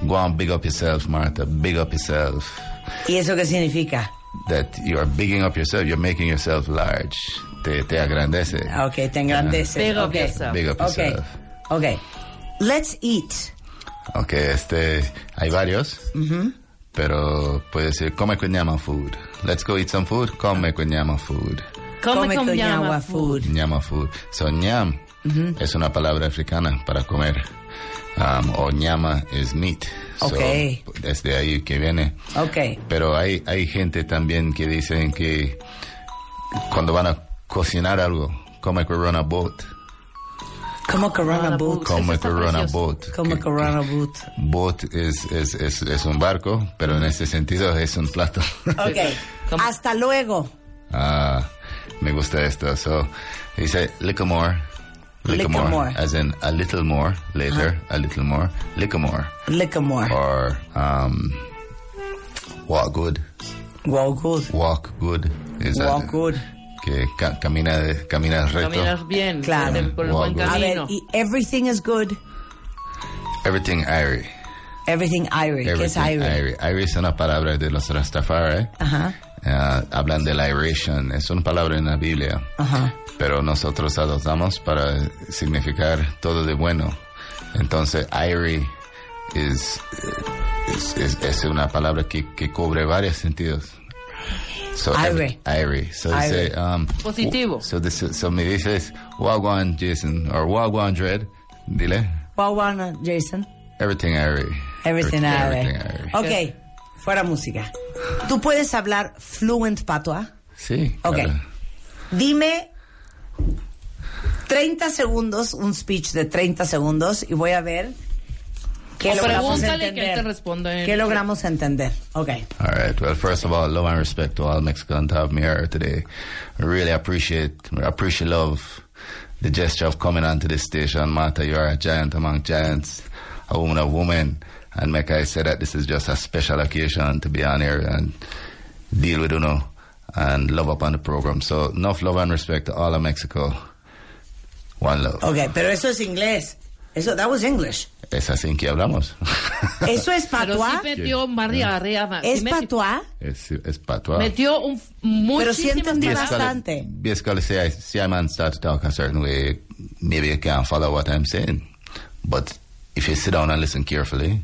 Speaker 13: go on, big up yourself, Martha, big up yourself.
Speaker 6: ¿Y eso qué significa?
Speaker 13: that you are bigging up yourself, you're making yourself large. Te, te agrandece.
Speaker 6: Ok, te engrandece.
Speaker 13: Big up
Speaker 6: Ok.
Speaker 13: yourself. Big up
Speaker 6: Ok.
Speaker 13: yourself.
Speaker 6: Ok. Let's eat.
Speaker 13: Ok, este, hay varios,
Speaker 6: Ujú.
Speaker 13: pero puede decir, come con llama food. Let's go eat some food, come con llama food.
Speaker 6: Come con llama food.
Speaker 13: Llama food. So ñam
Speaker 6: Ujú.
Speaker 13: es una palabra africana para comer. Um, o ñama es meat. So,
Speaker 6: Ok.
Speaker 13: desde ahí que viene.
Speaker 6: Ok.
Speaker 13: Pero hay, hay gente también que dicen que cuando van a cocinar algo, come Corona Boat.
Speaker 6: Como Corona Boot.
Speaker 13: Como Corona Boat.
Speaker 6: Como Corona Boot.
Speaker 13: Boat es, es, es, es un barco, pero en este sentido es un plato.
Speaker 6: Ok. Hasta luego.
Speaker 13: Ah, me gusta esto. So, dice, lick more. Lick
Speaker 6: Lick-a-more.
Speaker 13: more. As in a little more later,
Speaker 6: Uh-huh.
Speaker 13: a little more. Lick more.
Speaker 6: Lick-a-more.
Speaker 13: Or, um, walk good.
Speaker 6: Walk good.
Speaker 13: Walk good. Is that-
Speaker 6: Walk good.
Speaker 13: Que ca- camina, de- camina recto.
Speaker 7: bien.
Speaker 6: Claro.
Speaker 13: por el buen Walk good.
Speaker 6: A ver,
Speaker 13: camino.
Speaker 6: y everything is good.
Speaker 13: Everything Irie.
Speaker 6: Everything Irish. ¿Qué es
Speaker 13: Everything
Speaker 6: Irish?
Speaker 13: Irie. Irie es una palabra de los Rastafari.
Speaker 6: Ajá.
Speaker 13: Ah, hablan del Iration. Es una palabra en la Biblia.
Speaker 6: Ajá.
Speaker 13: pero nosotros adoptamos para significar todo de bueno. Entonces, Irie es, es, es- es una palabra que, que cubre varios sentidos. So, every- Irie. So,
Speaker 7: Irie.
Speaker 13: dice, um,
Speaker 7: Positivo.
Speaker 13: So, this is- so me dices, Wagwan Jason, or Wagwan Dread, dile,
Speaker 6: Wawana, Jason.
Speaker 13: everything Irie.
Speaker 6: Everything
Speaker 13: Everything
Speaker 6: Irish. Ok. Fuera música. ¿Tú puedes hablar fluent patua?
Speaker 13: Sí.
Speaker 6: Ok.
Speaker 13: claro.
Speaker 6: Dime 30 segundos, un speech de 30 segundos y voy a ver qué
Speaker 7: O
Speaker 6: logramos
Speaker 7: pregúntale que él te
Speaker 6: entender.
Speaker 7: responde.
Speaker 6: ¿Qué logramos entender? Ok.
Speaker 13: All right. Well, first of all, love and respect to all Mexicans to have me here today. I really appreciate, I appreciate love, the gesture of coming onto this station. Martha, you are a giant among giants, a woman of women. And make I say that this is just a special occasion to be on here and deal with Uno and love up on the program. So enough love and respect to all of Mexico. One love.
Speaker 6: Ok, pero eso es inglés. Eso, that was English.
Speaker 13: Es así en que hablamos.
Speaker 6: Eso es patua.
Speaker 7: Pero sí metió María Arreaba.
Speaker 6: ¿Es
Speaker 7: Sí metió-
Speaker 6: patua?
Speaker 13: es, es patois.
Speaker 7: Metió un muy
Speaker 6: Pero sí entendí bastante.
Speaker 13: basically say I see a man start to talk a certain way, maybe you can't follow what I'm saying. But if you sit down and listen carefully,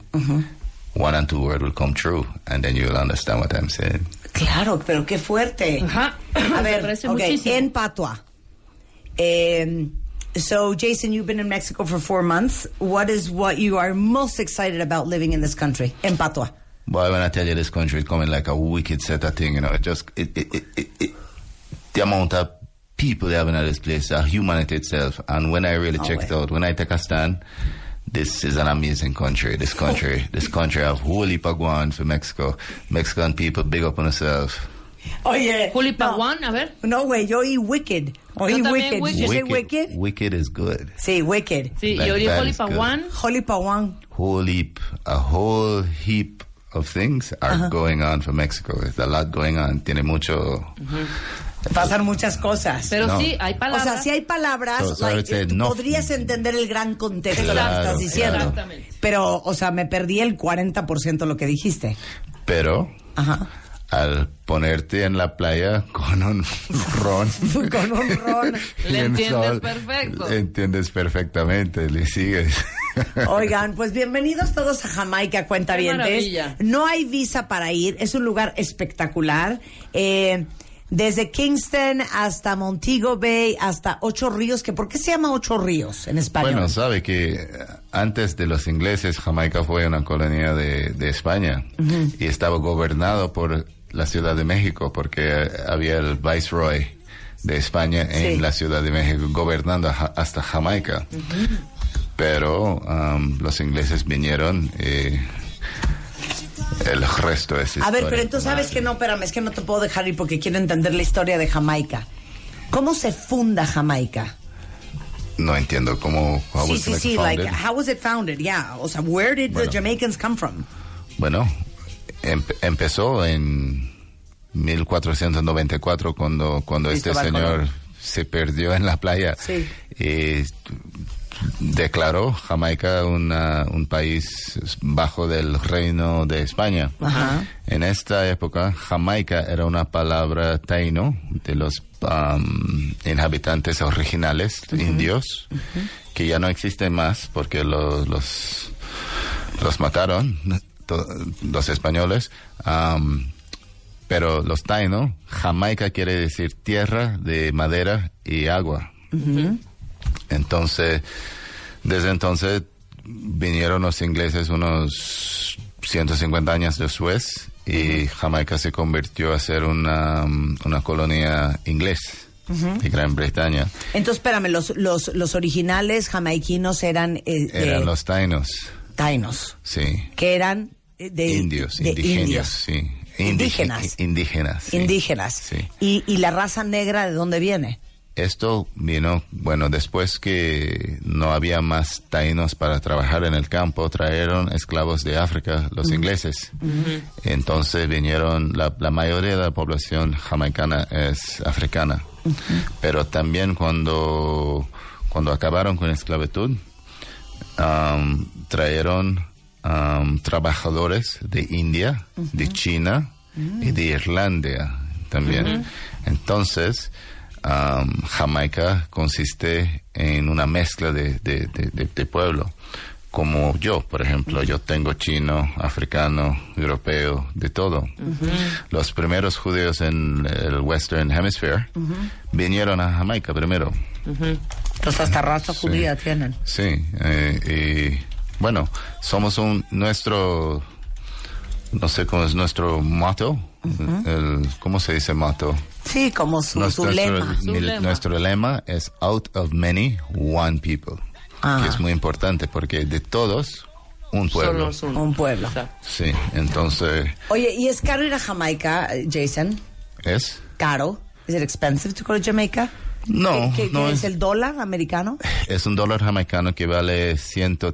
Speaker 13: one and two word will come true, and then you'll understand what I'm saying.
Speaker 6: Claro, pero qué fuerte. A ver,
Speaker 7: parece
Speaker 6: ok,
Speaker 7: muchísimo.
Speaker 6: en patua. Em, so, Jason, you've been in Mexico for four months. What is what you are most excited about living in this country? En patua.
Speaker 13: Boy, when I tell you this country is coming like a wicked set of thing, you know, it just it, it, it, it, it the amount of people they have in this place, uh, humanity itself. And when I really check it out, when I take a stand, this is an amazing country. This country, this country have whole heap of go on for Mexico. Mexican people, big up on themselves.
Speaker 6: Oye.
Speaker 7: Juli Paguán, a ver.
Speaker 6: No, güey, yo oí Wicked. Oí
Speaker 7: Yo también
Speaker 6: Wicked.
Speaker 7: Wicked.
Speaker 6: ¿Yo sé Wicked?
Speaker 13: Wicked is good.
Speaker 6: Sí, Wicked.
Speaker 13: Sí, That- y oí that Holy is good. Pawan.
Speaker 6: Holy Pawan.
Speaker 13: Whole heap, a whole heap of things are going on for Mexico. There's a lot going on. Tiene mucho.
Speaker 6: Pasan muchas cosas.
Speaker 13: Pero No. sí,
Speaker 7: hay
Speaker 6: palabras. O sea, sí hay palabras.
Speaker 13: So- so I would
Speaker 6: like, eh,
Speaker 13: say
Speaker 6: tú
Speaker 13: no-
Speaker 6: podrías entender el gran contexto de lo que
Speaker 13: Claro,
Speaker 6: estás diciendo.
Speaker 13: claro.
Speaker 6: Pero, o sea, me perdí el 40% de lo que dijiste.
Speaker 13: Pero
Speaker 6: Ajá.
Speaker 13: al ponerte en la playa con un ron.
Speaker 6: Con un ron.
Speaker 13: y el sol, eh, Entiendes perfectamente, le sigues.
Speaker 6: Oigan, pues bienvenidos todos a Jamaica, cuenta
Speaker 7: maravilla.
Speaker 6: No hay visa para ir, es un lugar espectacular. Eh, desde Kingston hasta Montego Bay, hasta Ocho Ríos, que ¿por qué se llama Ocho Ríos en español?
Speaker 13: Bueno, sabe que eh, antes de los ingleses, Jamaica fue una colonia de, de España
Speaker 6: Ujú.
Speaker 13: y estaba gobernado por la Ciudad de México porque eh, había el viceroy de España en
Speaker 17: Sí.
Speaker 13: la Ciudad de México gobernando a- hasta Jamaica. Pero um, los ingleses vinieron y el resto
Speaker 6: A
Speaker 13: es
Speaker 6: ver,
Speaker 13: historia.
Speaker 6: pero entonces sabes que no, espérame, es que no te puedo dejar ir porque quiero entender la historia de Jamaica. ¿Cómo se funda Jamaica?
Speaker 13: No entiendo cómo... how
Speaker 6: sí,
Speaker 13: was
Speaker 6: sí,
Speaker 13: it
Speaker 6: sí,
Speaker 13: founded.
Speaker 6: like, how was it founded? Yeah, o sea, where did the
Speaker 13: Bueno.
Speaker 6: Jamaicans come from?
Speaker 13: Bueno, empe- empezó en 1494 cuando, cuando este
Speaker 6: Cristóbal
Speaker 13: señor
Speaker 6: Colón.
Speaker 13: se perdió en la playa. Y declaró Jamaica una- un país bajo del reino de España.
Speaker 6: Ajá.
Speaker 13: En esta época, Jamaica era una palabra taíno de los um, inhabitantes originales indios, que ya no existen más porque los, los, los mataron to- los españoles. Um, pero los taíno, Jamaica quiere decir tierra de madera y agua. Entonces, desde entonces vinieron los ingleses unos 150 años después y Jamaica se convirtió a ser una, um, una colonia inglés
Speaker 6: Ujú.
Speaker 13: de Gran Bretaña.
Speaker 6: Entonces, espérame, los, los, los originales jamaiquinos eran... eh, eh,
Speaker 13: Eran los tainos.
Speaker 6: Tainos.
Speaker 13: Sí.
Speaker 6: Que eran eh, de...
Speaker 13: indios,
Speaker 6: de
Speaker 13: indígenas,
Speaker 6: indios.
Speaker 13: sí. Indi-
Speaker 6: Indígenas.
Speaker 13: Indígenas. sí.
Speaker 6: Indígenas. Y, y la raza negra, ¿de dónde viene?
Speaker 13: Esto vino, bueno, después que no había más taínos para trabajar en el campo, trajeron esclavos de África, los
Speaker 17: Ujú.
Speaker 13: ingleses. Entonces vinieron, la, la mayoría de la población jamaicana es africana. Pero también cuando, cuando acabaron con la esclavitud, am, trajeron am, trabajadores de India, de China y de Irlanda también.
Speaker 17: Ujú.
Speaker 13: Entonces, am, Jamaica consiste en una mezcla de, de, de- de- de pueblo. Como yo, por ejemplo, yo tengo chino, africano, europeo, de todo. Los primeros judíos en el Western Hemisphere vinieron a Jamaica primero.
Speaker 6: Entonces, hasta raza judía tienen.
Speaker 13: Sí, eh, y bueno, somos un nuestro, no sé cómo es nuestro motto, el- ¿cómo se dice motto?
Speaker 6: Sí, como su, su lema.
Speaker 13: mi- nuestro lema es out of many, one people,
Speaker 6: Ah.
Speaker 13: que es muy importante porque de todos, un pueblo.
Speaker 6: Un pueblo.
Speaker 13: Sí, entonces,
Speaker 6: Oye, ¿y es caro ir a Jamaica, eh, Jason?
Speaker 13: ¿es?
Speaker 6: ¿Caro? ¿Es it expensive to go to Jamaica?
Speaker 13: No,
Speaker 6: ¿Qué, qué
Speaker 13: no
Speaker 6: es,
Speaker 13: es-
Speaker 6: el dólar americano?
Speaker 13: Es un dólar jamaicano que vale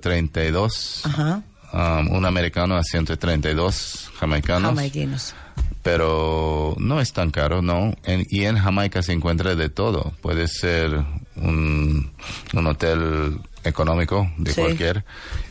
Speaker 13: 132,
Speaker 6: Ajá.
Speaker 13: um, un americano a 132 jamaicanos.
Speaker 6: Jamaiquinos.
Speaker 13: pero no es tan caro, ¿no? En- y en Jamaica se encuentra de todo. Puede ser un, un hotel económico de
Speaker 17: Sí.
Speaker 13: cualquier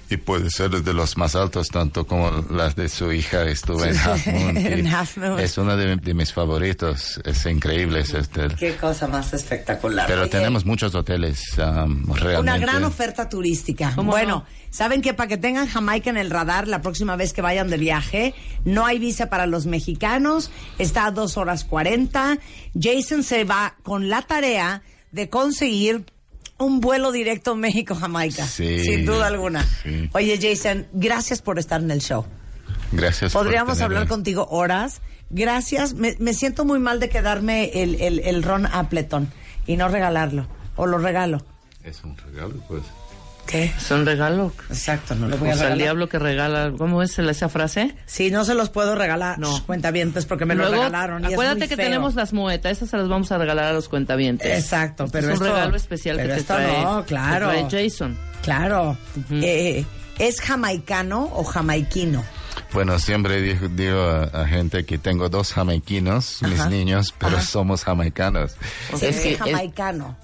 Speaker 13: y puede ser de los más altos, tanto como las de su hija. Estuve en Half Moon. que
Speaker 6: En Half Moon.
Speaker 13: Es uno de, de mis favoritos. Es increíble ese hotel.
Speaker 6: Qué cosa más espectacular.
Speaker 13: Pero
Speaker 6: Oye,
Speaker 13: tenemos muchos hoteles um, realmente.
Speaker 6: Una gran oferta turística. Bueno, saben que para que tengan Jamaica en el radar la próxima vez que vayan de viaje, no hay visa para los mexicanos, está a 2 horas 40. Jason se va con la tarea de conseguir un vuelo directo México-Jamaica,
Speaker 13: Sí.
Speaker 6: sin duda alguna.
Speaker 13: Sí.
Speaker 6: Oye, Jason, gracias por estar en el show.
Speaker 13: Gracias. por
Speaker 6: Podríamos
Speaker 13: tenerme.
Speaker 6: hablar contigo horas. Gracias. Me, me siento muy mal de quedarme el, el, el Ron Appleton y no regalarlo. O lo regalo.
Speaker 13: Es un regalo, pues.
Speaker 6: ¿Qué?
Speaker 7: Es un regalo.
Speaker 6: Exacto, no lo voy
Speaker 7: o
Speaker 6: a
Speaker 7: sea, el
Speaker 6: regalar.
Speaker 7: diablo que regala. ¿Cómo es el- esa frase?
Speaker 6: Sí, no se los puedo regalar. No. Cuenta bien, pues porque me lo
Speaker 7: Luego,
Speaker 6: regalaron. y es
Speaker 7: acuérdate
Speaker 6: muy
Speaker 7: que
Speaker 6: feo.
Speaker 7: tenemos las muetas, esas se las vamos a regalar a los cuentavientes.
Speaker 6: Exacto,
Speaker 7: Este
Speaker 6: pero
Speaker 7: es un
Speaker 6: esto-
Speaker 7: regalo especial
Speaker 6: pero
Speaker 7: que te
Speaker 6: esto
Speaker 7: trae.
Speaker 6: no,
Speaker 7: te
Speaker 6: claro.
Speaker 7: trae Jason.
Speaker 6: Claro. Eh, ¿Es jamaicano o jamaiquino?
Speaker 13: Bueno, siempre digo, digo a, a gente que tengo dos jamaiquinos, mis
Speaker 6: Ajá.
Speaker 13: niños, pero somos jamaicanos.
Speaker 6: Sí, es jamaicano.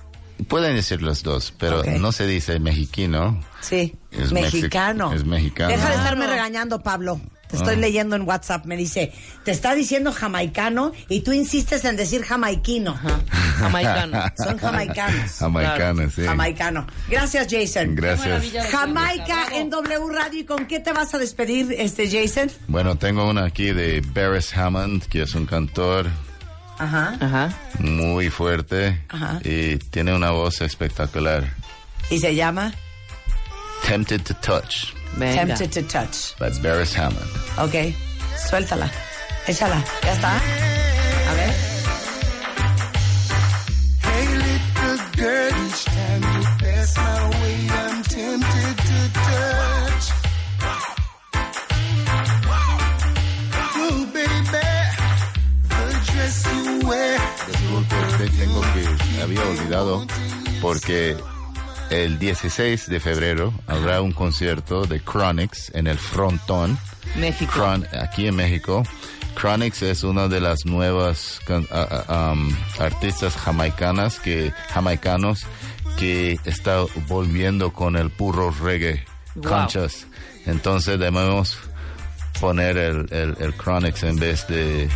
Speaker 13: pueden decir los dos, pero no se dice mexiquino.
Speaker 6: Sí,
Speaker 13: Es mexi-
Speaker 6: mexicano.
Speaker 13: es mexicano.
Speaker 6: Deja
Speaker 7: Ah.
Speaker 6: de estarme regañando, Pablo. Te estoy
Speaker 13: Ah.
Speaker 6: leyendo en WhatsApp. Me dice, te está diciendo jamaicano y tú insistes en decir jamaiquino.
Speaker 13: Jamaicano.
Speaker 6: Son jamaicanos.
Speaker 13: Jamaicanos, sí.
Speaker 6: Jamaicano. Gracias, Jason.
Speaker 13: Gracias. Qué maravilla
Speaker 6: Jamaica en W Radio. ¿Y con qué te vas a despedir, este Jason?
Speaker 13: Bueno, tengo una aquí de Barris Hammond, que es un cantor
Speaker 6: Ajá.
Speaker 7: Ajá.
Speaker 13: muy fuerte
Speaker 6: Ajá.
Speaker 13: y tiene una voz espectacular.
Speaker 6: Y se llama
Speaker 13: Tempted to Touch.
Speaker 6: Tempted to Touch.
Speaker 13: That's Barris Hammond.
Speaker 6: Ok. Suéltala. Échala. Ya está. A ver.
Speaker 17: Hey, little girl, each time you pass my way, I'm tempted to touch. Ooh, baby, the dress you wear.
Speaker 13: Disculpe, usted tengo que había olvidado porque el 16 de febrero habrá un concierto de Chronics en el Frontón.
Speaker 7: México.
Speaker 13: Chron- aquí en México. Chronics es una de las nuevas can- a- a- am, artistas jamaicanas que jamaicanos que está volviendo con el puro reggae
Speaker 17: Wow.
Speaker 13: conchas. Entonces debemos poner el, el, el Chronics en vez de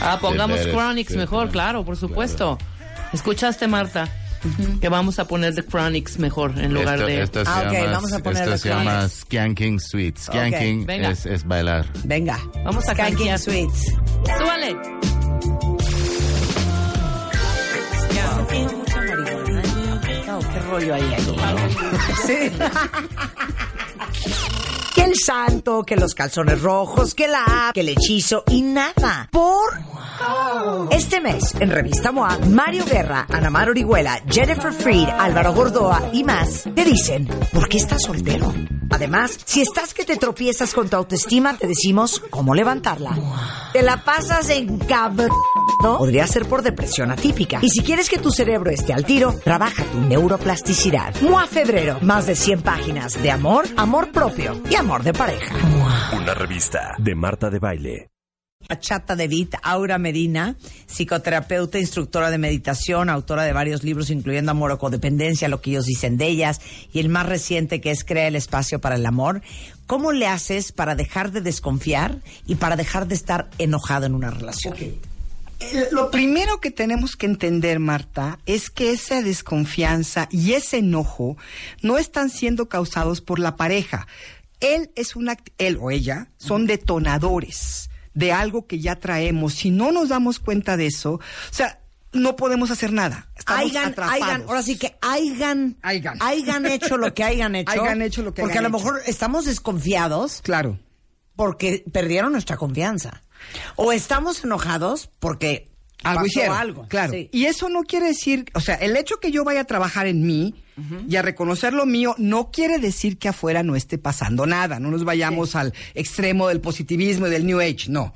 Speaker 7: Ah, pongamos
Speaker 13: de ver,
Speaker 7: Chronics
Speaker 13: este,
Speaker 7: mejor, claro, por supuesto. ¿Escuchaste, Marta? Que vamos a poner de Chronics mejor en lugar
Speaker 13: Esto-
Speaker 7: de.
Speaker 13: esto se
Speaker 18: Ah,
Speaker 13: llama- esto se llama Skanking Sweet. Skanking
Speaker 7: Ok, venga.
Speaker 13: es, es bailar.
Speaker 6: Venga.
Speaker 7: Vamos a
Speaker 6: Skanking
Speaker 7: canjear.
Speaker 6: Sweets.
Speaker 7: Súbale.
Speaker 6: ¿eh? No, qué rollo ahí. ahí. Sí. Que el santo, que los calzones rojos, que la app, que el hechizo y nada. Por este mes, en Revista MOA, Mario Guerra, Ana Mar Orihuela, Jennifer Freed, Álvaro Gordoa y más te dicen por qué estás soltero. Además, si estás que te tropiezas con tu autoestima, te decimos cómo levantarla. Te la pasas en cabrón. Podría ser por depresión atípica. Y si quieres que tu cerebro esté al tiro, trabaja tu neuroplasticidad. MOA Febrero. Más de 100 páginas de amor, amor propio y amor de pareja.
Speaker 19: Una revista de Marta de Baile.
Speaker 6: Achata David, Aura Medina, psicoterapeuta, instructora de meditación, autora de varios libros incluyendo Amor o Codependencia, lo que ellos dicen de ellas, y el más reciente que es Crea el espacio para el amor. ¿Cómo le haces para dejar de desconfiar y para dejar de estar enojado en una relación?
Speaker 18: Eh, Lo primero que tenemos que entender, Marta, es que esa desconfianza y ese enojo no están siendo causados por la pareja. Él es un act- él o ella son detonadores de algo que ya traemos. Si no nos damos cuenta de eso, o sea, no podemos hacer nada. Estamos
Speaker 6: Hayan-
Speaker 18: atrapados.
Speaker 6: hayan- ahora sí que hayan, hayan. hecho lo que hayan hecho.
Speaker 18: Hayan hecho lo que
Speaker 6: Porque
Speaker 18: hayan
Speaker 6: a lo mejor estamos desconfiados.
Speaker 18: Claro.
Speaker 6: Porque perdieron nuestra confianza. O estamos enojados porque
Speaker 18: algo
Speaker 6: pasó
Speaker 18: hicieron.
Speaker 6: algo.
Speaker 18: Claro.
Speaker 6: Sí.
Speaker 18: Y eso no quiere decir, o sea, el hecho que yo vaya a trabajar en mí y a reconocer lo mío no quiere decir que afuera no esté pasando nada. No nos vayamos al extremo del positivismo y del New Age. No.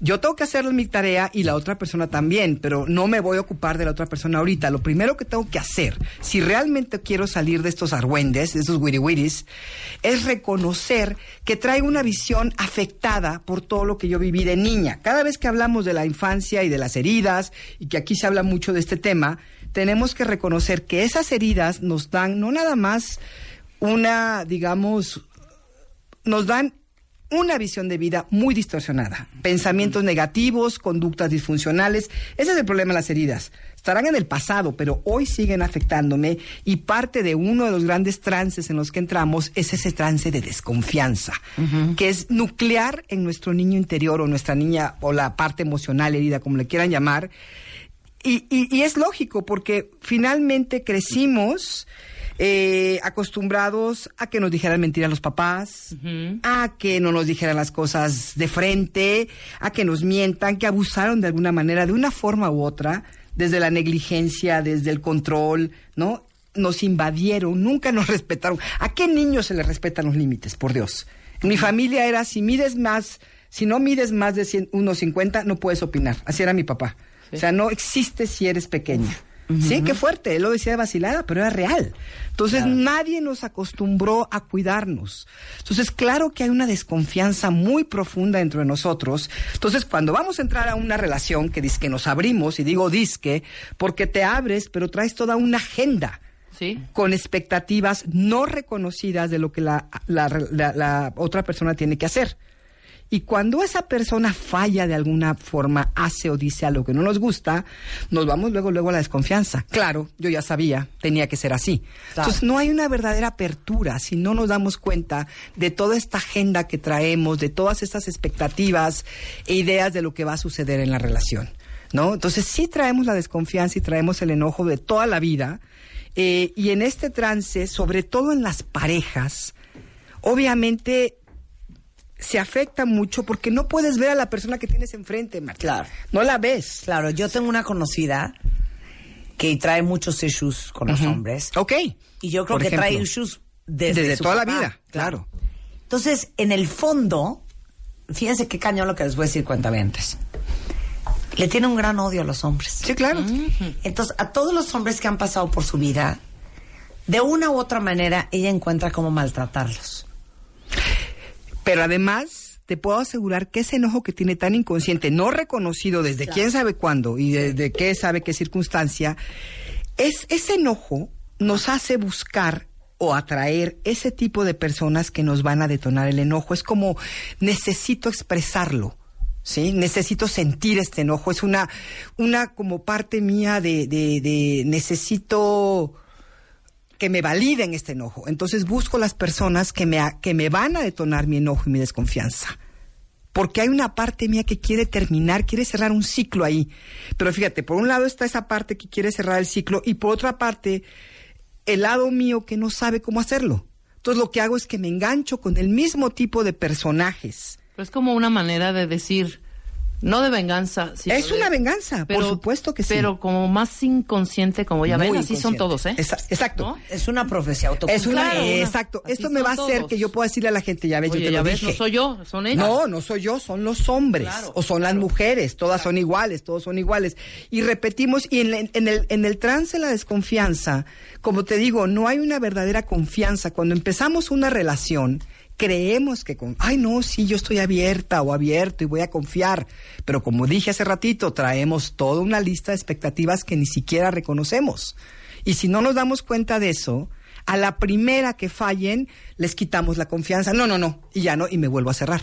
Speaker 18: Yo tengo que hacer mi tarea y la otra persona también, pero no me voy a ocupar de la otra persona ahorita. Lo primero que tengo que hacer, si realmente quiero salir de estos argüendes, de estos wiriwiris, es reconocer que traigo una visión afectada por todo lo que yo viví de niña. Cada vez que hablamos de la infancia y de las heridas, y que aquí se habla mucho de este tema, tenemos que reconocer que esas heridas nos dan no nada más una, digamos, nos dan una visión de vida muy distorsionada. Pensamientos negativos, conductas disfuncionales. Ese es el problema de las heridas. Estarán en el pasado, pero hoy siguen afectándome y parte de uno de los grandes trances en los que entramos es ese trance de desconfianza, que es nuclear en nuestro niño interior o nuestra niña o la parte emocional herida, como le quieran llamar, y, y- y es lógico, porque finalmente crecimos eh, acostumbrados a que nos dijeran mentiras los papás, a que no nos dijeran las cosas de frente, a que nos mientan, que abusaron de alguna manera, de una forma u otra, desde la negligencia, desde el control, ¿no? Nos invadieron, nunca nos respetaron. ¿A qué niño se le respetan los límites, por Dios? En mi familia era, si mides más, si no mides más de 100 1,50, no puedes opinar. Así era mi papá. O sea, no existe si eres pequeña. Sí, qué fuerte. Él lo decía de vacilada, pero era real. Entonces, nadie nos acostumbró a cuidarnos. Entonces, claro que hay una desconfianza muy profunda dentro de nosotros. Entonces, cuando vamos a entrar a una relación que dice que nos abrimos, y digo disque, porque te abres, pero traes toda una agenda con expectativas no reconocidas de lo que la, la- la- la otra persona tiene que hacer. Y cuando esa persona falla de alguna forma, hace o dice algo que no nos gusta, nos vamos luego, luego a la desconfianza. Claro, yo ya sabía, tenía que ser así. Entonces no hay una verdadera apertura si no nos damos cuenta de toda esta agenda que traemos, de todas estas expectativas e ideas de lo que va a suceder en la relación. ¿No? Entonces sí traemos la desconfianza y traemos el enojo de toda la vida. Eh, y en este trance, sobre todo en las parejas, obviamente se afecta mucho porque no puedes ver a la persona que tienes enfrente, Marta. Claro. No la ves.
Speaker 6: Claro, yo tengo una conocida que trae muchos issues con los
Speaker 18: Ujú.
Speaker 6: hombres.
Speaker 18: Ok.
Speaker 6: Y yo creo
Speaker 18: Por
Speaker 6: que trae
Speaker 18: ejemplo.
Speaker 6: issues desde,
Speaker 18: Desde
Speaker 6: su
Speaker 18: toda la
Speaker 6: papá.
Speaker 18: vida, claro.
Speaker 6: Entonces, en el fondo, fíjense qué cañón lo que les voy a decir cuentavientes. Le tiene un gran odio a los hombres. Sí,
Speaker 18: claro.
Speaker 6: Entonces, a todos los hombres que han pasado por su vida, de una u otra manera, ella encuentra cómo maltratarlos.
Speaker 18: Pero además, te puedo asegurar que ese enojo que tiene tan inconsciente, no reconocido desde quién sabe cuándo y desde qué sabe qué circunstancia, es ese enojo nos hace buscar o atraer ese tipo de personas que nos van a detonar el enojo. Es como necesito expresarlo. ¿Sí? Necesito sentir este enojo. Es una, una como parte mía de, de, de necesito que me validen este enojo. Entonces busco las personas que me, a- que me van a detonar mi enojo y mi desconfianza. Porque hay una parte mía que quiere terminar, quiere cerrar un ciclo ahí. Pero fíjate, por un lado está esa parte que quiere cerrar el ciclo y por otra parte el lado mío que no sabe cómo hacerlo. Entonces lo que hago es que me engancho con el mismo tipo de personajes.
Speaker 7: Pero es como una manera de decir, no de venganza. sino
Speaker 18: Es
Speaker 7: de-
Speaker 18: una venganza, por supuesto que sí.
Speaker 7: Pero como más inconsciente, como ya
Speaker 18: Muy
Speaker 7: ven, así son
Speaker 18: inconsciente.
Speaker 7: todos, ¿eh?
Speaker 18: Exacto.
Speaker 6: Es una profecía
Speaker 18: Es una,
Speaker 7: Claro, una-
Speaker 18: exacto.
Speaker 7: así
Speaker 18: Esto me
Speaker 7: son
Speaker 18: va a hacer
Speaker 7: todos.
Speaker 18: que yo pueda decirle a la gente, ya ves,
Speaker 7: Oye,
Speaker 18: yo te
Speaker 7: ya
Speaker 18: lo
Speaker 7: ves,
Speaker 18: dije.
Speaker 7: no soy yo, son ellos.
Speaker 18: No, no soy yo, son los hombres
Speaker 7: Claro,
Speaker 18: o son las mujeres, todas son iguales, todos son iguales. Y repetimos, y en, la- en el, en el trance de la desconfianza, como te digo, no hay una verdadera confianza. Cuando empezamos una relación, creemos que, con, ay no, sí, yo estoy abierta o abierto y voy a confiar. Pero como dije hace ratito, traemos toda una lista de expectativas que ni siquiera reconocemos. Y si no nos damos cuenta de eso, a la primera que fallen, les quitamos la confianza. No, no, no. Y ya no, y me vuelvo a cerrar.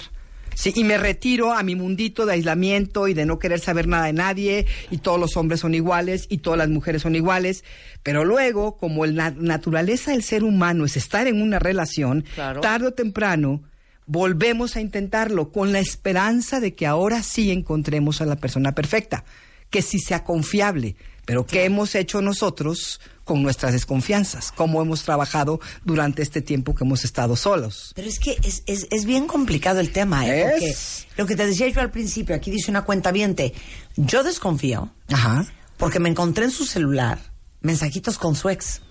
Speaker 18: Sí, y me retiro a mi mundito de aislamiento y de no querer saber nada de nadie, y todos los hombres son iguales, y todas las mujeres son iguales. Pero luego, como la naturaleza del ser humano es estar en una relación,
Speaker 7: Claro.
Speaker 18: tarde o temprano volvemos a intentarlo con la esperanza de que ahora sí encontremos a la persona perfecta, que sí sea confiable. Pero ¿qué hemos hecho nosotros con nuestras desconfianzas? ¿Cómo hemos trabajado durante este tiempo que hemos estado solos?
Speaker 6: Pero es que es, es- es bien complicado el tema, ¿eh? Porque lo que te decía yo al principio, aquí dice una cuenta viente, yo desconfío
Speaker 18: Ajá.
Speaker 6: porque me encontré en su celular mensajitos con su ex.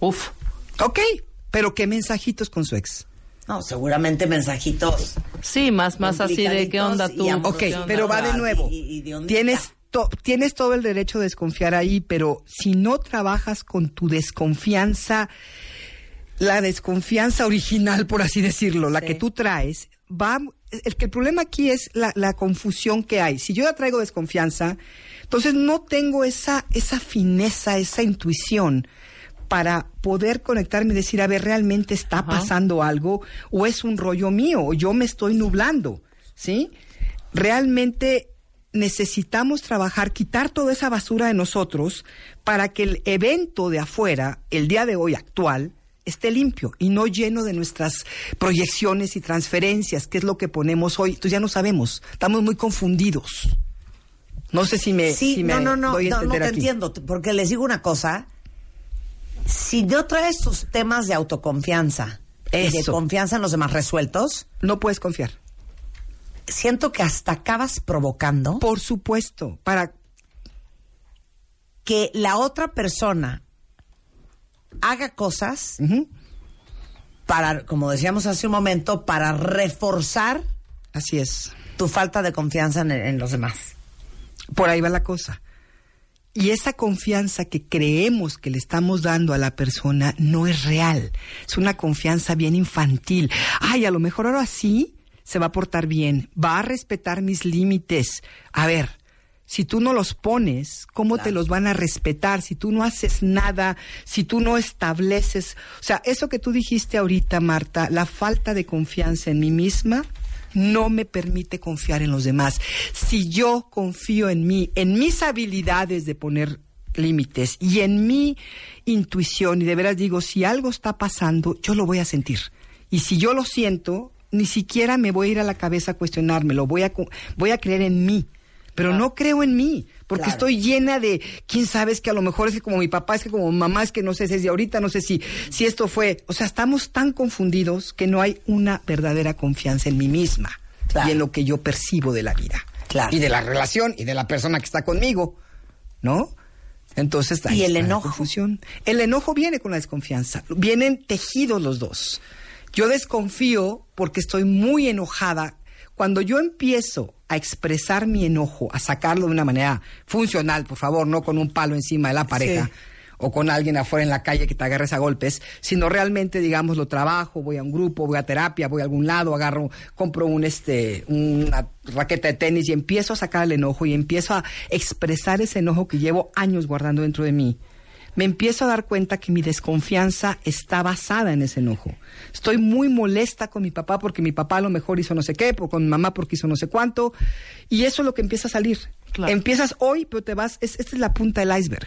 Speaker 7: Uf.
Speaker 18: Ok, pero ¿qué mensajitos con su ex?
Speaker 6: No, seguramente mensajitos.
Speaker 7: Sí, más, más así de qué onda tú.
Speaker 18: Ok,
Speaker 7: ¿Qué onda?
Speaker 18: pero va de nuevo. Tienes, to- tienes todo el derecho de desconfiar ahí, pero si no trabajas con tu desconfianza, la desconfianza original, por así decirlo, la que tú traes, va... El, el problema aquí es la, la confusión que hay. Si yo ya traigo desconfianza, entonces no tengo esa, esa fineza, esa intuición para poder conectarme y decir, a ver, realmente está pasando algo o es un rollo mío o yo me estoy nublando, ¿sí? Realmente necesitamos trabajar, quitar toda esa basura de nosotros para que el evento de afuera, el día de hoy actual, esté limpio y no lleno de nuestras proyecciones y transferencias, que es lo que ponemos hoy. Entonces ya no sabemos, estamos muy confundidos. No sé si me,
Speaker 6: Sí,
Speaker 18: si me
Speaker 6: no, no, no,
Speaker 18: doy a
Speaker 6: no, no
Speaker 18: entender
Speaker 6: te
Speaker 18: aquí.
Speaker 6: entiendo, t- porque les digo una cosa. Si no traes tus temas de autoconfianza y de
Speaker 18: Eso.
Speaker 6: confianza en los demás resueltos,
Speaker 18: no puedes confiar.
Speaker 6: Siento que hasta acabas provocando.
Speaker 18: Por supuesto, para
Speaker 6: que la otra persona haga cosas para, como decíamos hace un momento, para reforzar.
Speaker 18: Así es.
Speaker 6: Tu falta de confianza en, en los demás.
Speaker 18: Por ahí va la cosa. Y esa confianza que creemos que le estamos dando a la persona no es real. Es una confianza bien infantil. Ay, a lo mejor ahora sí se va a portar bien, va a respetar mis límites. A ver, si tú no los pones, ¿cómo te los van a respetar? Si tú no haces nada, si tú no estableces... O sea, eso que tú dijiste ahorita, Marta, la falta de confianza en mí misma no me permite confiar en los demás. Si yo confío en mí, en mis habilidades de poner límites y en mi intuición, y de veras digo, si algo está pasando, yo lo voy a sentir. Y si yo lo siento, ni siquiera me voy a ir a la cabeza a cuestionármelo, voy a, cu- voy a creer en mí. Pero no creo en mí, porque
Speaker 6: Claro.
Speaker 18: estoy llena de, quién sabe, es que a lo mejor es que como mi papá, es que como mi mamá, es que no sé si es de ahorita, no sé si, si esto fue. O sea, estamos tan confundidos que no hay una verdadera confianza en mí misma y en lo que yo percibo de la vida. Y de la relación y de la persona que está conmigo, ¿no? Entonces, ahí
Speaker 6: Y el
Speaker 18: está la
Speaker 6: enojo.
Speaker 18: confusión. El enojo viene con la desconfianza. Vienen tejidos los dos. Yo desconfío porque estoy muy enojada. Cuando yo empiezo a expresar mi enojo, a sacarlo de una manera funcional, por favor, no con un palo encima de la pareja
Speaker 6: Sí.
Speaker 18: o con alguien afuera en la calle que te agarres a golpes, sino realmente, digamos, lo trabajo, voy a un grupo, voy a terapia, voy a algún lado, agarro, compro un este, una raqueta de tenis y empiezo a sacar el enojo y empiezo a expresar ese enojo que llevo años guardando dentro de mí. Me empiezo a dar cuenta que mi desconfianza está basada en ese enojo. Estoy muy molesta con mi papá porque mi papá a lo mejor hizo no sé qué, por- con mi mamá porque hizo no sé cuánto, y eso es lo que empieza a salir. Empiezas hoy, pero te vas, es- esta es la punta del iceberg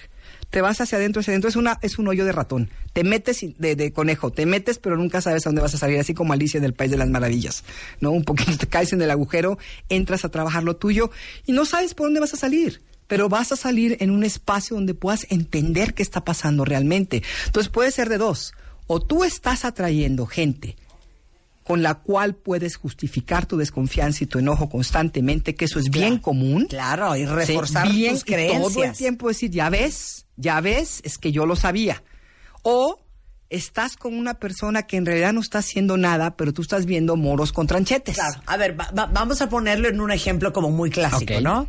Speaker 18: te vas hacia adentro, hacia adentro, es, una, es un hoyo de ratón. Te metes y- de, de conejo, te metes, pero nunca sabes a dónde vas a salir, así como Alicia en el País de las Maravillas. ¿no? Un poquito te caes en el agujero, entras a trabajar lo tuyo y no sabes por dónde vas a salir. pero vas a salir en un espacio donde puedas entender qué está pasando realmente. Entonces puede ser de dos. O tú estás atrayendo gente con la cual puedes justificar tu desconfianza y tu enojo constantemente, que eso es bien común.
Speaker 6: Claro, y reforzar
Speaker 18: Sí, bien,
Speaker 6: tus
Speaker 18: y Todo el
Speaker 6: creencias.
Speaker 18: tiempo decir, ya ves, ya ves, es que yo lo sabía. O estás con una persona que en realidad no está haciendo nada, pero tú estás viendo moros con tranchetes.
Speaker 6: Claro. A ver, va- va- vamos a ponerlo en un ejemplo como muy clásico,
Speaker 18: Ok.
Speaker 6: ¿no?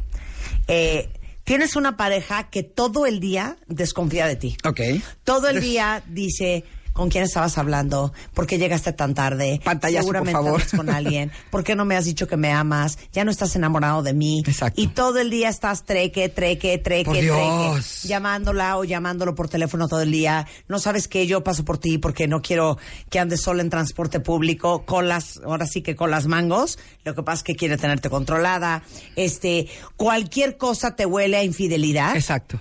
Speaker 6: Eh, tienes una pareja que todo el día desconfía de ti.
Speaker 18: Ok.
Speaker 6: Todo el día dice con quién estabas hablando, por qué llegaste tan tarde,
Speaker 18: Pantallazo, por
Speaker 6: seguramente
Speaker 18: favor.
Speaker 6: andas con alguien, por qué no me has dicho que me amas, ya no estás enamorado de mí. Y todo el día estás treque, treque, treque,
Speaker 18: Por
Speaker 6: treque,
Speaker 18: Dios.
Speaker 6: llamándola o llamándolo por teléfono todo el día. No sabes que yo paso por ti porque no quiero que andes sola en transporte público con las, ahora sí que con las mangos. Lo que pasa es que quiere tenerte controlada. Este, cualquier cosa te huele a infidelidad.
Speaker 18: Exacto.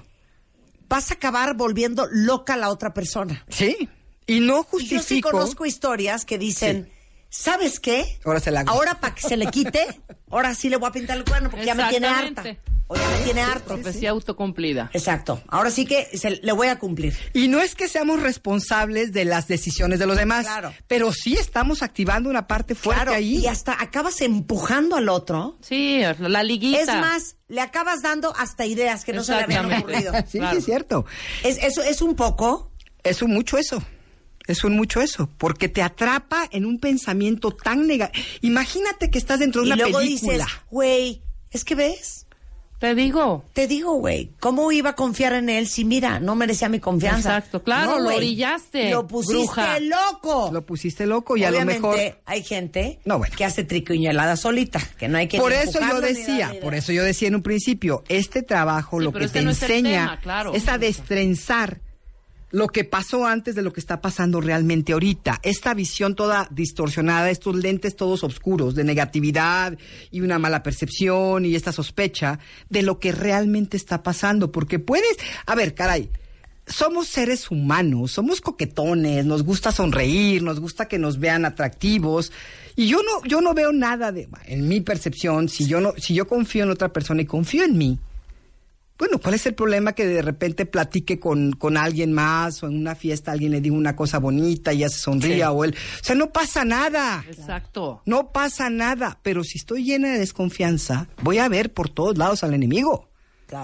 Speaker 6: Vas a acabar volviendo loca a la otra persona.
Speaker 18: Sí. Y no
Speaker 6: Yo sí
Speaker 18: justifico.
Speaker 6: conozco historias que dicen, ¿sabes qué?
Speaker 18: Ahora se la hago.
Speaker 6: Ahora para que se le quite, ahora sí le voy a pintar el cuerno porque ya me tiene harta. O ya me tiene harta.
Speaker 7: Profecía autocumplida.
Speaker 6: Exacto. Ahora sí que se- le voy a cumplir.
Speaker 18: Y no es que seamos responsables de las decisiones de los demás,
Speaker 6: Claro.
Speaker 18: pero sí estamos activando una parte fuerte
Speaker 6: Claro,
Speaker 18: ahí.
Speaker 6: y hasta acabas empujando al otro.
Speaker 7: Sí, la liguita.
Speaker 6: Es más, le acabas dando hasta ideas que no se le habían
Speaker 7: Exactamente.
Speaker 6: ocurrido.
Speaker 18: sí, sí, es cierto.
Speaker 6: Es, eso es un poco.
Speaker 18: Es un mucho eso. Es un mucho eso, porque te atrapa en un pensamiento tan negativo. Imagínate que estás dentro de
Speaker 6: y
Speaker 18: una
Speaker 6: luego
Speaker 18: película.
Speaker 6: dices, güey, es que ves.
Speaker 7: Te digo.
Speaker 6: Te digo, güey, ¿cómo iba a confiar en él si mira, no merecía mi confianza?
Speaker 7: Exacto, claro,
Speaker 6: No,
Speaker 7: lo
Speaker 6: güey.
Speaker 7: orillaste,
Speaker 6: Lo pusiste
Speaker 7: bruja.
Speaker 6: loco.
Speaker 18: Lo pusiste loco y a lo
Speaker 6: Obviamente,
Speaker 18: mejor
Speaker 6: hay gente
Speaker 18: No, bueno.
Speaker 6: que hace triquiñuelada solita, que no hay que
Speaker 18: por
Speaker 6: ni
Speaker 18: eso yo
Speaker 6: empujarlo ni
Speaker 18: decía,
Speaker 6: darle-
Speaker 18: por eso yo decía en un principio, este trabajo lo
Speaker 6: pero
Speaker 18: que
Speaker 6: este
Speaker 18: te
Speaker 6: no es el
Speaker 18: enseña
Speaker 6: tema, claro.
Speaker 18: es a destrenzar lo que pasó antes de lo que está pasando realmente ahorita. Esta visión toda distorsionada, estos lentes todos oscuros de negatividad y una mala percepción y esta sospecha de lo que realmente está pasando. Porque puedes, a ver, caray, somos seres humanos, somos coquetones, nos gusta sonreír, nos gusta que nos vean atractivos. Y yo no, yo no veo nada de, en mi percepción, si yo no, si yo confío en otra persona y confío en mí, bueno, ¿cuál es el problema que de repente platique con, con alguien más o en una fiesta alguien le diga una cosa bonita y ya se sonría o él? O sea, no pasa nada.
Speaker 7: Exacto.
Speaker 18: No pasa nada. Pero si estoy llena de desconfianza, voy a ver por todos lados al enemigo.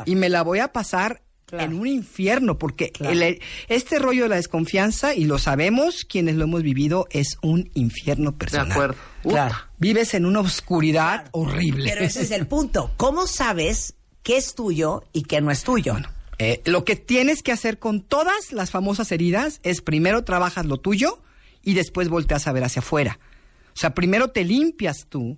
Speaker 18: Y me la voy a pasar en un infierno porque el- este rollo de la desconfianza, y lo sabemos quienes lo hemos vivido, es un infierno personal.
Speaker 7: acuerdo.
Speaker 18: Claro. Vives en una oscuridad horrible.
Speaker 6: Pero ese es el punto. ¿Cómo sabes qué es tuyo y qué no es tuyo?
Speaker 18: Eh, lo que tienes que hacer con todas las famosas heridas es primero trabajas lo tuyo y después volteas a ver hacia afuera. O sea, primero te limpias tú,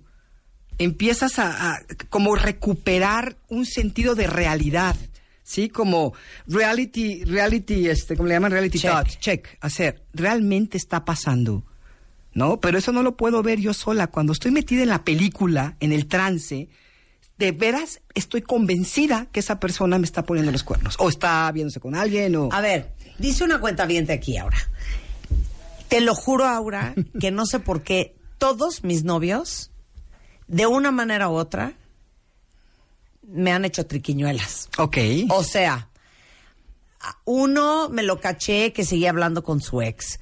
Speaker 18: empiezas a, a como recuperar un sentido de realidad, ¿sí? Como reality, reality, este, ¿cómo le llaman? Reality check. check, hacer, realmente está pasando, ¿no? Pero eso no lo puedo ver yo sola. Cuando estoy metida en la película, en el trance, de veras estoy convencida que esa persona me está poniendo los cuernos o está viéndose con alguien o
Speaker 6: A ver, dice una cuenta viente aquí ahora. Te lo juro, Aura, que no sé por qué todos mis novios, de una manera u otra, me han hecho triquiñuelas.
Speaker 18: Ok.
Speaker 6: O sea, a- uno me lo caché que seguía hablando con su ex.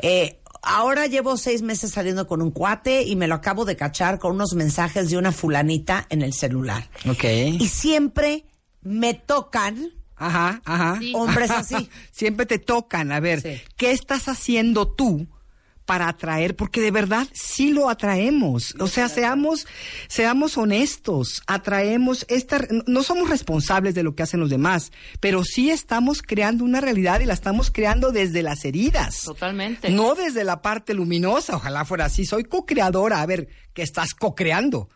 Speaker 6: Eh, ahora llevo seis meses saliendo con un cuate y me lo acabo de cachar con unos mensajes de una fulanita en el celular.
Speaker 18: Ok.
Speaker 6: Y siempre me tocan.
Speaker 18: Ajá, ajá.
Speaker 6: Hombres así.
Speaker 18: Siempre te tocan, a ver, ¿qué estás haciendo tú para atraer? Porque de verdad sí lo atraemos. O sea, seamos, seamos honestos, atraemos esta, no somos responsables de lo que hacen los demás, pero sí estamos creando una realidad y la estamos creando desde las heridas.
Speaker 7: Totalmente.
Speaker 18: No desde la parte luminosa, ojalá fuera así. Soy co-creadora, a ver, ¿qué estás co-creando?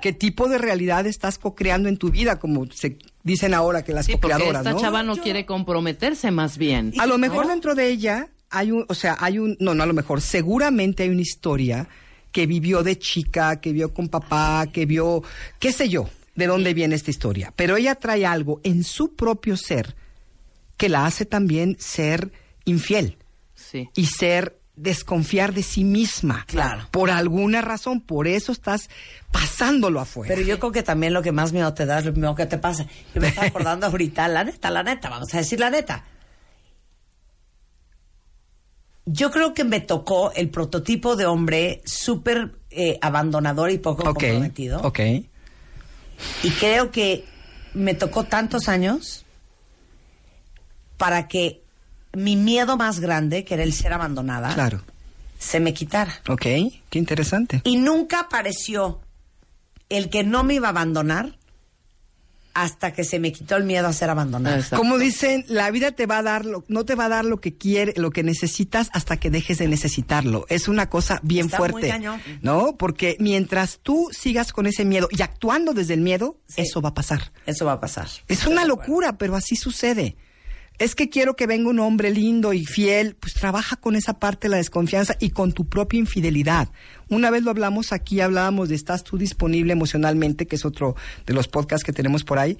Speaker 18: ¿Qué tipo de realidad estás co-creando en tu vida? Como se dicen ahora que las
Speaker 7: Sí, porque
Speaker 18: co-creadoras,
Speaker 7: esta
Speaker 18: ¿no?
Speaker 7: chava no quiere comprometerse más bien.
Speaker 18: A lo mejor dentro de ella hay un, o sea, hay un, no, no a lo mejor, seguramente hay una historia que vivió de chica, que vio con papá, que vio, qué sé yo, de dónde viene esta historia. Pero ella trae algo en su propio ser que la hace también ser infiel
Speaker 7: Sí.
Speaker 18: y ser desconfiar de sí misma.
Speaker 6: Claro.
Speaker 18: Por alguna razón, por eso estás pasándolo afuera.
Speaker 6: Pero yo creo que también lo que más miedo te da es lo primero que te pasa. Yo me estaba acordando ahorita, la neta, la neta, vamos a decir la neta. Yo creo que me tocó el prototipo de hombre súper eh, abandonador y poco comprometido.
Speaker 18: ok.
Speaker 6: Y creo que me tocó tantos años para que mi miedo más grande, que era el ser abandonada,
Speaker 18: Claro.
Speaker 6: se me quitara.
Speaker 18: Ok, qué interesante.
Speaker 6: Y nunca apareció el que no me iba a abandonar hasta que se me quitó el miedo a ser abandonada.
Speaker 18: Como dicen, la vida te va a dar, lo- no te va a dar lo que quiere, lo que necesitas hasta que dejes de necesitarlo. Es una cosa bien
Speaker 6: Está muy
Speaker 18: fuerte,
Speaker 6: cañón.
Speaker 18: ¿no? Porque mientras tú sigas con ese miedo y actuando desde el miedo, eso va a pasar.
Speaker 6: Eso va a pasar.
Speaker 18: Es una locura, pero así sucede. Es que quiero que venga un hombre lindo y fiel, pues trabaja con esa parte de la desconfianza y con tu propia infidelidad. Una vez lo hablamos aquí, hablábamos de estás tú disponible emocionalmente, que es otro de los podcasts que tenemos por ahí,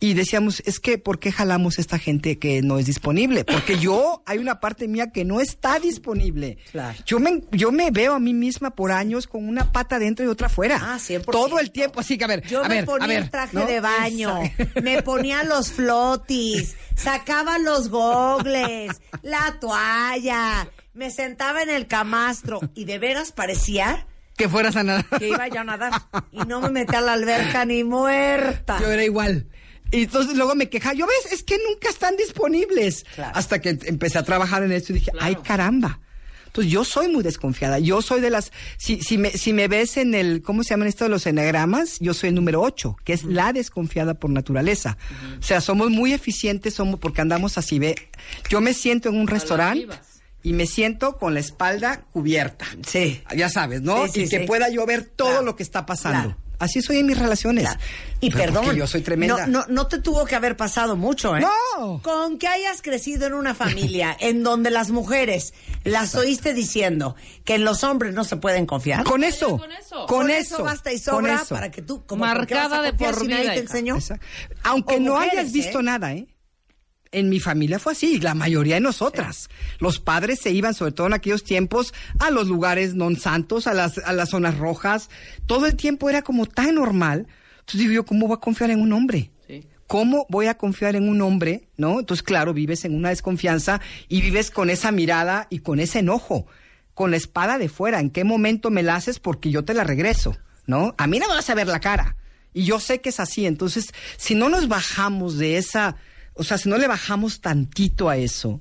Speaker 18: y decíamos, es que ¿por qué jalamos esta gente que no es disponible? Porque yo hay una parte mía que no está disponible.
Speaker 6: Claro.
Speaker 18: Yo me, yo me veo a mí misma por años con una pata dentro y otra afuera. Ah, Todo el tiempo, así que a ver,
Speaker 6: Yo
Speaker 18: a
Speaker 6: me
Speaker 18: ver,
Speaker 6: ponía
Speaker 18: a ver,
Speaker 6: el traje
Speaker 18: ¿no?
Speaker 6: de baño,
Speaker 18: Exacto.
Speaker 6: me ponía los flotis, sacaba los gogles, la toalla, me sentaba en el camastro y de veras parecía
Speaker 18: que fueras a nadar.
Speaker 6: Que iba yo a nadar y no me metía a la alberca ni muerta.
Speaker 18: Yo era igual. Y entonces luego me quejaba, yo ves, es que nunca están disponibles. Hasta que empecé a trabajar en esto y dije, ay caramba. Entonces yo soy muy desconfiada. Yo soy de las, si, si, me, si me ves en el, ¿cómo se llaman esto de los enagramas? Yo soy el número 8, que es la desconfiada por naturaleza. O sea, somos muy eficientes, somos porque andamos así, ve. Yo me siento en un restaurante y me siento con la espalda cubierta. Sí. Ya sabes, ¿no?
Speaker 6: Sí, sí,
Speaker 18: y que
Speaker 6: sí.
Speaker 18: pueda yo ver todo lo que está pasando. Así soy en mis relaciones.
Speaker 6: Y
Speaker 18: Pero
Speaker 6: perdón.
Speaker 18: porque Yo soy tremenda.
Speaker 6: No, no, no te tuvo que haber pasado mucho, ¿eh?
Speaker 18: No.
Speaker 6: Con que hayas crecido en una familia en donde las mujeres las oíste diciendo que en los hombres no se pueden confiar.
Speaker 18: Con eso. Con
Speaker 7: eso.
Speaker 18: Con eso.
Speaker 6: basta y
Speaker 18: Con
Speaker 6: sobra
Speaker 18: eso.
Speaker 6: para que tú como ¿por qué vas a confiar si nadie te enseñó?
Speaker 18: Exacto. Aunque
Speaker 6: O
Speaker 18: no
Speaker 6: mujeres,
Speaker 18: hayas visto
Speaker 6: ¿eh?
Speaker 18: nada, ¿eh? En mi familia fue así, la mayoría de nosotras. Los padres se iban, sobre todo en aquellos tiempos, a los lugares non santos, a las, a las zonas rojas. Todo el tiempo era como tan normal. Entonces digo yo, ¿cómo voy a confiar en un hombre? ¿Cómo voy a confiar en un hombre? ¿No? Entonces, claro, vives en una desconfianza y vives con esa mirada y con ese enojo, con la espada de fuera. ¿En qué momento me la haces? Porque yo te la regreso, ¿no? A mí no me vas a ver la cara. Y yo sé que es así. Entonces, si no nos bajamos de esa, o sea, si no le bajamos tantito a eso,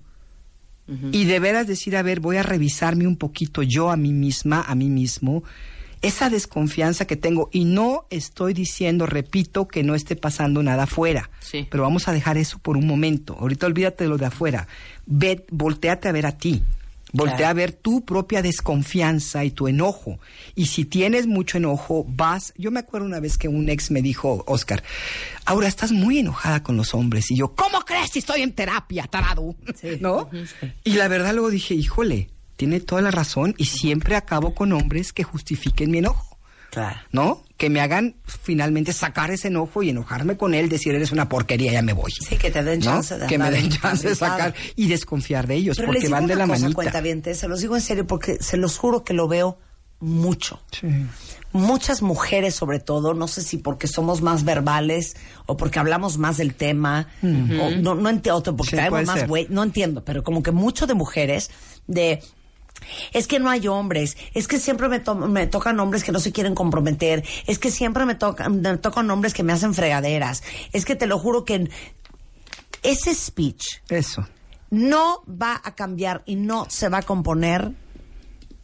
Speaker 18: y de veras decir, a ver, voy a revisarme un poquito yo a mí misma, a mí mismo, esa desconfianza que tengo. Y no estoy diciendo, repito, que no esté pasando nada afuera. Pero vamos a dejar eso por un momento. Ahorita olvídate de lo de afuera. Ve, volteate a ver a ti. Voltea
Speaker 6: Claro.
Speaker 18: a ver tu propia desconfianza y tu enojo. Y si tienes mucho enojo, vas. Yo me acuerdo una vez que un ex me dijo, Oscar, ahora estás muy enojada con los hombres. Y yo, ¿cómo crees si estoy en terapia, tarado? ¿No? Y la verdad luego dije, híjole, tiene toda la razón y siempre acabo con hombres que justifiquen mi enojo.
Speaker 6: Claro.
Speaker 18: ¿No? Que me hagan finalmente sacar ese enojo y enojarme con él, decir eres una porquería, ya me voy.
Speaker 6: Sí, que te den chance de
Speaker 18: Que me
Speaker 6: andar
Speaker 18: den chance de
Speaker 6: encaminado.
Speaker 18: sacar y desconfiar de ellos,
Speaker 6: Pero les
Speaker 18: porque
Speaker 6: digo
Speaker 18: van de
Speaker 6: una
Speaker 18: la
Speaker 6: cosa,
Speaker 18: manita.
Speaker 6: cuentavientes, se los digo en serio porque se los juro que lo veo mucho. Muchas mujeres, sobre todo, no sé si porque somos más verbales o porque hablamos más del tema,
Speaker 12: Ujú.
Speaker 6: o no, no entiendo, porque
Speaker 12: Sí,
Speaker 6: traemos
Speaker 12: puede
Speaker 6: más
Speaker 12: ser.
Speaker 6: güey, no entiendo, pero como que mucho de mujeres de es que no hay hombres, es que siempre me, to- me tocan hombres que no se quieren comprometer, es que siempre me, tocan me tocan hombres que me hacen fregaderas, es que te lo juro que en- ese speech
Speaker 18: Eso.
Speaker 6: no va a cambiar y no se va a componer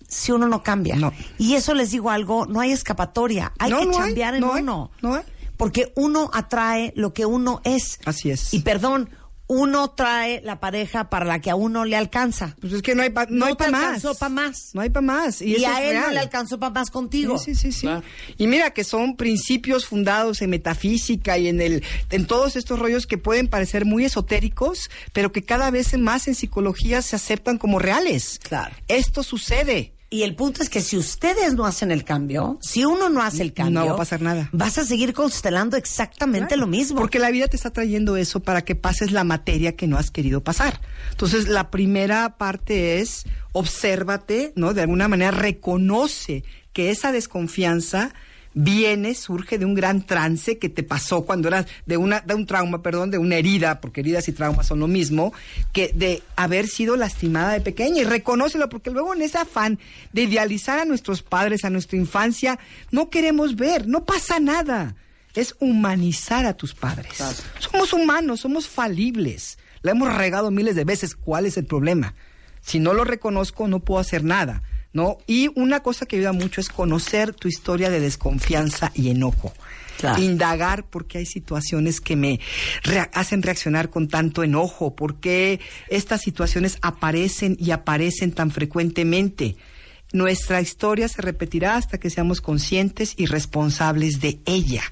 Speaker 6: si uno no cambia. Y eso les digo algo, no hay escapatoria, hay
Speaker 18: No,
Speaker 6: que
Speaker 18: no hay,
Speaker 6: cambiar en
Speaker 18: no hay,
Speaker 6: uno.
Speaker 18: no hay.
Speaker 6: Porque uno atrae lo que uno es.
Speaker 18: Así es.
Speaker 6: Y perdón, uno trae la pareja para la que a uno le alcanza.
Speaker 18: Pues es que no hay pa- no hay pa'
Speaker 6: te
Speaker 18: más.
Speaker 6: alcanzó pa' más.
Speaker 18: No hay para más. Y,
Speaker 6: Y,
Speaker 18: eso
Speaker 6: a
Speaker 18: es
Speaker 6: él no
Speaker 18: real.
Speaker 6: le alcanzó para más contigo.
Speaker 18: Sí, sí, sí. sí. Y mira que son principios fundados en metafísica y en el en todos estos rollos que pueden parecer muy esotéricos, pero que cada vez más en psicología se aceptan como reales. Claro. Esto sucede.
Speaker 6: Y el punto es que si ustedes no hacen el cambio, si uno no hace el cambio,
Speaker 18: No va a pasar nada.
Speaker 6: Vas a seguir constelando exactamente
Speaker 18: Claro,
Speaker 6: lo mismo.
Speaker 18: Porque la vida te está trayendo eso para que pases la materia que no has querido pasar. Entonces, la primera parte es obsérvate, ¿no? De alguna manera reconoce que esa desconfianza viene, surge de un gran trance que te pasó cuando eras de una de un trauma, perdón, de una herida, porque heridas y traumas son lo mismo, que de haber sido lastimada de pequeña y reconócelo porque luego en ese afán de idealizar a nuestros padres, a nuestra infancia, no queremos ver, no pasa nada es humanizar a tus padres. Somos humanos, somos falibles. La hemos regado miles de veces. ¿Cuál es el problema? Si no lo reconozco, no puedo hacer nada. ¿no? Y una cosa que ayuda mucho es conocer tu historia de desconfianza y enojo. Indagar por qué hay situaciones que me rea- hacen reaccionar con tanto enojo, por qué estas situaciones aparecen y aparecen tan frecuentemente. Nuestra historia se repetirá hasta que seamos conscientes y responsables de ella.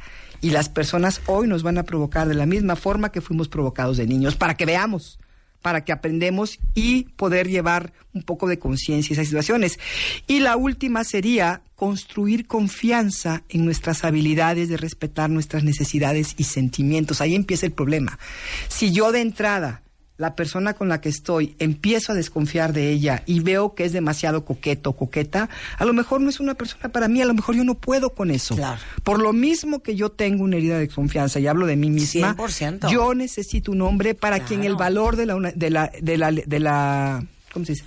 Speaker 18: Y las personas hoy nos van a provocar de la misma forma que fuimos provocados de niños, para que veamos, para que aprendemos y poder llevar un poco de conciencia a esas situaciones. Y la última sería construir confianza en nuestras habilidades de respetar nuestras necesidades y sentimientos. Ahí empieza el problema. Si yo de entrada la persona con la que estoy, empiezo a desconfiar de ella y veo que es demasiado coqueto o coqueta, a lo mejor no es una persona para mí, a lo mejor yo no puedo con eso. Por lo mismo que yo tengo una herida de desconfianza y hablo de mí misma,
Speaker 6: 100%.
Speaker 18: yo necesito un hombre para quien el valor de la, una- de la, de la, de la ¿cómo se dice?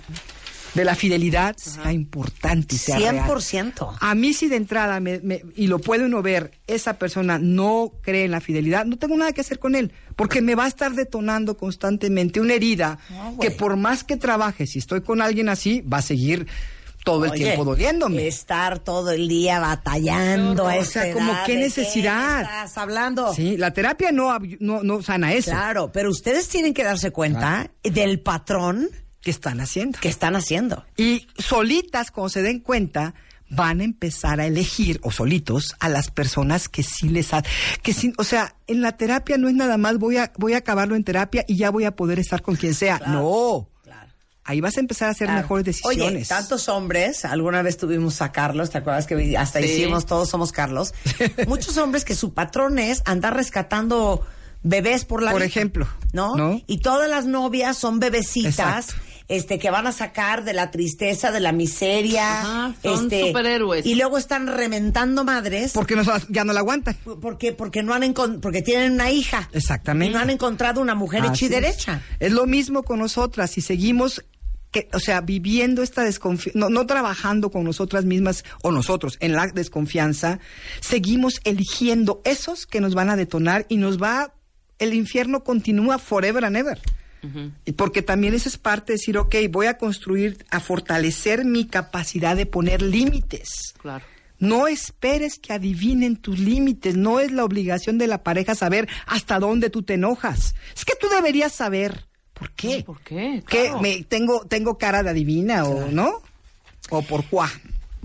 Speaker 18: De la fidelidad sea importante y sea real.
Speaker 6: 100%.
Speaker 18: A mí si de entrada, me- me- y lo puede uno ver, esa persona no cree en la fidelidad, no tengo nada que hacer con él, porque me va a estar detonando constantemente una herida que por más que trabaje, si estoy con alguien así, va a seguir todo el
Speaker 6: Oye,
Speaker 18: tiempo doliéndome.
Speaker 6: Estar todo el día batallando. a
Speaker 18: o sea,
Speaker 6: esta
Speaker 18: como
Speaker 6: edad,
Speaker 18: qué
Speaker 6: ¿de
Speaker 18: necesidad.
Speaker 6: estás hablando?
Speaker 18: Sí, la terapia no, ab- no, no sana eso.
Speaker 6: Claro, pero ustedes tienen que darse cuenta del patrón
Speaker 18: que están haciendo.
Speaker 6: Que están haciendo.
Speaker 18: Y solitas, cuando se den cuenta, van a empezar a elegir, o solitos, a las personas que sí les ha, que sí, o sea, en la terapia no es nada más voy a, voy a acabarlo en terapia y ya voy a poder estar con quien sea. no. Ahí vas a empezar a hacer
Speaker 6: Claro.
Speaker 18: mejores decisiones.
Speaker 6: Oye, tantos hombres, alguna vez tuvimos a Carlos, ¿te acuerdas que hasta
Speaker 18: Sí.
Speaker 6: hicimos todos somos Carlos? Muchos hombres que su patrón es andar rescatando bebés por la
Speaker 18: Por
Speaker 6: vida,
Speaker 18: ejemplo,
Speaker 6: ¿no?
Speaker 18: ¿no?
Speaker 6: Y todas las novias son bebecitas.
Speaker 18: Exacto.
Speaker 6: Este, que van a sacar de la tristeza, de la miseria.
Speaker 7: Ajá, son
Speaker 6: este,
Speaker 7: superhéroes.
Speaker 6: Y luego están reventando madres.
Speaker 18: Porque no, ya no la aguantan.
Speaker 6: Porque, porque, no han encon- porque tienen una hija.
Speaker 18: Exactamente.
Speaker 6: Y no han encontrado una mujer hecha
Speaker 18: Así
Speaker 6: y
Speaker 18: es.
Speaker 6: derecha.
Speaker 18: Es lo mismo con nosotras. Si seguimos, que, o sea, viviendo esta desconfianza, no, no trabajando con nosotras mismas o nosotros en la desconfianza, seguimos eligiendo esos que nos van a detonar y nos va, el infierno continúa forever and ever. Y Porque también esa es parte de decir, ok, voy a construir, a fortalecer mi capacidad de poner límites.
Speaker 7: Claro.
Speaker 18: No esperes que adivinen tus límites. No es la obligación de la pareja saber hasta dónde tú te enojas. Es que tú deberías saber. ¿Por qué? ¿Por
Speaker 7: qué?
Speaker 18: ¿Qué?
Speaker 6: Claro.
Speaker 18: Me, tengo, ¿Tengo cara de adivina o no? ¿O por cuá?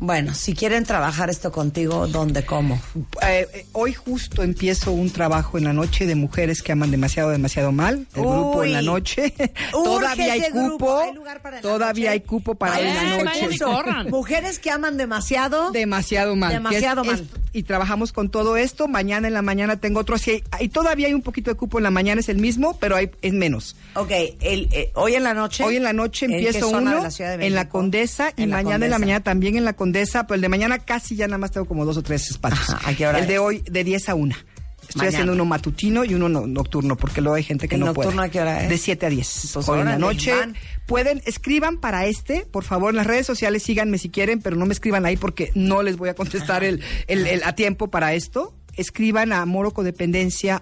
Speaker 6: Bueno, si quieren trabajar esto contigo, ¿dónde, cómo?
Speaker 18: Eh, eh, hoy justo empiezo un trabajo en la noche de mujeres que aman demasiado, demasiado mal. El grupo en la
Speaker 6: Uy.
Speaker 18: noche.
Speaker 6: Urge
Speaker 18: todavía hay
Speaker 6: ese grupo,
Speaker 18: cupo.
Speaker 6: hay lugar para en la
Speaker 18: todavía
Speaker 6: noche.
Speaker 18: hay cupo para hoy en
Speaker 6: Vayan,
Speaker 18: la
Speaker 6: vayan
Speaker 18: noche.
Speaker 6: y corran. Mujeres que aman demasiado.
Speaker 18: Demasiado mal.
Speaker 6: Demasiado
Speaker 18: que es-
Speaker 6: mal.
Speaker 18: es- y trabajamos con todo esto. Mañana en la mañana tengo otro. así hay- y todavía hay un poquito de cupo en la mañana, es el mismo, pero hay, es menos.
Speaker 6: Ok, el, eh, hoy en la noche.
Speaker 18: Hoy en la noche
Speaker 6: ¿En qué
Speaker 18: empiezo
Speaker 6: zona de
Speaker 18: uno
Speaker 6: la Ciudad de
Speaker 18: en la
Speaker 6: México?
Speaker 18: Condesa y
Speaker 6: En la
Speaker 18: mañana en
Speaker 6: Condesa.
Speaker 18: la mañana también en la Condesa, pero el de mañana casi ya nada más tengo como dos o tres espacios.
Speaker 6: hora
Speaker 18: el de
Speaker 6: es?
Speaker 18: hoy de 10 a 1. Estoy
Speaker 6: Mañana.
Speaker 18: haciendo uno matutino y uno no- nocturno, porque luego hay gente que
Speaker 6: ¿El
Speaker 18: no
Speaker 6: nocturno
Speaker 18: puede.
Speaker 6: a qué hora es?
Speaker 18: De 7 a 10.
Speaker 6: Pues
Speaker 18: hoy en la
Speaker 6: órale,
Speaker 18: noche.
Speaker 6: van.
Speaker 18: Pueden, escriban para este, por favor, en las redes sociales síganme si quieren, pero no me escriban ahí porque no les voy a contestar el, el- el- a tiempo para esto. Escriban a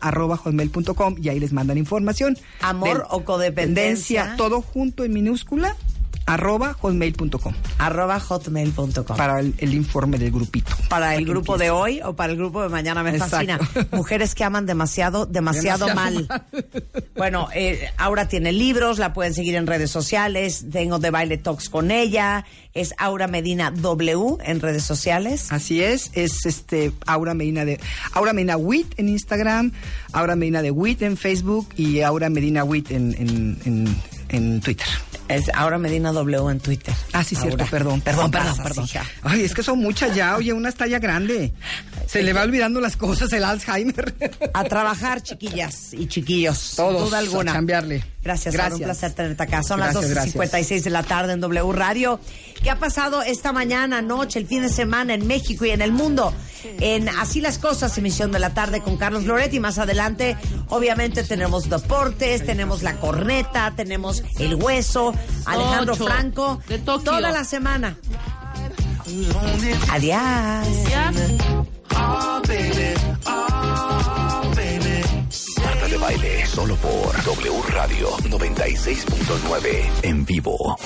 Speaker 18: amorocodependencia.com y ahí les mandan información.
Speaker 6: Amor
Speaker 18: Del-
Speaker 6: o codependencia.
Speaker 18: tendencia, todo junto en minúscula, arroba hotmail.com.
Speaker 6: Arroba hotmail.com.
Speaker 18: Para el, el informe del grupito.
Speaker 6: Para el
Speaker 18: que
Speaker 6: grupo
Speaker 18: empiece.
Speaker 6: de hoy o para el grupo de mañana me
Speaker 18: Exacto.
Speaker 6: fascina. Mujeres que aman demasiado, demasiado,
Speaker 18: Demasiado
Speaker 6: mal. Bueno, eh, Aura tiene libros, la pueden seguir en redes sociales. Tengo de baile talks con ella. Es Aura Medina W en redes sociales.
Speaker 18: Así es, es este Aura Medina de Aura Medina Wit en Instagram, Aura Medina de Wit en Facebook y Aura Medina Wit en, en- en- en Twitter.
Speaker 2: Es ahora Medina W en Twitter.
Speaker 18: Ah, sí, cierto,
Speaker 2: Ahora.
Speaker 18: perdón, perdón, perdón,
Speaker 2: pasas,
Speaker 18: perdón.
Speaker 2: hija.
Speaker 18: Ay, es que son muchas ya, oye, una está ya grande. Se le va olvidando las cosas, el Alzheimer.
Speaker 6: A trabajar, chiquillas y chiquillos.
Speaker 18: Todos,
Speaker 6: sin duda alguna.
Speaker 18: a cambiarle.
Speaker 6: Gracias, Sara, un placer tenerte acá. Son
Speaker 18: Gracias,
Speaker 6: las
Speaker 18: gracias.
Speaker 6: 12.56 de la tarde en W Radio. ¿Qué ha pasado esta mañana, noche, el fin de semana en México y en el mundo? En Así las Cosas, emisión de la tarde con Carlos Loretti. Más adelante, obviamente, tenemos deportes, tenemos la corneta, tenemos el hueso, Alejandro
Speaker 7: Ocho,
Speaker 6: Franco.
Speaker 7: de Tokio.
Speaker 6: Toda la semana. Adiós.
Speaker 17: Ah,
Speaker 1: Marta de Baile, solo por W Radio 96.9 en vivo.